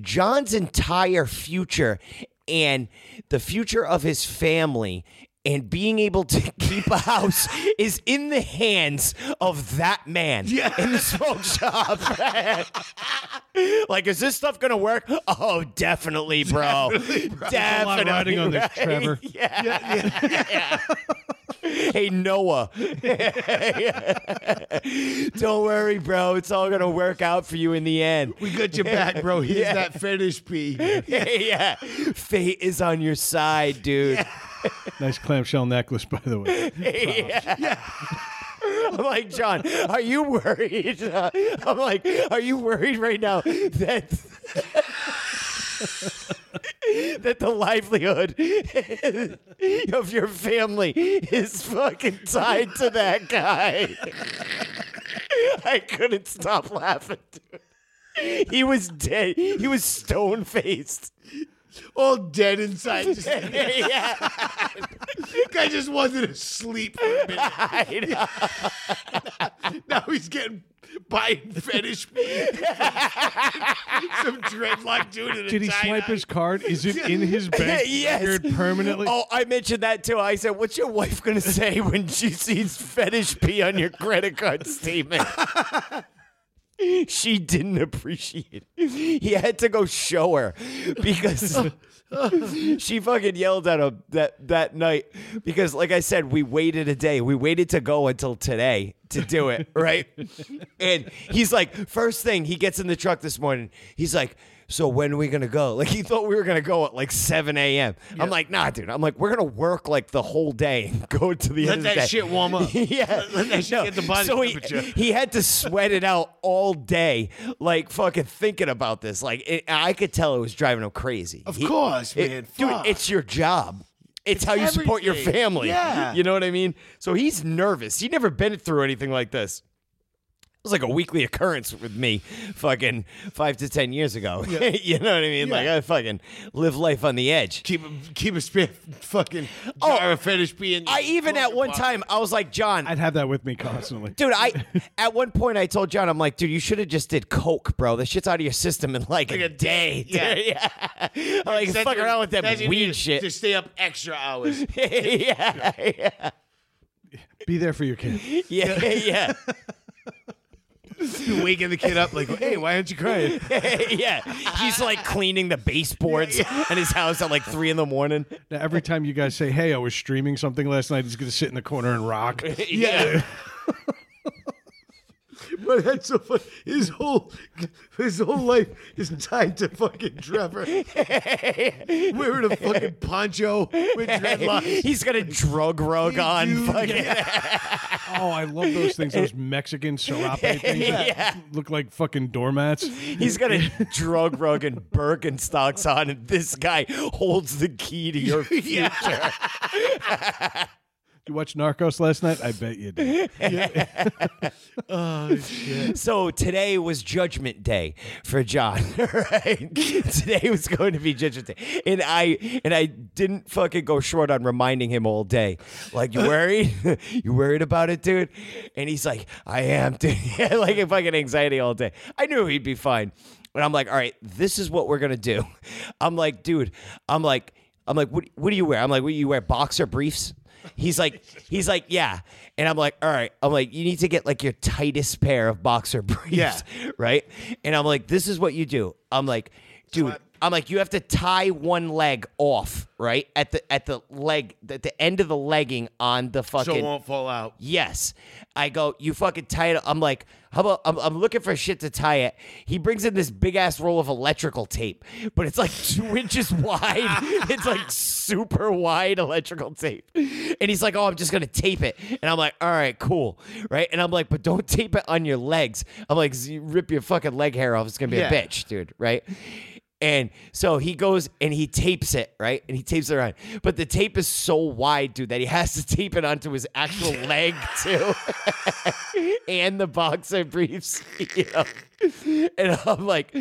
Speaker 4: John's entire future and the future of his family and being able to keep a house is in the hands of that man in the smoke shop. like, is this stuff gonna work? Oh, definitely, bro. Definitely.
Speaker 3: A lot of riding on this, Trevor.
Speaker 4: Hey Noah. Don't worry, bro. It's all gonna work out for you in the end.
Speaker 5: We got your back, bro. Here's that fetish pee.
Speaker 4: yeah. Fate is on your side, dude.
Speaker 3: Nice clamshell necklace, by the way.
Speaker 4: I'm like, John, are you worried? I'm like, are you worried right now that that the livelihood of your family is fucking tied to that guy? I couldn't stop laughing. dude. He was dead. He was stone faced.
Speaker 5: All dead inside. Just, the
Speaker 4: yeah.
Speaker 5: guy just wasn't asleep for a minute.
Speaker 4: I know.
Speaker 5: Now he's getting buying fetish pee. Some dreadlock dude in a
Speaker 3: Did he
Speaker 5: tie-dye.
Speaker 3: swipe his card? Is it in his bank
Speaker 4: Yes.
Speaker 3: record permanently?
Speaker 4: Oh, I mentioned that too. I said, "What's your wife gonna say when she sees fetish pee on your credit card statement?" she didn't appreciate it. He had to go show her because she fucking yelled at him that that night because, like I said, we waited a day. We waited to go until today to do it, right? and he's like, first thing he gets in the truck this morning, he's like. So when are we gonna go? Like he thought we were gonna go at like 7 a.m. I'm like, nah, dude. I'm like, we're gonna work like the whole day and go to the
Speaker 5: Let
Speaker 4: end of the
Speaker 5: that
Speaker 4: day.
Speaker 5: shit warm up.
Speaker 4: yeah,
Speaker 5: Let that shit
Speaker 4: No.
Speaker 5: get the body
Speaker 4: so he,
Speaker 5: temperature.
Speaker 4: he had to sweat it out all day, like fucking thinking about this. Like it, I could tell it was driving him crazy.
Speaker 5: Of
Speaker 4: He-
Speaker 5: course,
Speaker 4: it-
Speaker 5: man.
Speaker 4: dude,
Speaker 5: Fuck.
Speaker 4: it's your job. It's, how you support your
Speaker 5: everything.
Speaker 4: family.
Speaker 5: Yeah.
Speaker 4: You know what I mean? So he's nervous. He never been through anything like this. It was like a weekly occurrence with me fucking five to 10 years ago. you know what I mean? Like, I fucking live life on the edge.
Speaker 5: keep a, keep a spare fucking jar of fetish pee in.
Speaker 4: I even at one time, I was like, John,
Speaker 3: I'd have that with me constantly.
Speaker 4: dude i at one point i told john i'm like dude you should have just did coke bro that shit's out of your system in like, a,
Speaker 5: a
Speaker 4: day dude.
Speaker 5: yeah.
Speaker 4: yeah, I'm like fuck around with that weed shit
Speaker 5: To stay up extra hours.
Speaker 4: yeah yeah
Speaker 3: Be there for your kid.
Speaker 4: yeah yeah
Speaker 5: You're waking the kid up like, hey, why aren't you crying?
Speaker 4: yeah he's like cleaning the baseboards in his house at like three in the morning
Speaker 3: Now, every time you guys say, "Hey, I was streaming something last night," he's gonna sit in the corner and rock.
Speaker 4: yeah
Speaker 5: But that's so funny. His whole his whole life is tied to fucking Trevor. Wearing a fucking poncho with dreadlocks.
Speaker 4: he's got a drug rug on
Speaker 5: Dude,
Speaker 4: fucking
Speaker 3: Oh, I love those things. Those Mexican serape things that look like fucking doormats.
Speaker 4: He's got a drug rug and Birkenstocks on, and this guy holds the key to your future.
Speaker 3: You watch Narcos last night? I bet you did.
Speaker 4: So today was Judgment Day for John. Right? today was going to be Judgment Day, and I and I didn't fucking go short on reminding him all day. Like, you worried? you worried about it, dude? And he's like, I am, dude. like a fucking anxiety all day. I knew he'd be fine. And I'm like, all right, this is what we're gonna do. I'm like, dude, I'm like, I'm like, what, what do you wear? I'm like, what you wear? Boxer briefs? He's like, he's like, yeah. And I'm like, all right. I'm like, you need to get like your tightest pair of boxer briefs,
Speaker 5: Yeah.
Speaker 4: right? And I'm like, this is what you do. I'm like, dude, I'm like, you have to tie one leg off, right? At the at the leg at the end of the legging on the fucking
Speaker 5: so it won't fall out.
Speaker 4: Yes. I go, you fucking tie it. I'm like, how about, I'm, I'm looking for shit to tie it. He brings in this big ass roll of electrical tape, but it's like two inches wide. It's like super wide electrical tape. And he's like, oh, I'm just going to tape it. And I'm like, all right, cool. Right. And I'm like, but don't tape it on your legs. I'm like, "Z- rip your fucking leg hair off. It's going to be
Speaker 5: Yeah.
Speaker 4: a bitch, dude. Right. And so he goes and he tapes it, right? And he tapes it around. But the tape is so wide, dude, that he has to tape it onto his actual leg, too. and the boxer briefs. You know? And I'm like,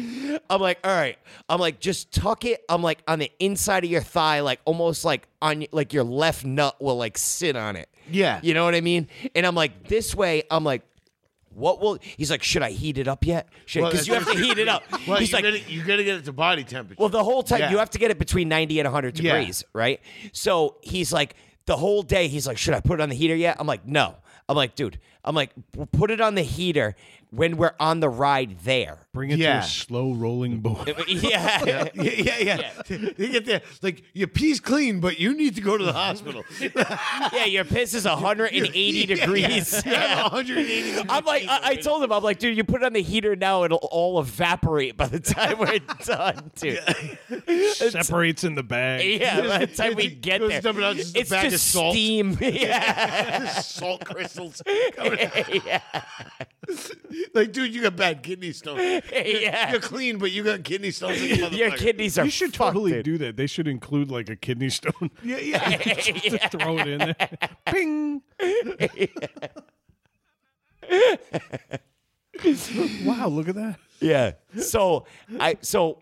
Speaker 4: I'm like, all right. I'm like, just tuck it. I'm like on the inside of your thigh, like almost like on y- like your left nut will like sit on it.
Speaker 5: Yeah.
Speaker 4: You know what I mean? And I'm like, this way, I'm like, what will he's like, should I heat it up yet? Should because you have to heat it up.
Speaker 5: Well,
Speaker 4: he's
Speaker 5: you
Speaker 4: like,
Speaker 5: gotta, you gotta get it to body temperature.
Speaker 4: well, the whole time
Speaker 5: Yeah.
Speaker 4: you have to get it between 90 and 100
Speaker 5: Yeah.
Speaker 4: degrees, right? So he's like, the whole day, he's like, should I put it on the heater yet? I'm like, no. I'm like, dude, I'm like, "We'll put it on the heater when we're on the ride there.
Speaker 3: Bring it
Speaker 5: Yeah.
Speaker 3: to a slow rolling boil.
Speaker 4: yeah.
Speaker 5: yeah, yeah, yeah. You get there, like your pee's clean, but you need to go to the hospital.
Speaker 4: yeah, your piss is 180
Speaker 5: Yeah, yeah.
Speaker 4: degrees.
Speaker 5: You have 180 degrees.
Speaker 4: I'm like, I, I told him, I'm like, dude, you put it on the heater now, it'll all evaporate by the time we're done, dude.
Speaker 3: Separates in the bag.
Speaker 4: Yeah, by the time
Speaker 5: It
Speaker 4: we get
Speaker 5: goes
Speaker 4: there,
Speaker 5: down and out, just a
Speaker 4: it's
Speaker 5: bag of
Speaker 4: just
Speaker 5: salt.
Speaker 4: steam. Yeah,
Speaker 5: salt crystals.
Speaker 4: yeah,
Speaker 5: Like, dude, you got bad kidney stones.
Speaker 4: yeah.
Speaker 5: You're clean, but you got kidney stones. Like a
Speaker 4: Your
Speaker 5: motherfucker.
Speaker 4: kidneys are
Speaker 3: You should
Speaker 4: fucked,
Speaker 3: totally
Speaker 4: dude.
Speaker 3: do that. They should include like a kidney stone.
Speaker 5: Yeah, yeah.
Speaker 3: Just throw it in there. Ping. wow, look at that.
Speaker 5: Uh,
Speaker 4: Yeah. So I so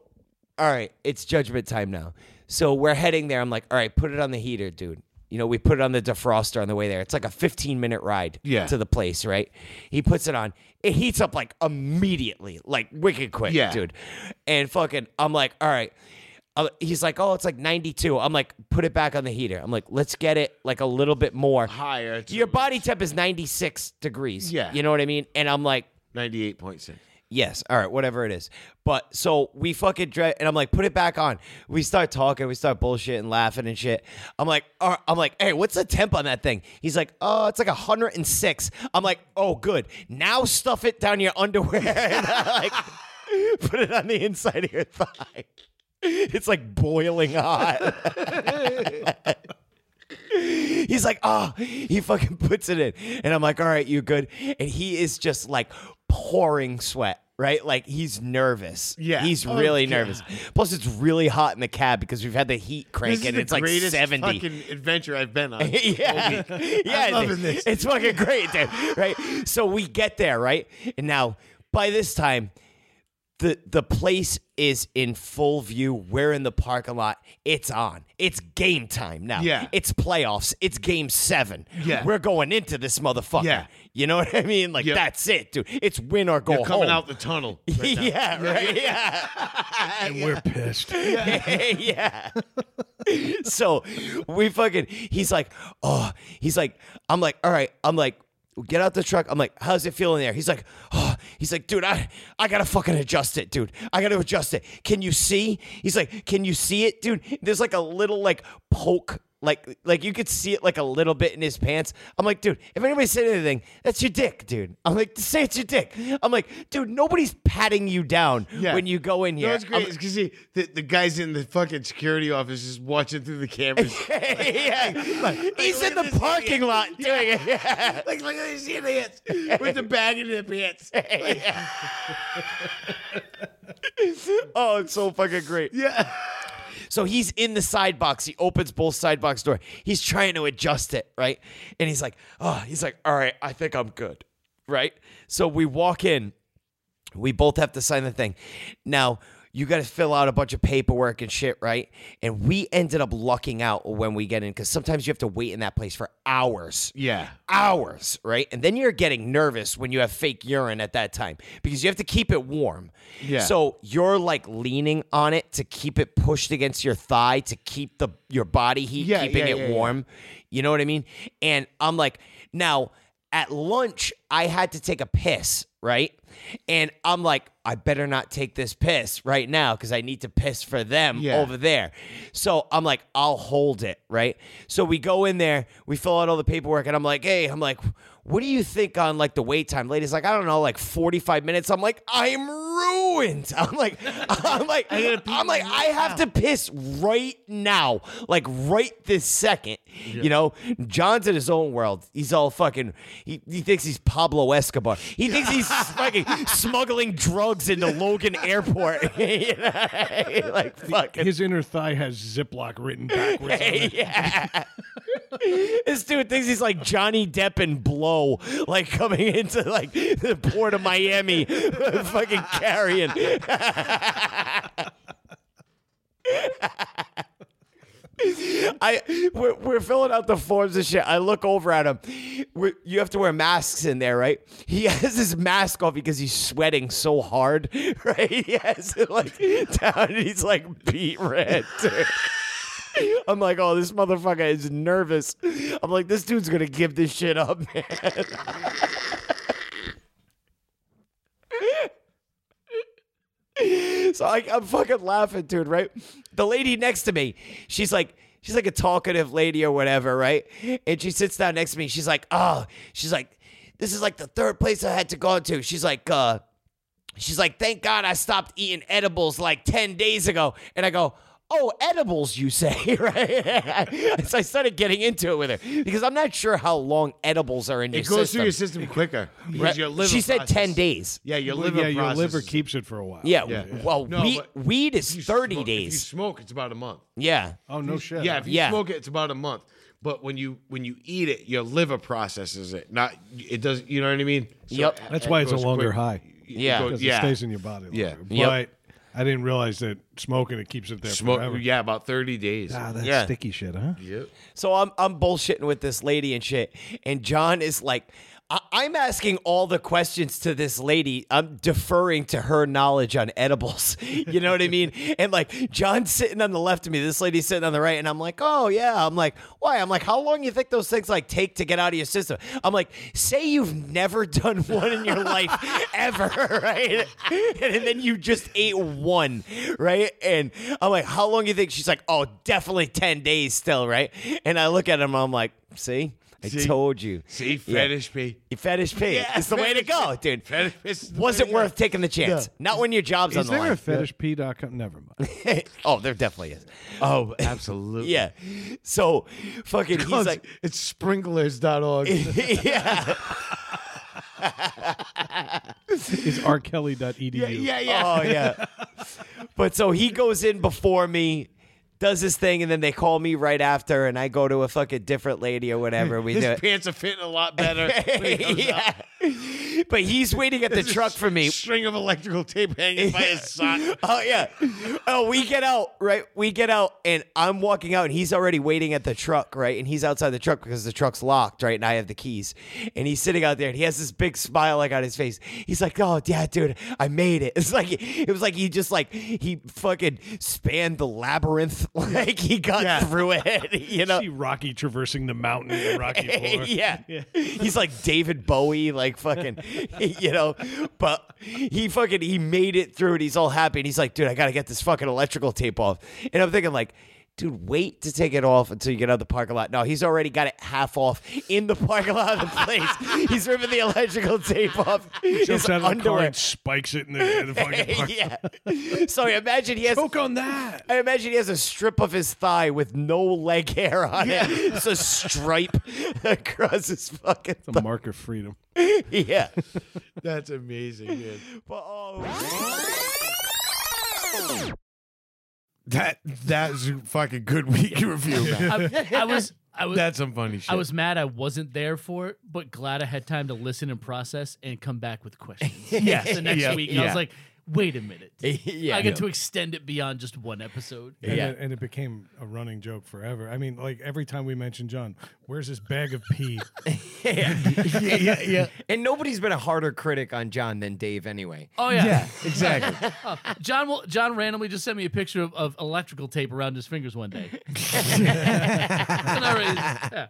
Speaker 4: all right, it's judgment time now. So we're heading there. I'm like, all right, put it on the heater, dude. You know, we put it on the defroster on the way there. It's like a 15 minute ride
Speaker 5: Yeah.
Speaker 4: to the place, right? He puts it on. It heats up like immediately, like wicked quick,
Speaker 5: Yeah.
Speaker 4: dude. And fucking, I'm like, all right. Uh, he's like, oh, it's like 92. I'm like, put it back on the heater. I'm like, let's get it like a little bit more
Speaker 5: Higher.
Speaker 4: Your body temp is 96 degrees.
Speaker 5: Yeah.
Speaker 4: You know what I mean? And I'm like,
Speaker 5: Ninety-eight point six.
Speaker 4: Yes. All right. Whatever it is. But so we fucking dre- and I'm like, put it back on. We start talking. We start bullshit and laughing and shit. I'm like, all right, I'm like, hey, what's the temp on that thing? He's like, oh, it's like 106. I'm like, oh, good. Now stuff it down your underwear and I like put it on the inside of your thigh. It's like boiling hot. He's like, oh, he fucking puts it in. And I'm like, all right, you good? And he is just like pouring sweat, right? Like he's nervous.
Speaker 5: Yeah.
Speaker 4: He's
Speaker 5: Oh,
Speaker 4: really
Speaker 5: God.
Speaker 4: nervous. Plus, it's really hot in the cab because we've had the heat
Speaker 5: This
Speaker 4: crank
Speaker 5: is
Speaker 4: and
Speaker 5: the
Speaker 4: it's like
Speaker 5: greatest
Speaker 4: 70.
Speaker 5: fucking adventure I've been on.
Speaker 4: yeah. yeah.
Speaker 5: I'm loving
Speaker 4: dude.
Speaker 5: this.
Speaker 4: It's fucking great, dude. Right? So we get there, right? And now by this time, the the place is in full view. We're in the parking lot. It's on. It's game time now.
Speaker 5: Yeah.
Speaker 4: It's playoffs. It's game seven.
Speaker 5: Yeah.
Speaker 4: We're going into this motherfucker.
Speaker 5: Yeah.
Speaker 4: You know what I mean? Like
Speaker 5: Yep.
Speaker 4: that's it, dude. It's win or go
Speaker 5: You're coming
Speaker 4: home.
Speaker 5: out the tunnel. Right now.
Speaker 4: yeah, right. Yeah.
Speaker 3: And we're pissed.
Speaker 4: yeah. so we fucking, he's like, oh, he's like, I'm like, all right, I'm like, get out the truck. I'm like, how's it feeling there? He's like, oh, he's like, dude, I, I gotta fucking adjust it, dude. I gotta adjust it. Can you see? He's like, can you see it, dude? There's like a little like poke. Like, like you could see it like a little bit in his pants. I'm like, dude, if anybody said anything, that's your dick, dude. I'm like, say it's your dick. I'm like, dude, nobody's patting you down
Speaker 5: Yeah.
Speaker 4: when you go in here.
Speaker 5: No, it's
Speaker 4: I'm-
Speaker 5: great. It's because the, the guys in the fucking security office just watching through the cameras.
Speaker 4: yeah. He's
Speaker 5: look at
Speaker 4: in the
Speaker 5: this
Speaker 4: parking
Speaker 5: idiot.
Speaker 4: lot doing it. Yeah.
Speaker 5: like, look at these idiots with the bag in their pants.
Speaker 4: Oh, it's so fucking great.
Speaker 5: Yeah.
Speaker 4: So he's in the side box. He opens both side box door. He's trying to adjust it, right? And he's like, oh, he's like, all right, I think I'm good, right? So we walk in. We both have to sign the thing. Now, you got to fill out a bunch of paperwork and shit, right? And we ended up lucking out when we get in because sometimes you have to wait in that place for hours.
Speaker 5: Yeah.
Speaker 4: hours, right? And then you're getting nervous when you have fake urine at that time because you have to keep it warm.
Speaker 5: Yeah.
Speaker 4: So you're like leaning on it to keep it pushed against your thigh to keep the your body heat
Speaker 5: Yeah,
Speaker 4: keeping
Speaker 5: yeah,
Speaker 4: it
Speaker 5: yeah, yeah.
Speaker 4: warm. You know what I mean? And I'm like, now at lunch I had to take a piss, right? And I'm like, I better not take this piss right now because I need to piss for them
Speaker 5: Yeah.
Speaker 4: over there. So I'm like, I'll hold it, right? So we go in there, we fill out all the paperwork, and I'm like, hey, I'm like, what do you think on like the wait time? Lady's like, I don't know, like 45 minutes. I'm like, I'm ruined. I'm like, I'm like, I'm like, I have to piss right now, like right this second. You know, John's in his own world. He's all fucking. He, he thinks he's Pablo Escobar. He thinks he's fucking smuggling drugs into Logan Airport. You know? like fucking.
Speaker 3: His inner thigh has Ziploc written backwards. on it.
Speaker 4: Yeah. this dude thinks he's like Johnny Depp and Blow, like coming into like the port of Miami, fucking carrying. I we're, we're filling out the forms and shit. I look over at him. we you have to wear masks in there, right? He has his mask off because he's sweating so hard, right? He has it like down. And he's like beat red. dude. I'm like, oh, this motherfucker is nervous. I'm like, this dude's gonna give this shit up, man. so I, I'm fucking laughing, dude. Right? The lady next to me, she's like, she's like a talkative lady or whatever, right? And she sits down next to me. She's like, oh, she's like, this is like the third place I had to go to. She's like, uh, She's like, thank God I stopped eating edibles like 10 days ago. And I go, oh, edibles, you say, right? so I started getting into it with her because I'm not sure how long edibles are in your
Speaker 5: It goes
Speaker 4: system.
Speaker 5: through your system quicker because
Speaker 4: Right?
Speaker 5: your liver.
Speaker 4: she said 10
Speaker 5: process-
Speaker 4: days.
Speaker 5: Yeah, your
Speaker 3: Well,
Speaker 5: liver.
Speaker 3: yeah, your liver
Speaker 5: processes it.
Speaker 3: keeps it for a while.
Speaker 4: Yeah,
Speaker 5: Yeah.
Speaker 4: well,
Speaker 5: No,
Speaker 4: weed,
Speaker 5: but
Speaker 4: weed is
Speaker 5: If you
Speaker 4: 30
Speaker 5: smoke- If you
Speaker 4: days.
Speaker 5: smoke, it's about a month.
Speaker 4: yeah.
Speaker 3: Oh no shit.
Speaker 5: Yeah, if you
Speaker 4: Yeah.
Speaker 5: smoke it, it's about a month. But when you when you eat it, your liver processes it. Not it does. You know what I mean? So uh,
Speaker 4: Yep.
Speaker 5: it-
Speaker 3: That's
Speaker 5: it
Speaker 3: why it's a
Speaker 5: goes
Speaker 3: longer
Speaker 5: quick.
Speaker 3: high.
Speaker 5: It
Speaker 4: Yeah.
Speaker 5: goes-
Speaker 3: Because it
Speaker 5: yeah.
Speaker 3: stays in your body. Longer.
Speaker 5: Yeah.
Speaker 4: Yep.
Speaker 3: But I didn't realize that smoking it keeps it there
Speaker 5: Smoke.
Speaker 3: forever.
Speaker 5: Yeah, about thirty days.
Speaker 3: Ah, that
Speaker 4: Yeah.
Speaker 3: sticky shit, huh?
Speaker 5: Yep.
Speaker 4: So I'm I'm bullshitting with this lady and shit, and John is like, I- I'm asking all the questions to this lady. I'm deferring to her knowledge on edibles. You know what I mean? And like John's sitting on the left of me, this lady's sitting on the right, and I'm like, oh yeah. I'm like, why? I'm like, how long you think those things like take to get out of your system? I'm like, say you've never done one in your life ever, right? And then you just ate one, right? And I'm like, how long you think? She's like, oh, definitely 10 days still, right? And I look at him, I'm like, see? I
Speaker 5: See?
Speaker 4: told you.
Speaker 5: See,
Speaker 4: Yeah.
Speaker 5: fetish pee.
Speaker 4: Fetish pig.
Speaker 5: Yeah,
Speaker 4: it's the way to
Speaker 5: fetish
Speaker 4: go,
Speaker 5: pig.
Speaker 4: dude.
Speaker 5: Fetish is the
Speaker 4: Wasn't
Speaker 5: way to go.
Speaker 4: worth taking the chance. Not when your job's on
Speaker 3: Is
Speaker 4: the
Speaker 3: there a
Speaker 4: line.
Speaker 3: fetishp.com? Never mind.
Speaker 4: oh, there definitely is.
Speaker 5: Oh, absolutely.
Speaker 4: Yeah. So fucking he's like
Speaker 5: it's sprinklers.org.
Speaker 4: Yeah.
Speaker 3: It's rkelly.edu.
Speaker 4: Oh yeah. but so he goes in before me, does his thing, and then they call me right after, and I go to a fucking different lady or whatever. We do
Speaker 5: His
Speaker 4: it.
Speaker 5: pants are fitting a lot better. when he comes out.
Speaker 4: yeah. But he's waiting at the truck for me.
Speaker 5: String of electrical tape hanging by his sock.
Speaker 4: Oh yeah. Oh, we get out, right? We get out and I'm walking out and he's already waiting at the truck, right? And he's outside the truck because the truck's locked, right? And I have the keys. And he's sitting out there and he has this big smile like on his face. He's like, "Oh, yeah, dude, I made it." It's like it was like he just like he fucking spanned the labyrinth like he got through it, you know.
Speaker 3: See Rocky traversing the mountain in Rocky Four.
Speaker 4: yeah. He's like David Bowie, like fucking, you know, but he fucking, he made it through and he's all happy. And he's like, dude, I got to get this fucking electrical tape off. And I'm thinking, like, dude, wait to take it off until you get out of the parking lot. No, he's already got it half off in the parking lot of the place. he's ripping the electrical tape off.
Speaker 3: Jumps
Speaker 4: his
Speaker 3: out of the car
Speaker 4: underwear.
Speaker 3: and spikes it in the, in the fucking park.
Speaker 4: yeah. So imagine he has
Speaker 3: Poke on that.
Speaker 4: I imagine he has a strip of his thigh with no leg hair on it. It's a stripe across his fucking
Speaker 3: The mark of freedom.
Speaker 4: thigh. Yeah.
Speaker 5: That's amazing, man.
Speaker 4: But, um, oh.
Speaker 1: That that's a fucking good week in review.
Speaker 2: I, I was I was
Speaker 1: that's some funny shit.
Speaker 2: I was mad I wasn't there for it, but glad I had time to listen and process and come back with questions.
Speaker 1: Yes.
Speaker 2: the next
Speaker 1: Yeah.
Speaker 2: week. And I
Speaker 1: Yeah. Eh,
Speaker 2: was like, wait a minute.
Speaker 4: yeah.
Speaker 2: I get to extend it beyond just one episode.
Speaker 3: And,
Speaker 4: Yeah.
Speaker 3: it, and it became a running joke forever. I mean, like every time we mentioned John, where's this bag of pee?
Speaker 1: yeah, yeah, yeah.
Speaker 4: And nobody's been a harder critic on John than Dave, anyway.
Speaker 2: Oh yeah.
Speaker 1: exactly.
Speaker 2: Oh, John will, John randomly just sent me a picture of, of electrical tape around his fingers one day. And I was- yeah.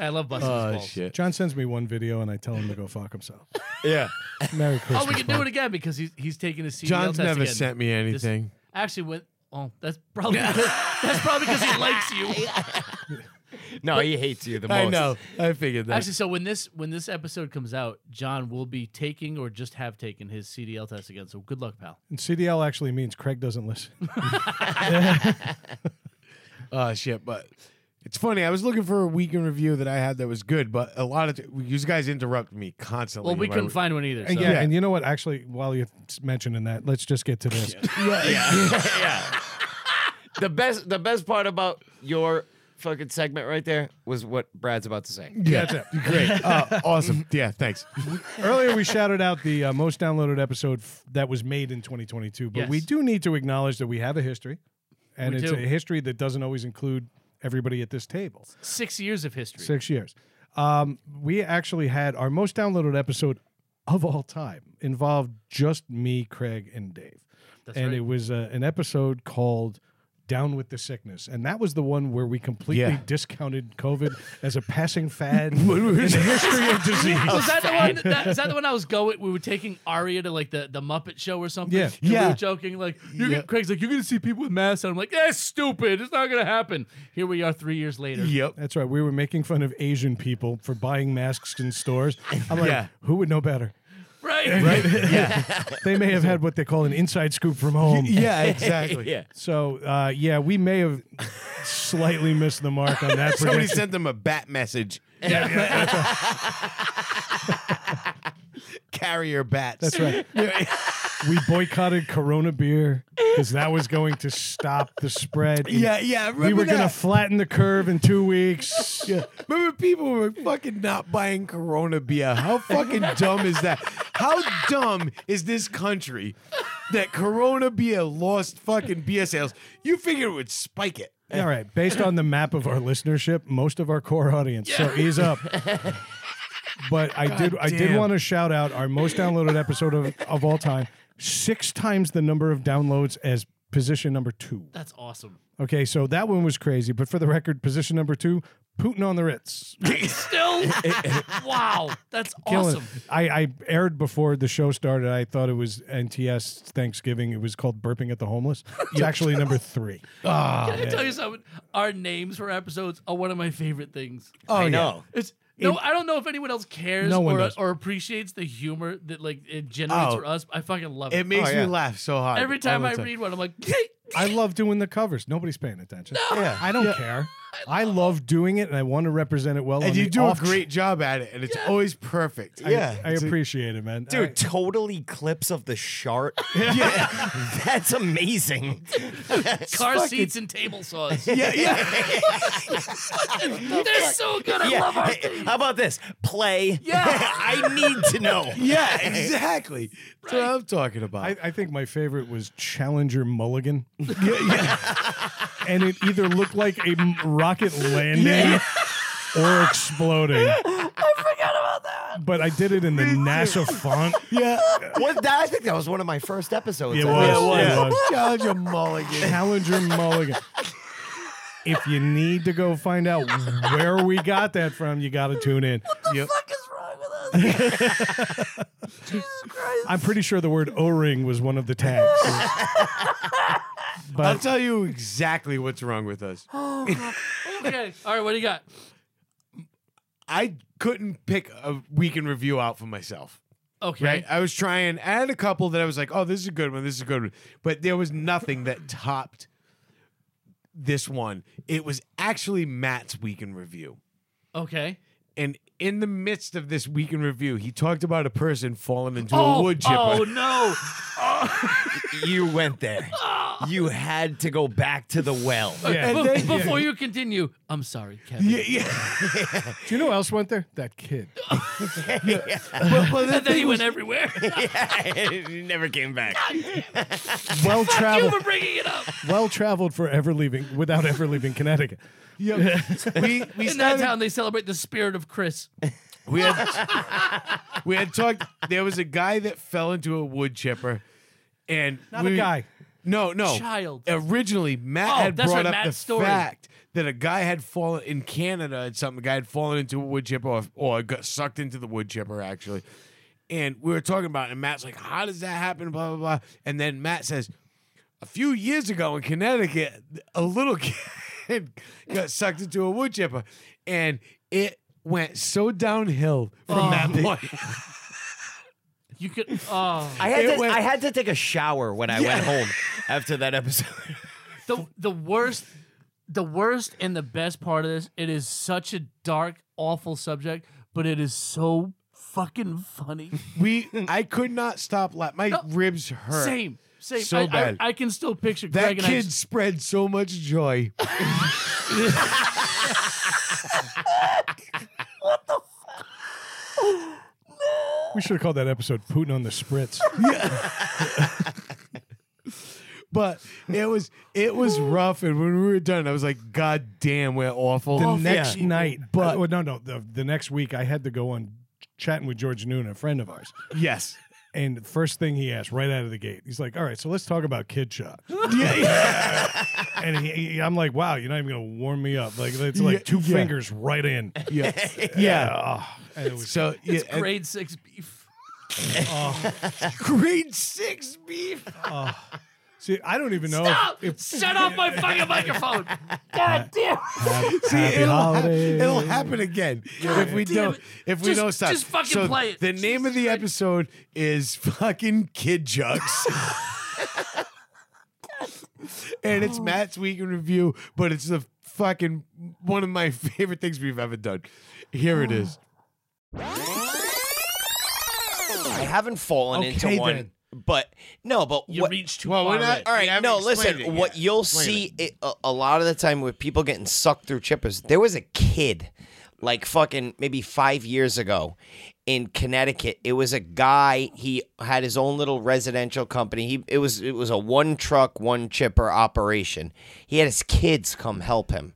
Speaker 2: I love busting
Speaker 1: Oh,
Speaker 2: his
Speaker 5: Oh,
Speaker 2: balls.
Speaker 3: John sends me one video and I tell him to go fuck himself.
Speaker 1: Yeah.
Speaker 3: Merry Christmas.
Speaker 2: Oh, we can do it again because he's he's taking his CDL
Speaker 1: John's
Speaker 2: test
Speaker 1: never
Speaker 2: again.
Speaker 1: sent me
Speaker 2: This-
Speaker 1: anything.
Speaker 2: actually, when oh, that's probably because, that's probably because he likes you.
Speaker 4: No, he hates you the most.
Speaker 1: I know. I figured that.
Speaker 2: Actually, so when this when this episode comes out, John will be taking or just have taken his CDL test again. So good luck, pal.
Speaker 3: And CDL actually means Craig doesn't listen.
Speaker 1: Oh shit! But it's funny. I was looking for a week in review that I had that was good, but a lot of t- you guys interrupt me constantly.
Speaker 2: Well, we
Speaker 1: in my-
Speaker 2: couldn't find one either. So.
Speaker 3: And yeah, and you know what? Actually, while you're mentioning that, let's just get to this.
Speaker 4: The best the best part about your fucking segment right there was what Brad's about to say.
Speaker 1: Yeah, great. Uh, awesome. Yeah, thanks.
Speaker 3: Earlier, we shouted out the uh, most downloaded episode f- that was made in 2022, but we
Speaker 2: Yes.
Speaker 3: do need to acknowledge that we have a history, and
Speaker 2: We
Speaker 3: it's
Speaker 2: do.
Speaker 3: a history that doesn't always include everybody at this table.
Speaker 2: Six years of history.
Speaker 3: Six years. Um, we actually had our most downloaded episode of all time involved just me, Craig, and Dave.
Speaker 2: That's
Speaker 3: and
Speaker 2: right.
Speaker 3: it was uh, an episode called Down with the Sickness. And that was the one where we completely
Speaker 1: Yeah.
Speaker 3: discounted COVID as a passing fad in the history of disease.
Speaker 2: Was that the one? That, is that the one I was going? We were taking Aria to like the, the Muppet Show or something.
Speaker 3: Yeah.
Speaker 2: and We
Speaker 1: Yeah.
Speaker 2: were joking like, you're
Speaker 1: Yeah.
Speaker 2: gonna, Craig's like, you're gonna see people with masks, and I'm like, that's stupid. It's not gonna happen. Here we are, three years later.
Speaker 1: Yep.
Speaker 3: That's right. We were making fun of Asian people for buying masks in stores. I'm like,
Speaker 1: Yeah.
Speaker 3: who would know better?
Speaker 2: Right.
Speaker 1: Right. Yeah.
Speaker 3: They may have had what they call an inside scoop from home.
Speaker 1: Yeah. Exactly.
Speaker 4: Yeah.
Speaker 3: So, uh, yeah, we may have slightly missed the mark on that.
Speaker 1: Somebody
Speaker 3: prediction.
Speaker 1: sent them a bat message. Carrier bats.
Speaker 3: That's right. we boycotted Corona beer because that was going to stop the spread.
Speaker 1: Yeah. Yeah. I Remember
Speaker 3: we were going to
Speaker 1: that.
Speaker 3: flatten the curve in two weeks.
Speaker 1: Yeah. Remember, people were fucking not buying Corona beer. How fucking dumb is that? How dumb is this country that Corona beer lost fucking beer sales? You figure it would spike it.
Speaker 3: All right. Based on the map of our listenership, most of our core audience. So ease up. But I did I did
Speaker 1: damn.
Speaker 3: want to shout out our most downloaded episode of, of all time. Six times the number of downloads as position number two.
Speaker 2: That's awesome.
Speaker 3: Okay, so that one was crazy. But for the record, position number two, Putin on the Ritz.
Speaker 2: Still. wow. That's
Speaker 3: Killing it.
Speaker 2: awesome.
Speaker 3: I, I aired before the show started. I thought it was NTS Thanksgiving. It was called Burping at the Homeless. It's actually number three.
Speaker 2: Can I tell you something? Our names for episodes are one of my favorite things.
Speaker 4: Oh, I know.
Speaker 2: It's no, I don't know if anyone else cares
Speaker 3: No one
Speaker 2: or,
Speaker 3: does.
Speaker 2: or appreciates the humor that like it generates
Speaker 1: Oh.
Speaker 2: for us. I fucking love it.
Speaker 1: It makes
Speaker 3: Oh, yeah.
Speaker 1: me laugh so hard.
Speaker 2: Every time
Speaker 1: all
Speaker 2: I
Speaker 1: the
Speaker 2: read one, I'm like,
Speaker 3: I love doing the covers. Nobody's paying attention.
Speaker 1: Yeah.
Speaker 3: I don't care. I love doing it, and I want to represent it well.
Speaker 1: And
Speaker 3: on
Speaker 1: you
Speaker 3: the
Speaker 1: do a
Speaker 3: off-
Speaker 1: great job at it, and it's always perfect.
Speaker 5: Yeah.
Speaker 3: I appreciate it, man.
Speaker 4: Dude, total eclipse of the shark. yeah. That's amazing.
Speaker 2: car seats and table saws.
Speaker 1: Yeah, yeah.
Speaker 2: They're so good. I love our
Speaker 4: Hey, How about this? Play.
Speaker 2: Yeah.
Speaker 4: I need to know.
Speaker 1: Yeah, exactly. That's what I'm talking about.
Speaker 3: I, I think my favorite was Challenger Mulligan. and it either looked like a m- rocket landing or exploding. I forgot about that. But I did it in the NASA font.
Speaker 1: yeah,
Speaker 4: What, that, I think that was one of my first episodes.
Speaker 3: It
Speaker 4: I
Speaker 3: was.
Speaker 4: think.
Speaker 3: Yeah.
Speaker 1: yeah. Challenge a mulligan.
Speaker 3: Challenger Mulligan. If you need to go find out where we got that from, you got to tune in.
Speaker 1: Yep.
Speaker 3: I'm pretty sure the word O-ring was one of the tags.
Speaker 1: I'll
Speaker 3: but
Speaker 1: tell you exactly what's wrong with us.
Speaker 2: Okay. All right. What do you got?
Speaker 1: I couldn't pick a weekend review out for myself.
Speaker 2: Okay.
Speaker 1: Right? I was trying. I had a couple that I was like, "Oh, this is a good one. This is a good one," but there was nothing that topped this one. It was actually Matt's weekend review,
Speaker 2: Okay.
Speaker 1: and in the midst of this weekend review, he talked about a person falling into a
Speaker 2: Oh,
Speaker 1: wood chipper.
Speaker 2: oh no.
Speaker 4: You went there. You had to go back to the well.
Speaker 3: yeah.
Speaker 2: Be-
Speaker 1: And then-
Speaker 2: before you continue, I'm sorry, Kevin.
Speaker 1: Yeah, yeah.
Speaker 3: do you know who else went there? That kid.
Speaker 1: But, but the
Speaker 2: And then
Speaker 1: thing
Speaker 2: he
Speaker 1: was-
Speaker 2: went everywhere.
Speaker 4: you never came back.
Speaker 3: Well
Speaker 2: you
Speaker 3: traveled.
Speaker 2: for bringing it up.
Speaker 3: well traveled for ever leaving without ever leaving Connecticut.
Speaker 1: Yep. we we
Speaker 2: In that
Speaker 1: started,
Speaker 2: town, they celebrate the spirit of Chris.
Speaker 1: we had we had talked. There was a guy that fell into a wood chipper, and
Speaker 3: Not
Speaker 1: we-
Speaker 3: a guy.
Speaker 1: No, no.
Speaker 2: Child.
Speaker 1: Originally, Matt
Speaker 2: Oh,
Speaker 1: had
Speaker 2: that's
Speaker 1: brought
Speaker 2: right,
Speaker 1: up
Speaker 2: Matt's
Speaker 1: the
Speaker 2: story.
Speaker 1: fact that a guy had fallen in Canada and something. A guy had fallen into a wood chipper or, or got sucked into the wood chipper, actually. And we were talking about it, and Matt's like, How does that happen? Blah, blah, blah. And then Matt says, A few years ago in Connecticut, a little kid got sucked into a wood chipper. And it went so downhill from that point.
Speaker 2: You could. Oh,
Speaker 4: I had
Speaker 1: It
Speaker 4: to
Speaker 1: went-
Speaker 4: I had to take a shower when I went home after that episode.
Speaker 2: the the worst, the worst and the best part of this. It is such a dark, awful subject, but it is so fucking funny.
Speaker 1: We, I could not stop laughing. My
Speaker 2: No.
Speaker 1: ribs hurt.
Speaker 2: Same, same.
Speaker 1: So
Speaker 2: I,
Speaker 1: bad.
Speaker 2: I, I can still picture
Speaker 1: That
Speaker 2: Greg and I
Speaker 1: kid spread so much joy.
Speaker 3: We should have called that episode Putin on the Spritz.
Speaker 1: but it was it was rough. And when we were done, I was like, God damn, we're awful.
Speaker 3: the
Speaker 1: Oh,
Speaker 3: next
Speaker 1: yeah.
Speaker 3: night,
Speaker 1: But-
Speaker 3: but well, Uh, oh, no, no, the, the next week I had to go on chatting with George Noon, a friend of ours.
Speaker 1: yes,
Speaker 3: And the first thing he asked right out of the gate, he's like, "All right, so let's talk about Kid Shock." and he, he- I'm like, "Wow, you're not even gonna warm me up. Like it's like
Speaker 1: Yeah,
Speaker 3: two
Speaker 1: yeah.
Speaker 3: fingers right in."
Speaker 1: yeah, yeah.
Speaker 3: Yeah. oh, and it was
Speaker 1: So yeah,
Speaker 2: it's
Speaker 1: and
Speaker 2: grade six beef.
Speaker 1: grade six beef.
Speaker 3: see, I don't even know.
Speaker 2: Stop!
Speaker 3: If, if,
Speaker 2: Shut off my fucking microphone. God damn. it.
Speaker 1: See, it'll, hap- it'll happen again if we
Speaker 2: damn
Speaker 1: don't
Speaker 2: it.
Speaker 1: if we
Speaker 2: Just-
Speaker 1: don't stop.
Speaker 2: just fucking
Speaker 1: so
Speaker 2: play it.
Speaker 1: The name of
Speaker 2: Jesus
Speaker 1: the
Speaker 2: Christ.
Speaker 1: episode is fucking Kid Jugs. and
Speaker 2: Oh.
Speaker 1: it's Matt's week in review, but it's the fucking one of my favorite things we've ever done. Here it
Speaker 2: Oh.
Speaker 1: is.
Speaker 4: I haven't fallen
Speaker 1: Okay,
Speaker 4: into one,
Speaker 1: then.
Speaker 4: but no, but
Speaker 2: You
Speaker 4: what,
Speaker 2: reached too
Speaker 1: Well, we're
Speaker 2: far.
Speaker 1: not-
Speaker 2: in.
Speaker 4: All
Speaker 1: We
Speaker 4: right,
Speaker 1: haven't
Speaker 4: no,
Speaker 1: explained
Speaker 4: listen.
Speaker 1: it
Speaker 4: What
Speaker 1: yet.
Speaker 4: you'll
Speaker 1: Explain
Speaker 4: see it, a, a lot of the time with people getting sucked through chippers, there was a kid, like fucking maybe five years ago, in Connecticut. It was a guy. He had his own little residential company. He it was it was a one truck one chipper operation. He had his kids come help him.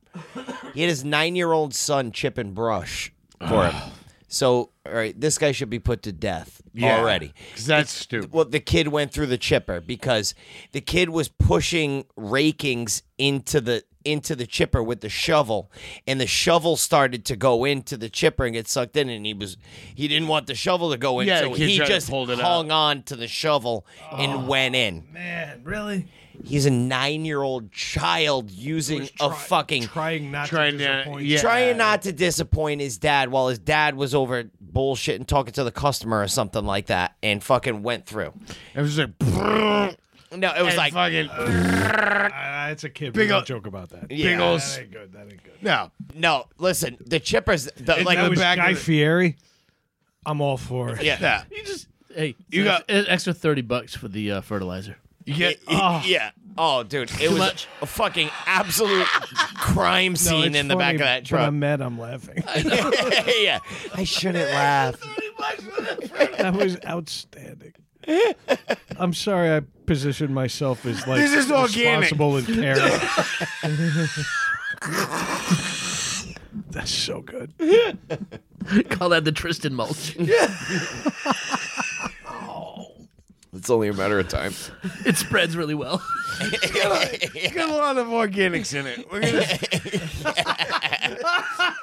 Speaker 4: He had his nine year old son chip and brush for him. So, all right, this guy should be put to death already.
Speaker 1: Because that's stupid.
Speaker 4: Well, the kid went through the chipper because the kid was pushing rakings into the into the chipper with the shovel, and the shovel started to go into the chipper and get sucked in, and he was he didn't want the shovel to go in,
Speaker 1: Yeah, the
Speaker 4: so
Speaker 1: kid
Speaker 4: he
Speaker 1: tried to
Speaker 4: just
Speaker 1: pull it Oh,
Speaker 4: hung on to the shovel and went in. Man, really? He's a nine year old child using a fucking
Speaker 3: trying not
Speaker 1: Trying
Speaker 3: to
Speaker 1: to-
Speaker 3: disappoint.
Speaker 1: yeah.
Speaker 4: trying not to disappoint his dad while his dad was over bullshit and talking to the customer or something like that and fucking went through.
Speaker 1: It was like, brrrr,
Speaker 4: No, it was like uh,
Speaker 1: fucking
Speaker 3: Ah, it's a kid.
Speaker 1: Big
Speaker 3: Big we don't
Speaker 1: ol-
Speaker 3: joke about that.
Speaker 1: big
Speaker 4: Yeah.
Speaker 1: old.
Speaker 3: That ain't good. That ain't good.
Speaker 1: No,
Speaker 4: no, listen, the chippers the, like
Speaker 1: that
Speaker 3: That was
Speaker 1: back
Speaker 3: Guy
Speaker 1: of the-
Speaker 3: Fieri. I'm all for it.
Speaker 4: yeah.
Speaker 1: yeah.
Speaker 2: You just hey,
Speaker 1: You
Speaker 2: you
Speaker 1: got-
Speaker 2: got an extra thirty bucks for the uh, fertilizer.
Speaker 1: You get
Speaker 4: It- yeah. Oh, dude, it was
Speaker 2: much.
Speaker 4: a fucking absolute crime
Speaker 3: No,
Speaker 4: scene
Speaker 3: it's
Speaker 4: in the back
Speaker 3: funny,
Speaker 4: of that
Speaker 3: but
Speaker 4: truck.
Speaker 3: I'm mad. I'm laughing.
Speaker 4: yeah, I shouldn't laugh.
Speaker 3: That was outstanding. I'm sorry I positioned myself as like
Speaker 1: This is organic.
Speaker 3: responsible and caring. That's so good.
Speaker 2: Call that the Tristan mulch.
Speaker 4: It's only a matter of time.
Speaker 2: it spreads really well.
Speaker 1: got a lot of organics in it. We're gonna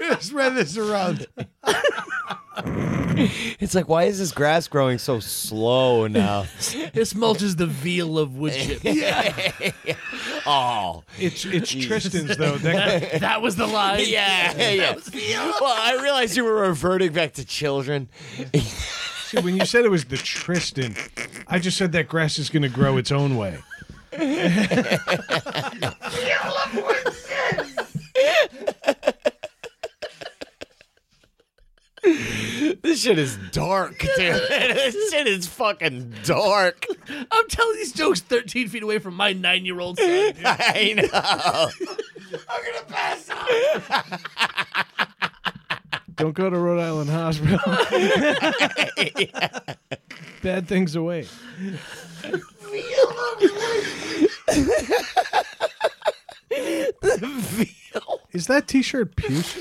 Speaker 1: Gonna spread this around.
Speaker 4: It's like, why is this grass growing so slow now?
Speaker 2: This mulch is the veal of wood chip.
Speaker 4: oh,
Speaker 3: It's it's Tristan's though. That,
Speaker 2: that was the line.
Speaker 4: yeah, yeah. Well, I realized you were reverting back to children.
Speaker 3: see, when you said it was the Tristan, I just said that grass is going to grow its own way.
Speaker 4: This shit is dark, dude. this shit is fucking dark.
Speaker 2: I'm telling these jokes 13 feet away from my nine-year-old son.
Speaker 4: I know.
Speaker 3: Don't go to Rhode Island Hospital. Bad things away. Is that T-shirt puce?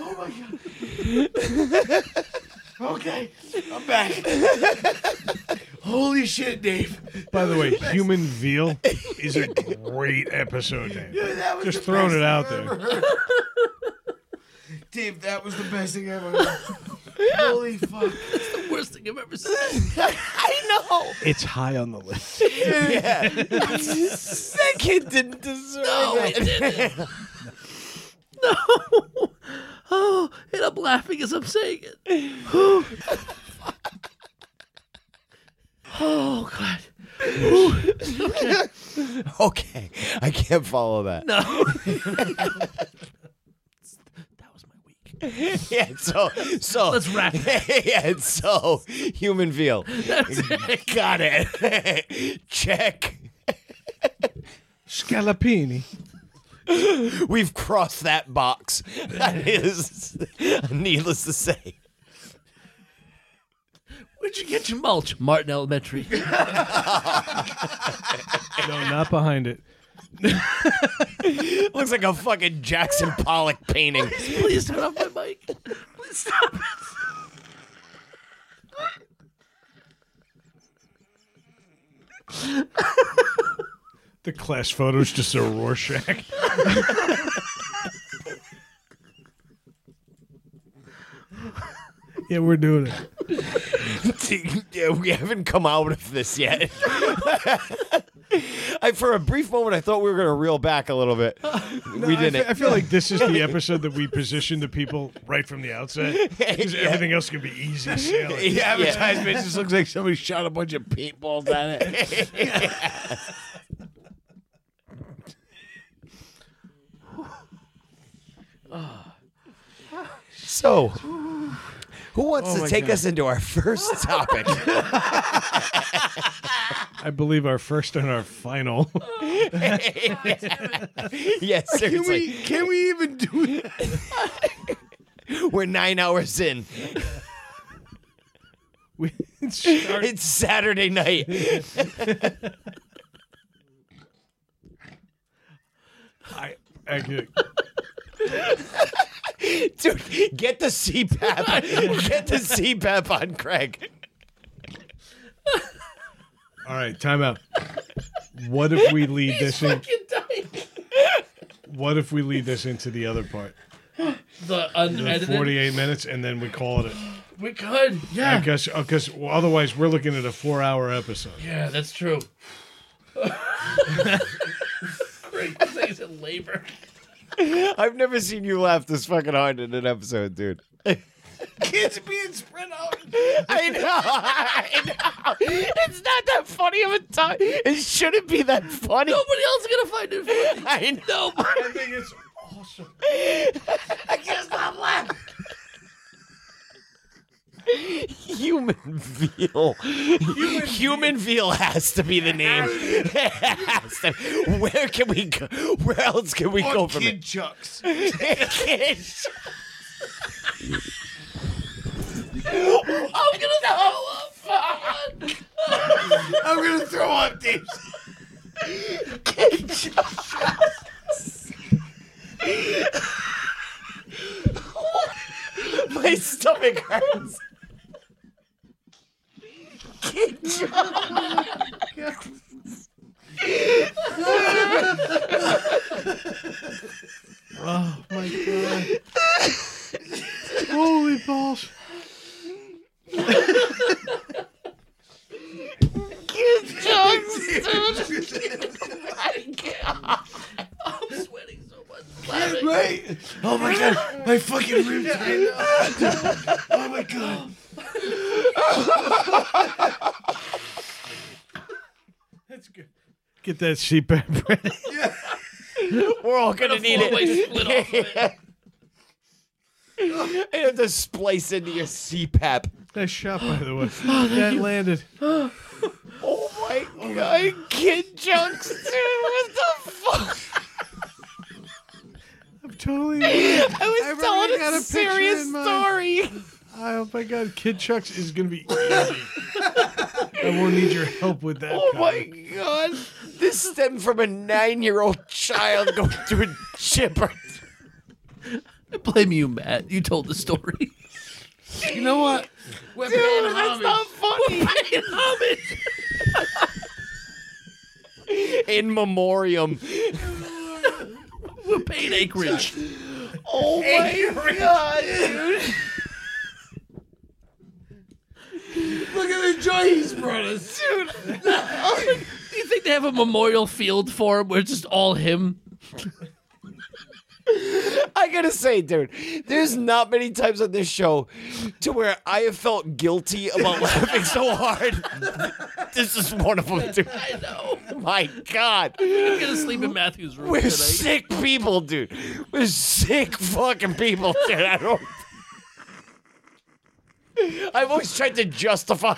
Speaker 2: Oh my god.
Speaker 5: Okay, I'm back. Holy shit, Dave.
Speaker 3: By the way, human veal is a great episode name.
Speaker 5: That was
Speaker 3: Just
Speaker 5: the
Speaker 3: throwing
Speaker 5: best
Speaker 3: it out
Speaker 5: thing I've
Speaker 3: there.
Speaker 5: ever heard. Dave, that was the best thing I ever heard. Holy fuck.
Speaker 2: Worst thing I've ever seen.
Speaker 4: I know.
Speaker 6: It's high on the list.
Speaker 4: That kid didn't deserve it.
Speaker 2: Oh, and I'm laughing as I'm saying it. oh God.
Speaker 4: Okay, I can't follow that.
Speaker 2: No. that was my week.
Speaker 4: Yeah, so so
Speaker 2: Let's wrap
Speaker 4: yeah, and so human veal. Got it. Check.
Speaker 3: Scallopini.
Speaker 4: We've crossed that box. That is needless to say.
Speaker 2: Where'd you get your mulch? Martin Elementary.
Speaker 3: No, not behind it.
Speaker 4: Looks like a fucking Jackson Pollock painting.
Speaker 2: Please turn off my mic. Please stop it.
Speaker 3: The class photo's just a Rorschach. yeah, we're doing it.
Speaker 4: Yeah, we haven't come out of this yet. I, for a brief moment, I thought we were going to reel back a little bit. we
Speaker 3: I fe-
Speaker 4: didn't.
Speaker 3: I feel like this is the episode that we position the people right from the outset. 'cause
Speaker 4: Yeah.
Speaker 3: Everything else can be easy sailing.
Speaker 4: Yeah,
Speaker 1: Advertisement just looks like somebody shot a bunch of paintballs at it.
Speaker 4: So, who wants to take us into our first topic?
Speaker 3: I believe our first and our final.
Speaker 4: yes,
Speaker 1: Can we,
Speaker 4: seriously.
Speaker 1: can we even do it?
Speaker 4: We're nine hours in.
Speaker 3: We start
Speaker 4: It's Saturday night.
Speaker 3: I, I get-
Speaker 4: Dude, get the CPAP. Get the CPAP on Craig.
Speaker 3: all right, time out. What if we lead this in? What if we lead this into the other part?
Speaker 2: The
Speaker 3: The
Speaker 2: unedited.
Speaker 3: 48 minutes, and then we call it a-
Speaker 2: We could.
Speaker 3: I
Speaker 2: Yeah.
Speaker 3: guess because otherwise we're looking at a four-hour episode.
Speaker 2: Yeah, that's true. Great things in labor.
Speaker 4: I've never seen you laugh this fucking hard in an episode, dude.
Speaker 5: Kids being spread out.
Speaker 4: I know. I know. It's not that funny of a time. It shouldn't be that funny.
Speaker 2: Nobody else is gonna find it. funny.
Speaker 4: I know.
Speaker 3: I think it's awesome.
Speaker 4: Human veal. Human, veal has to be the name. It has to. Where can we go? Where else can we go
Speaker 5: Fuck
Speaker 4: from
Speaker 5: kid
Speaker 4: it?
Speaker 5: chucks.
Speaker 2: I'm gonna throw up.
Speaker 5: I'm going to throw up, Dave.
Speaker 4: My stomach hurts. Kid chucks.
Speaker 3: Holy balls!
Speaker 2: I'm sweating so much. Laughing.
Speaker 5: Right? Oh my god, my fucking ribs right Oh my god.
Speaker 3: Get that CPAP ready.
Speaker 4: We're all gonna need
Speaker 2: Four-way
Speaker 4: it.
Speaker 2: split off of it.
Speaker 4: I have to splice into your CPAP.
Speaker 3: Nice shot, by the
Speaker 5: Oh,
Speaker 3: way. that landed.
Speaker 4: Oh my god, kid chunks, dude, what the fuck?
Speaker 3: I'm totally.
Speaker 4: I was
Speaker 3: I've already
Speaker 4: telling
Speaker 3: got a
Speaker 4: a
Speaker 3: picture
Speaker 4: serious
Speaker 3: in mind.
Speaker 4: story.
Speaker 3: Oh my god, Kid Chucks is gonna be easy. I won't need your help with that.
Speaker 4: Oh my
Speaker 3: Kyle.
Speaker 4: god, this stemmed from a nine-year-old child going to a chipper.
Speaker 2: I blame you, Matt. You told the story. You know what? We're Dude, paying homage.
Speaker 4: funny.
Speaker 2: We're paying homage.
Speaker 4: In memoriam.
Speaker 2: We're paying acreage.
Speaker 4: Oh my god, dude.
Speaker 2: Look at the joy he's brought us, dude. Do you think they have a memorial field for him where it's just all him?
Speaker 4: I gotta say, dude, there's not many times on this show to where I have felt guilty about laughing so hard. this is one of them, dude.
Speaker 2: I know.
Speaker 4: My god.
Speaker 2: I'm gonna sleep in Matthew's room
Speaker 4: We're
Speaker 2: tonight.
Speaker 4: sick people, dude. We're sick fucking people, dude. I don't. I've always tried to justify,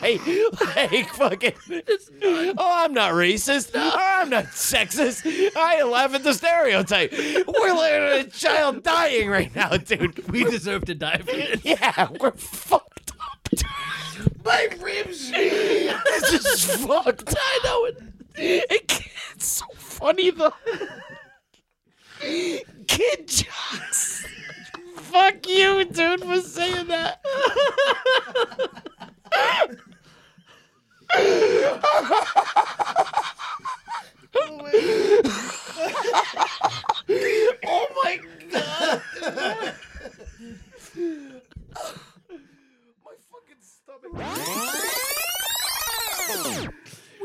Speaker 4: like, fucking. Oh, I'm not racist. Oh, I'm not sexist. I laugh at the stereotype. We're letting a child dying right now, dude.
Speaker 2: We deserve to die for this.
Speaker 4: Yeah, we're fucked up. dude.
Speaker 2: My ribs.
Speaker 4: This is fucked. I know it. it can't- it's so funny though. Kid Joss. Fuck you, dude, for saying that. oh my god. my fucking stomach.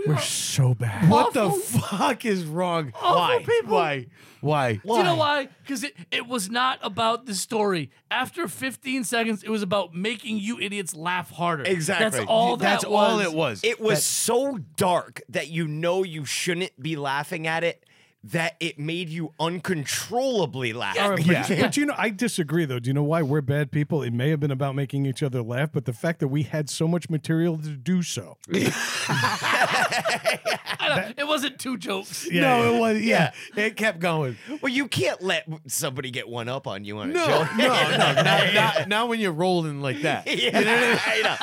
Speaker 3: We're so bad.
Speaker 1: What the fuck is wrong? Why? Why? Why?
Speaker 2: Do you know why? Because it, it was not about the story. After 15 seconds, it was about making you idiots laugh harder.
Speaker 1: Exactly.
Speaker 2: That's all
Speaker 1: That's
Speaker 2: that
Speaker 1: all
Speaker 2: was.
Speaker 1: it was.
Speaker 4: It was so dark that you know you shouldn't be laughing at it that it made you uncontrollably laugh.
Speaker 3: All right, but, but you know, I disagree though. Do you know why we're bad people? It may have been about making each other laugh, but the fact that we had so much material to do so.
Speaker 2: I don't- it wasn't two jokes.
Speaker 1: no, it was. Yeah, it kept going.
Speaker 4: Well, you can't let somebody get one up on you on a
Speaker 1: No,
Speaker 4: joke.
Speaker 1: no, no, not, not, not when you're rolling like that.
Speaker 4: Yeah, I know.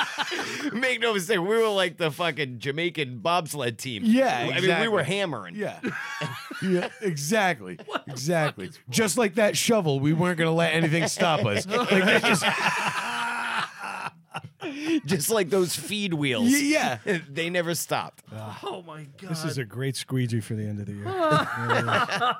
Speaker 4: Make no mistake, we were like the fucking Jamaican bobsled team.
Speaker 1: Yeah,
Speaker 4: I mean we
Speaker 1: exactly.
Speaker 4: were hammering.
Speaker 1: Yeah. yeah, exactly.
Speaker 2: What the fuck
Speaker 1: exactly.
Speaker 2: is wrong?
Speaker 1: Just like that shovel, we weren't going to let anything stop us. Like, that just,
Speaker 4: just like those feed wheels.
Speaker 1: yeah.
Speaker 4: they never stopped.
Speaker 2: Oh my god.
Speaker 3: This is a great squeegee for the end of the year.
Speaker 2: oh my god.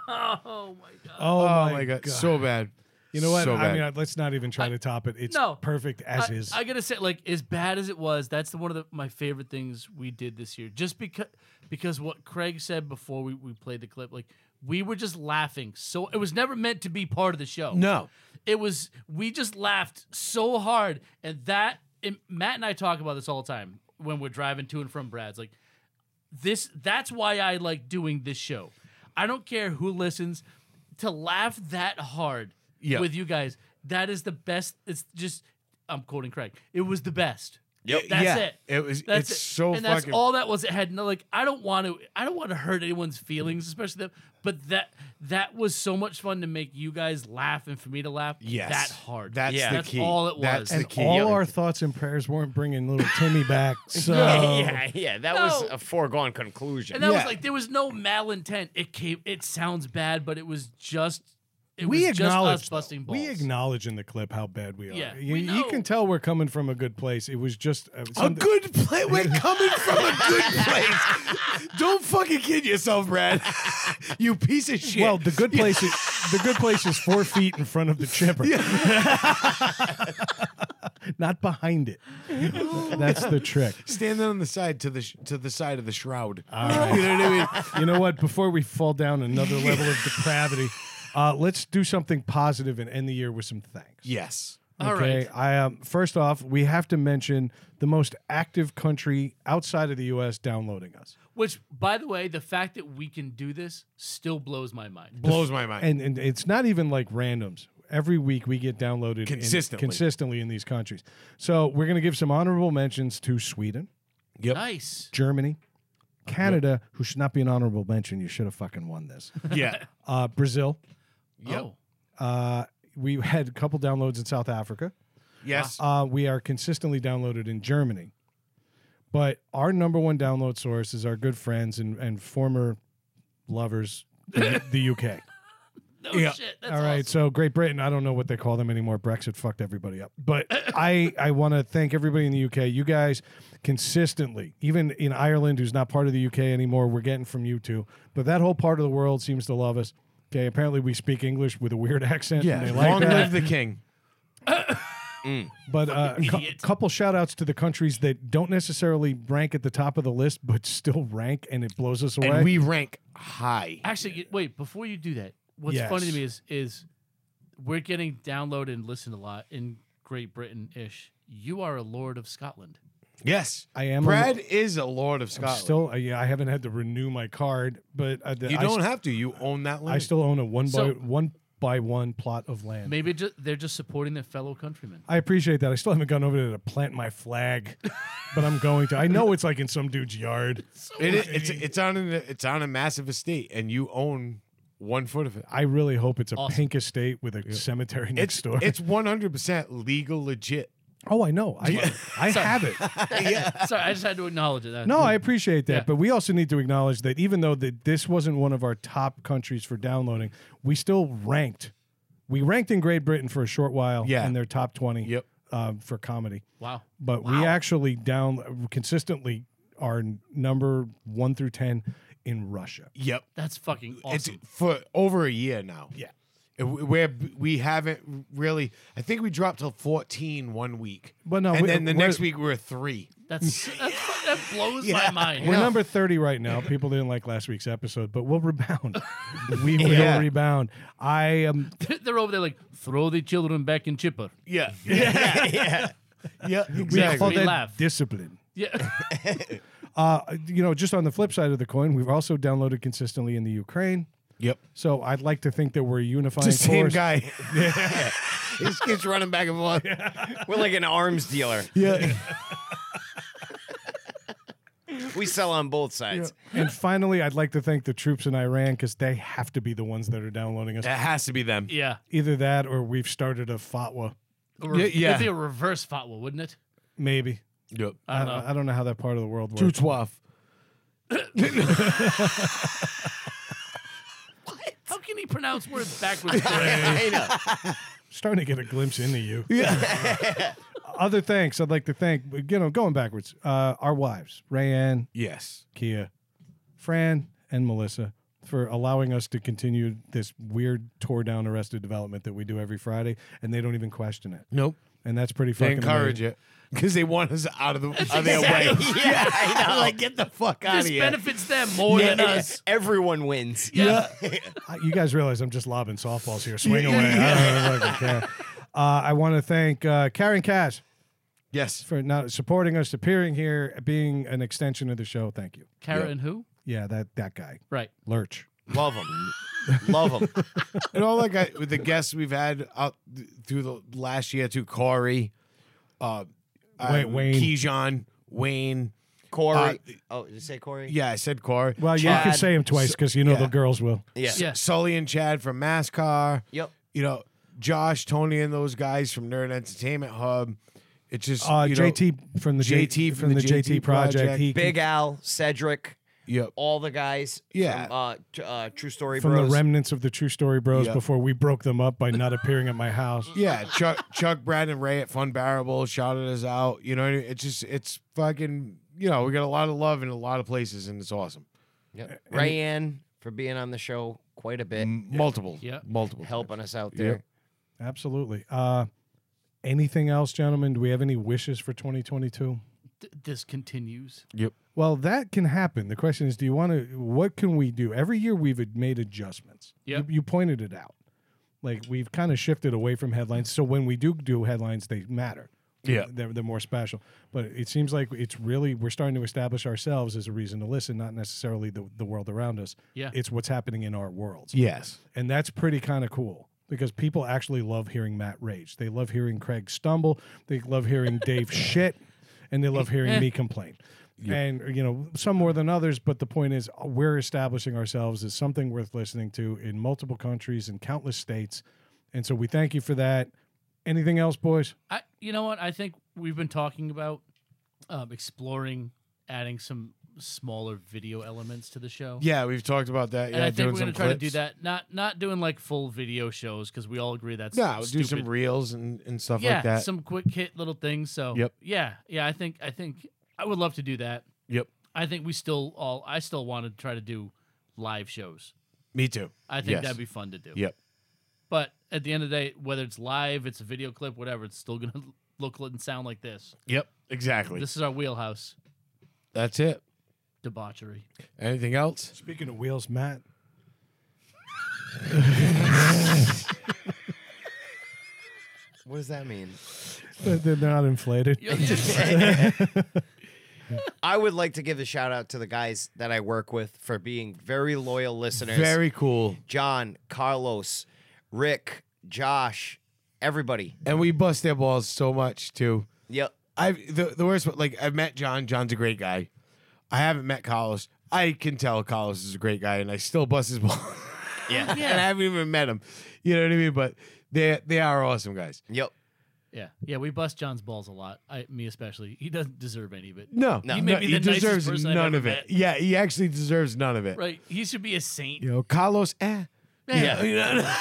Speaker 3: Oh,
Speaker 1: Oh, my God. So bad.
Speaker 3: you know what?
Speaker 1: So
Speaker 3: I
Speaker 1: bad.
Speaker 3: mean, I- let's not even try to top it. It's
Speaker 2: No.
Speaker 3: perfect as
Speaker 2: I,
Speaker 3: is.
Speaker 2: I gotta say, like, as bad as it was, that's the, one of the, my favorite things we did this year. Just because, because what Craig said before we, we played the clip, like, we were just laughing. So it was never meant to be part of the show.
Speaker 1: no.
Speaker 2: It was we just laughed so hard, and that and Matt and I talk about this all the time when we're driving to and from Brad's. Like this, that's why I like doing this show. I don't care who listens to laugh that hard
Speaker 1: Yeah.
Speaker 2: with you guys. That is the best. It's just I'm quoting Craig. It was the best.
Speaker 4: Yep.
Speaker 2: That's
Speaker 1: yeah.
Speaker 2: it.
Speaker 1: was.
Speaker 2: That's
Speaker 1: it's
Speaker 2: it.
Speaker 1: so
Speaker 2: and that's
Speaker 1: fucking.
Speaker 2: all that was. It had no like. I don't want to. I don't want to hurt anyone's feelings, especially them. But that that was so much fun to make you guys laugh and for me to laugh.
Speaker 1: Yes.
Speaker 2: that hard.
Speaker 1: That's
Speaker 4: Yeah.
Speaker 1: the
Speaker 2: That's
Speaker 1: key.
Speaker 2: all it was.
Speaker 1: That's the
Speaker 3: and
Speaker 1: key.
Speaker 3: all
Speaker 1: Yeah.
Speaker 3: our thoughts and prayers weren't bringing little Timmy back. So
Speaker 1: Oh.
Speaker 4: yeah, yeah, that was
Speaker 2: No.
Speaker 4: a foregone conclusion.
Speaker 2: and that was
Speaker 1: yeah.
Speaker 2: like there was no malintent. It came. It sounds bad, but it was just. It
Speaker 3: we
Speaker 2: was just
Speaker 3: acknowledge
Speaker 2: us busting balls.
Speaker 3: we acknowledge in the clip how bad we are.
Speaker 2: Yeah,
Speaker 3: you,
Speaker 2: we
Speaker 3: you
Speaker 2: know.
Speaker 3: can tell we're coming from a good place. It was just uh,
Speaker 1: A
Speaker 3: something-
Speaker 1: good place. We're coming from a good place. Don't fucking kid yourself, Brad. you piece of shit.
Speaker 3: Well, the good place is the good place is four feet in front of the chipper, not behind it. That's the trick.
Speaker 1: standing on the side to the sh- to the side of the shroud.
Speaker 3: All right.
Speaker 1: You know what I mean?
Speaker 3: You know what? Before we fall down another level of depravity, uh, let's do something positive and end the year with some thanks.
Speaker 1: Yes.
Speaker 2: All right.
Speaker 3: I um, first off, we have to mention the most active country outside of the U.S. downloading us,
Speaker 2: Which, by the way, the fact that we can do this still blows my mind.
Speaker 1: Blows my mind.
Speaker 3: and and it's not even like randoms. Every week we get downloaded in-
Speaker 1: Consistently.
Speaker 3: consistently in these countries. So we're going to give some honorable mentions to Sweden.
Speaker 1: Yep.
Speaker 2: Nice.
Speaker 3: Germany, Canada, who should not be an honorable mention. You should have fucking won this.
Speaker 1: yeah.
Speaker 3: Uh, Brazil.
Speaker 1: Yep.
Speaker 2: Oh,
Speaker 3: Uh, we had a couple downloads in South Africa.
Speaker 1: Yes.
Speaker 3: Uh, we are consistently downloaded in Germany. But our number one download source is our good friends and, and former lovers, in the UK.
Speaker 2: no Oh
Speaker 1: Yeah.
Speaker 2: shit! That's
Speaker 3: All right, so Great Britain, I don't know what they call them anymore. Brexit fucked everybody up. But I, I want to thank everybody in the UK. You guys consistently, even in Ireland, who's not part of the UK anymore, we're getting from you two. But that whole part of the world seems to love us. Okay, apparently we speak English with a weird accent.
Speaker 1: Yeah.
Speaker 3: and they like
Speaker 1: Long
Speaker 3: that.
Speaker 1: live the king. Mm.
Speaker 3: But uh, a cou- couple shout outs to the countries that don't necessarily rank at the top of the list, but still rank, and it blows us away.
Speaker 1: And we rank high.
Speaker 2: Actually, you- wait. Before you do that, what's
Speaker 3: Yes.
Speaker 2: funny to me is is we're getting downloaded and listened a lot in Great Britain ish. You are a Lord of Scotland.
Speaker 1: Yes.
Speaker 3: I am a-
Speaker 1: Brad is a lord of Scotland.
Speaker 3: still, uh, yeah, I haven't had to renew my card, but uh, the-
Speaker 1: you
Speaker 3: I
Speaker 1: don't have to. You own that land.
Speaker 3: I still own a one
Speaker 2: So-
Speaker 3: by one by one plot of land.
Speaker 2: Maybe ju- they're just supporting their fellow countrymen.
Speaker 3: I appreciate that. I still haven't gone over there to plant my flag, but I'm going to. I know it's like in some dude's yard.
Speaker 1: It is, it's it's on an, it's on a massive estate, and you own one foot of it.
Speaker 3: I really hope it's a
Speaker 2: Awesome.
Speaker 3: pink estate with a cemetery next
Speaker 1: It's
Speaker 3: door.
Speaker 1: it's one hundred percent legal, legit.
Speaker 3: oh, I know. I, I have it.
Speaker 2: Sorry, I just had to acknowledge it. That-
Speaker 3: No, I appreciate that,
Speaker 2: Yeah.
Speaker 3: but we also need to acknowledge that even though that this wasn't one of our top countries for downloading, we still ranked. We ranked in Great Britain for a short while
Speaker 1: Yeah.
Speaker 3: in their top twenty
Speaker 1: Yep.
Speaker 3: um, for comedy.
Speaker 2: wow.
Speaker 3: but we actually down consistently are n- number one through ten in Russia.
Speaker 1: Yep.
Speaker 2: That's fucking awesome.
Speaker 1: It's for over a year now.
Speaker 3: Yeah.
Speaker 1: It- Where b- we haven't really, I think we dropped to 14 one week.
Speaker 3: But no,
Speaker 1: and
Speaker 3: we-
Speaker 1: then the
Speaker 3: we're-
Speaker 1: next week we were three.
Speaker 2: That's, that's fu- that blows my mind.
Speaker 3: We're number thirty right now. People didn't like last week's episode, but we'll rebound. we will
Speaker 1: Yeah.
Speaker 3: rebound. I am
Speaker 2: They're over there like throw the children back in chipper.
Speaker 1: Yeah. Yeah. yeah.
Speaker 3: we call
Speaker 1: Exactly.
Speaker 2: We
Speaker 3: that
Speaker 2: laugh.
Speaker 3: discipline.
Speaker 2: Yeah.
Speaker 3: Uh, you know, just on the flip side of the coin, we've also downloaded consistently in the Ukraine.
Speaker 1: Yep.
Speaker 3: So I'd like to think that we're a unifying
Speaker 1: The same
Speaker 3: force.
Speaker 1: guy. He just keeps running back and forth.
Speaker 4: We're like an arms dealer.
Speaker 1: Yeah.
Speaker 4: We sell on both sides.
Speaker 3: And finally, I'd like to thank the troops in Iran because they have to be the ones that are downloading us.
Speaker 1: That has to be them.
Speaker 2: yeah.
Speaker 3: Either that, or we've started a fatwa.
Speaker 2: A re-
Speaker 1: Yeah, yeah.
Speaker 2: It'd be a reverse fatwa, wouldn't it?
Speaker 3: Maybe.
Speaker 1: Yep.
Speaker 2: I don't know.
Speaker 3: I don't know how that part of the world
Speaker 1: Two
Speaker 3: works.
Speaker 1: twelve.
Speaker 2: How can he pronounce words backwards?
Speaker 4: I know.
Speaker 3: Starting to get a glimpse into you. Other thanks I'd like to thank, you know, going backwards, uh, our wives, Rayanne,
Speaker 1: Yes.
Speaker 3: Kia, Fran, and Melissa, for allowing us to continue this weird tore down arrested development that we do every Friday, and they don't even question it.
Speaker 1: Nope.
Speaker 3: And that's pretty
Speaker 1: They
Speaker 3: fucking
Speaker 1: encourage
Speaker 3: amazing.
Speaker 1: it because they want us out of the out of their way.
Speaker 4: yeah, I know. like get the fuck
Speaker 2: this benefits them more than us.
Speaker 4: Everyone wins.
Speaker 2: Yeah.
Speaker 3: Uh, You guys realize I'm just lobbing softballs here. Swing away. I don't fucking care. Uh, I want to thank uh, Karen Cash
Speaker 1: Yes.
Speaker 3: for not supporting us, appearing here, being an extension of the show. Thank you.
Speaker 2: Kara and who?
Speaker 3: Yeah, that that guy,
Speaker 2: Right.
Speaker 3: Lurch.
Speaker 4: Love them. Love them.
Speaker 1: And all like I, with the guests we've had out th- through the last year too, Corey, uh,
Speaker 3: Wait, Wayne.
Speaker 1: Keyshawn, Wayne.
Speaker 4: Corey. oh, did you say Corey?
Speaker 1: Yeah, I said Corey.
Speaker 3: Well, yeah, you can
Speaker 4: Chad.
Speaker 3: say him twice because you know the
Speaker 1: yeah.
Speaker 3: girls will.
Speaker 4: Yeah.
Speaker 2: Yeah.
Speaker 1: Sully and Chad from MassCar.
Speaker 4: Yep.
Speaker 1: You know, Josh, Tony, and those guys from Nerd Entertainment Hub. It's just
Speaker 3: Uh,
Speaker 1: you know,
Speaker 3: JT from the J-
Speaker 1: JT
Speaker 3: from the JT project. He
Speaker 4: Big Al, Cedric,
Speaker 1: Yep.
Speaker 4: all the guys.
Speaker 1: Yeah.
Speaker 4: From, uh, t- uh, True Story
Speaker 3: from
Speaker 4: Bros.
Speaker 3: the remnants of the True Story Bros
Speaker 1: Yeah.
Speaker 3: before we broke them up by not appearing at my house.
Speaker 1: Yeah, Chuck, Chuck, Brad, and Ray at Fun Bearable shouted us out. You know, it's just it's fucking. You know, we got a lot of love in a lot of places, and it's awesome.
Speaker 4: Yep. Rayanne for being on the show quite a
Speaker 3: Mm.
Speaker 4: bit,
Speaker 1: M- Multiple,
Speaker 2: Yeah.
Speaker 1: multiple.
Speaker 4: helping us out there.
Speaker 3: Absolutely. Uh, anything else, gentlemen? Do we have any wishes for 2022?
Speaker 2: Th- this continues.
Speaker 3: Well, that can happen. The question is, do you want to? What can we do? Every year we've ad- made adjustments.
Speaker 2: Yep.
Speaker 3: You, you pointed it out. Like we've kind of shifted away from headlines. So when we do do headlines, they matter.
Speaker 1: Yeah.
Speaker 3: They're, they're more special. But it seems like it's really, we're starting to establish ourselves as a reason to listen, not necessarily the, the world around us.
Speaker 2: Yeah.
Speaker 3: It's what's happening in our worlds.
Speaker 1: Yes.
Speaker 3: And that's pretty kind of cool because people actually love hearing Matt rage. They love hearing Craig stumble. They love hearing Dave shit. And they love hearing me complain. And, you know, some more than others. But the point is, uh, we're establishing ourselves as something worth listening to in multiple countries and countless states. And so we thank you for that. Anything else, boys?
Speaker 2: I, you know what? I think we've been talking about um, exploring adding some smaller video elements to the show.
Speaker 1: Yeah, we've talked about that. Yeah,
Speaker 2: and I think
Speaker 1: doing
Speaker 2: we're
Speaker 1: some
Speaker 2: gonna try to do
Speaker 1: clips.
Speaker 2: that. Not not doing like full video shows because we all agree that's
Speaker 1: Yeah, we'll do
Speaker 2: stupid.
Speaker 1: some reels and, and stuff
Speaker 2: yeah,
Speaker 1: like that.
Speaker 2: some quick hit little things. So
Speaker 1: Yep.
Speaker 2: yeah, yeah. I think I think I would love to do that.
Speaker 1: yep,
Speaker 2: I think we still all I still want to try to do live shows.
Speaker 1: me too.
Speaker 2: I think
Speaker 1: Yes.
Speaker 2: that'd be fun to do.
Speaker 1: Yep,
Speaker 2: But at the end of the day, whether it's live, it's a video clip, whatever, it's still gonna look and sound like this.
Speaker 1: yep, exactly.
Speaker 2: This is our wheelhouse
Speaker 1: That's it.
Speaker 2: debauchery.
Speaker 1: Anything else?
Speaker 3: Speaking of wheels, Matt.
Speaker 4: What does that mean?
Speaker 3: They're they're not inflated.
Speaker 2: You're the-
Speaker 4: I would like to give a shout out to the guys that I work with for being very loyal listeners.
Speaker 1: Very cool.
Speaker 4: John, Carlos, Rick, Josh, everybody.
Speaker 1: And we bust their balls so much too.
Speaker 4: Yep.
Speaker 1: I've the, the worst. part, Like I've met John. John's a great guy. I haven't met Carlos. I can tell Carlos is a great guy, and I still bust his balls.
Speaker 4: Yeah.
Speaker 1: and I haven't even met him. You know what I mean? But they they are awesome guys.
Speaker 4: Yep.
Speaker 2: yeah, yeah. We bust John's balls a lot. I, me especially. He doesn't deserve any of it.
Speaker 1: No,
Speaker 4: No.
Speaker 1: he,
Speaker 4: He
Speaker 2: may be the nicest
Speaker 1: deserves
Speaker 2: person I've
Speaker 1: none
Speaker 2: ever
Speaker 1: of it.
Speaker 2: met.
Speaker 1: Yeah, he actually deserves none of it.
Speaker 2: Right? He should be a saint.
Speaker 1: You know, Carlos. Eh.
Speaker 2: Yeah.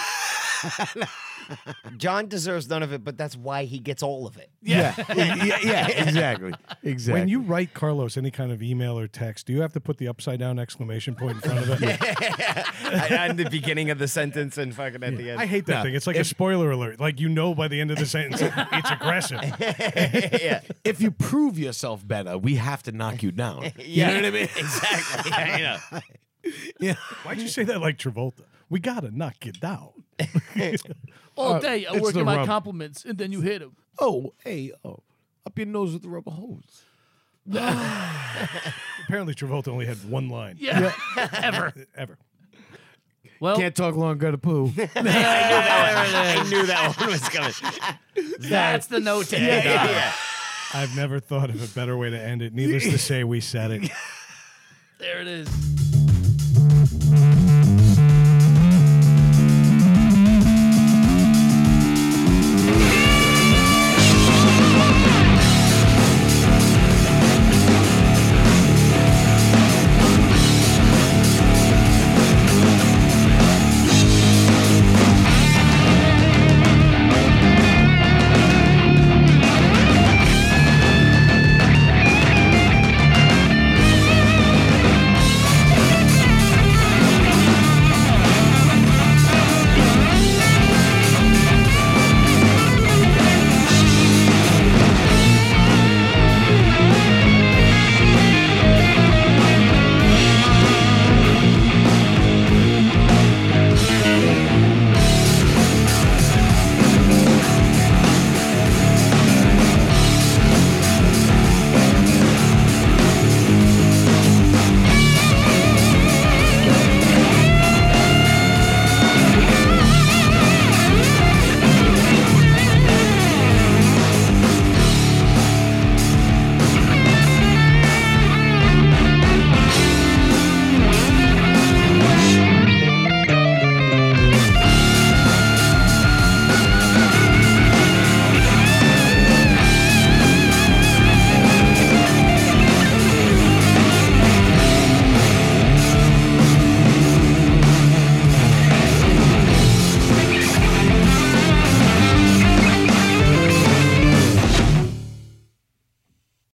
Speaker 4: John deserves none of it, but that's why he gets all of it.
Speaker 1: Yeah. yeah, yeah, exactly, exactly.
Speaker 3: When you write Carlos any kind of email or text, do you have to put the upside down exclamation point in front of it?
Speaker 4: I'm the beginning of the sentence and fucking at the end.
Speaker 3: I hate that thing. It's like a spoiler alert. Like you know by the end of the sentence, it's aggressive.
Speaker 4: yeah.
Speaker 1: if you prove yourself better, we have to knock you down.
Speaker 4: Yeah.
Speaker 1: You know what I mean?
Speaker 4: Exactly. Yeah, you know.
Speaker 1: yeah.
Speaker 3: Why'd you say that like Travolta? We gotta knock it down.
Speaker 2: All day I
Speaker 1: Uh, it's
Speaker 2: work
Speaker 1: the
Speaker 2: in my
Speaker 1: rub.
Speaker 2: compliments, and then you hit him.
Speaker 1: Oh, hey, oh, up your nose with the rubber hose.
Speaker 3: Apparently, Travolta only had one line
Speaker 2: Yeah. Ever.
Speaker 3: ever.
Speaker 2: Well,
Speaker 1: Can't talk long, gotta poo.
Speaker 4: I knew that one was coming.
Speaker 2: that's the note to end on.
Speaker 4: Yeah.
Speaker 3: I've never thought of a better way to end it. Needless to say, we said it.
Speaker 2: There it is.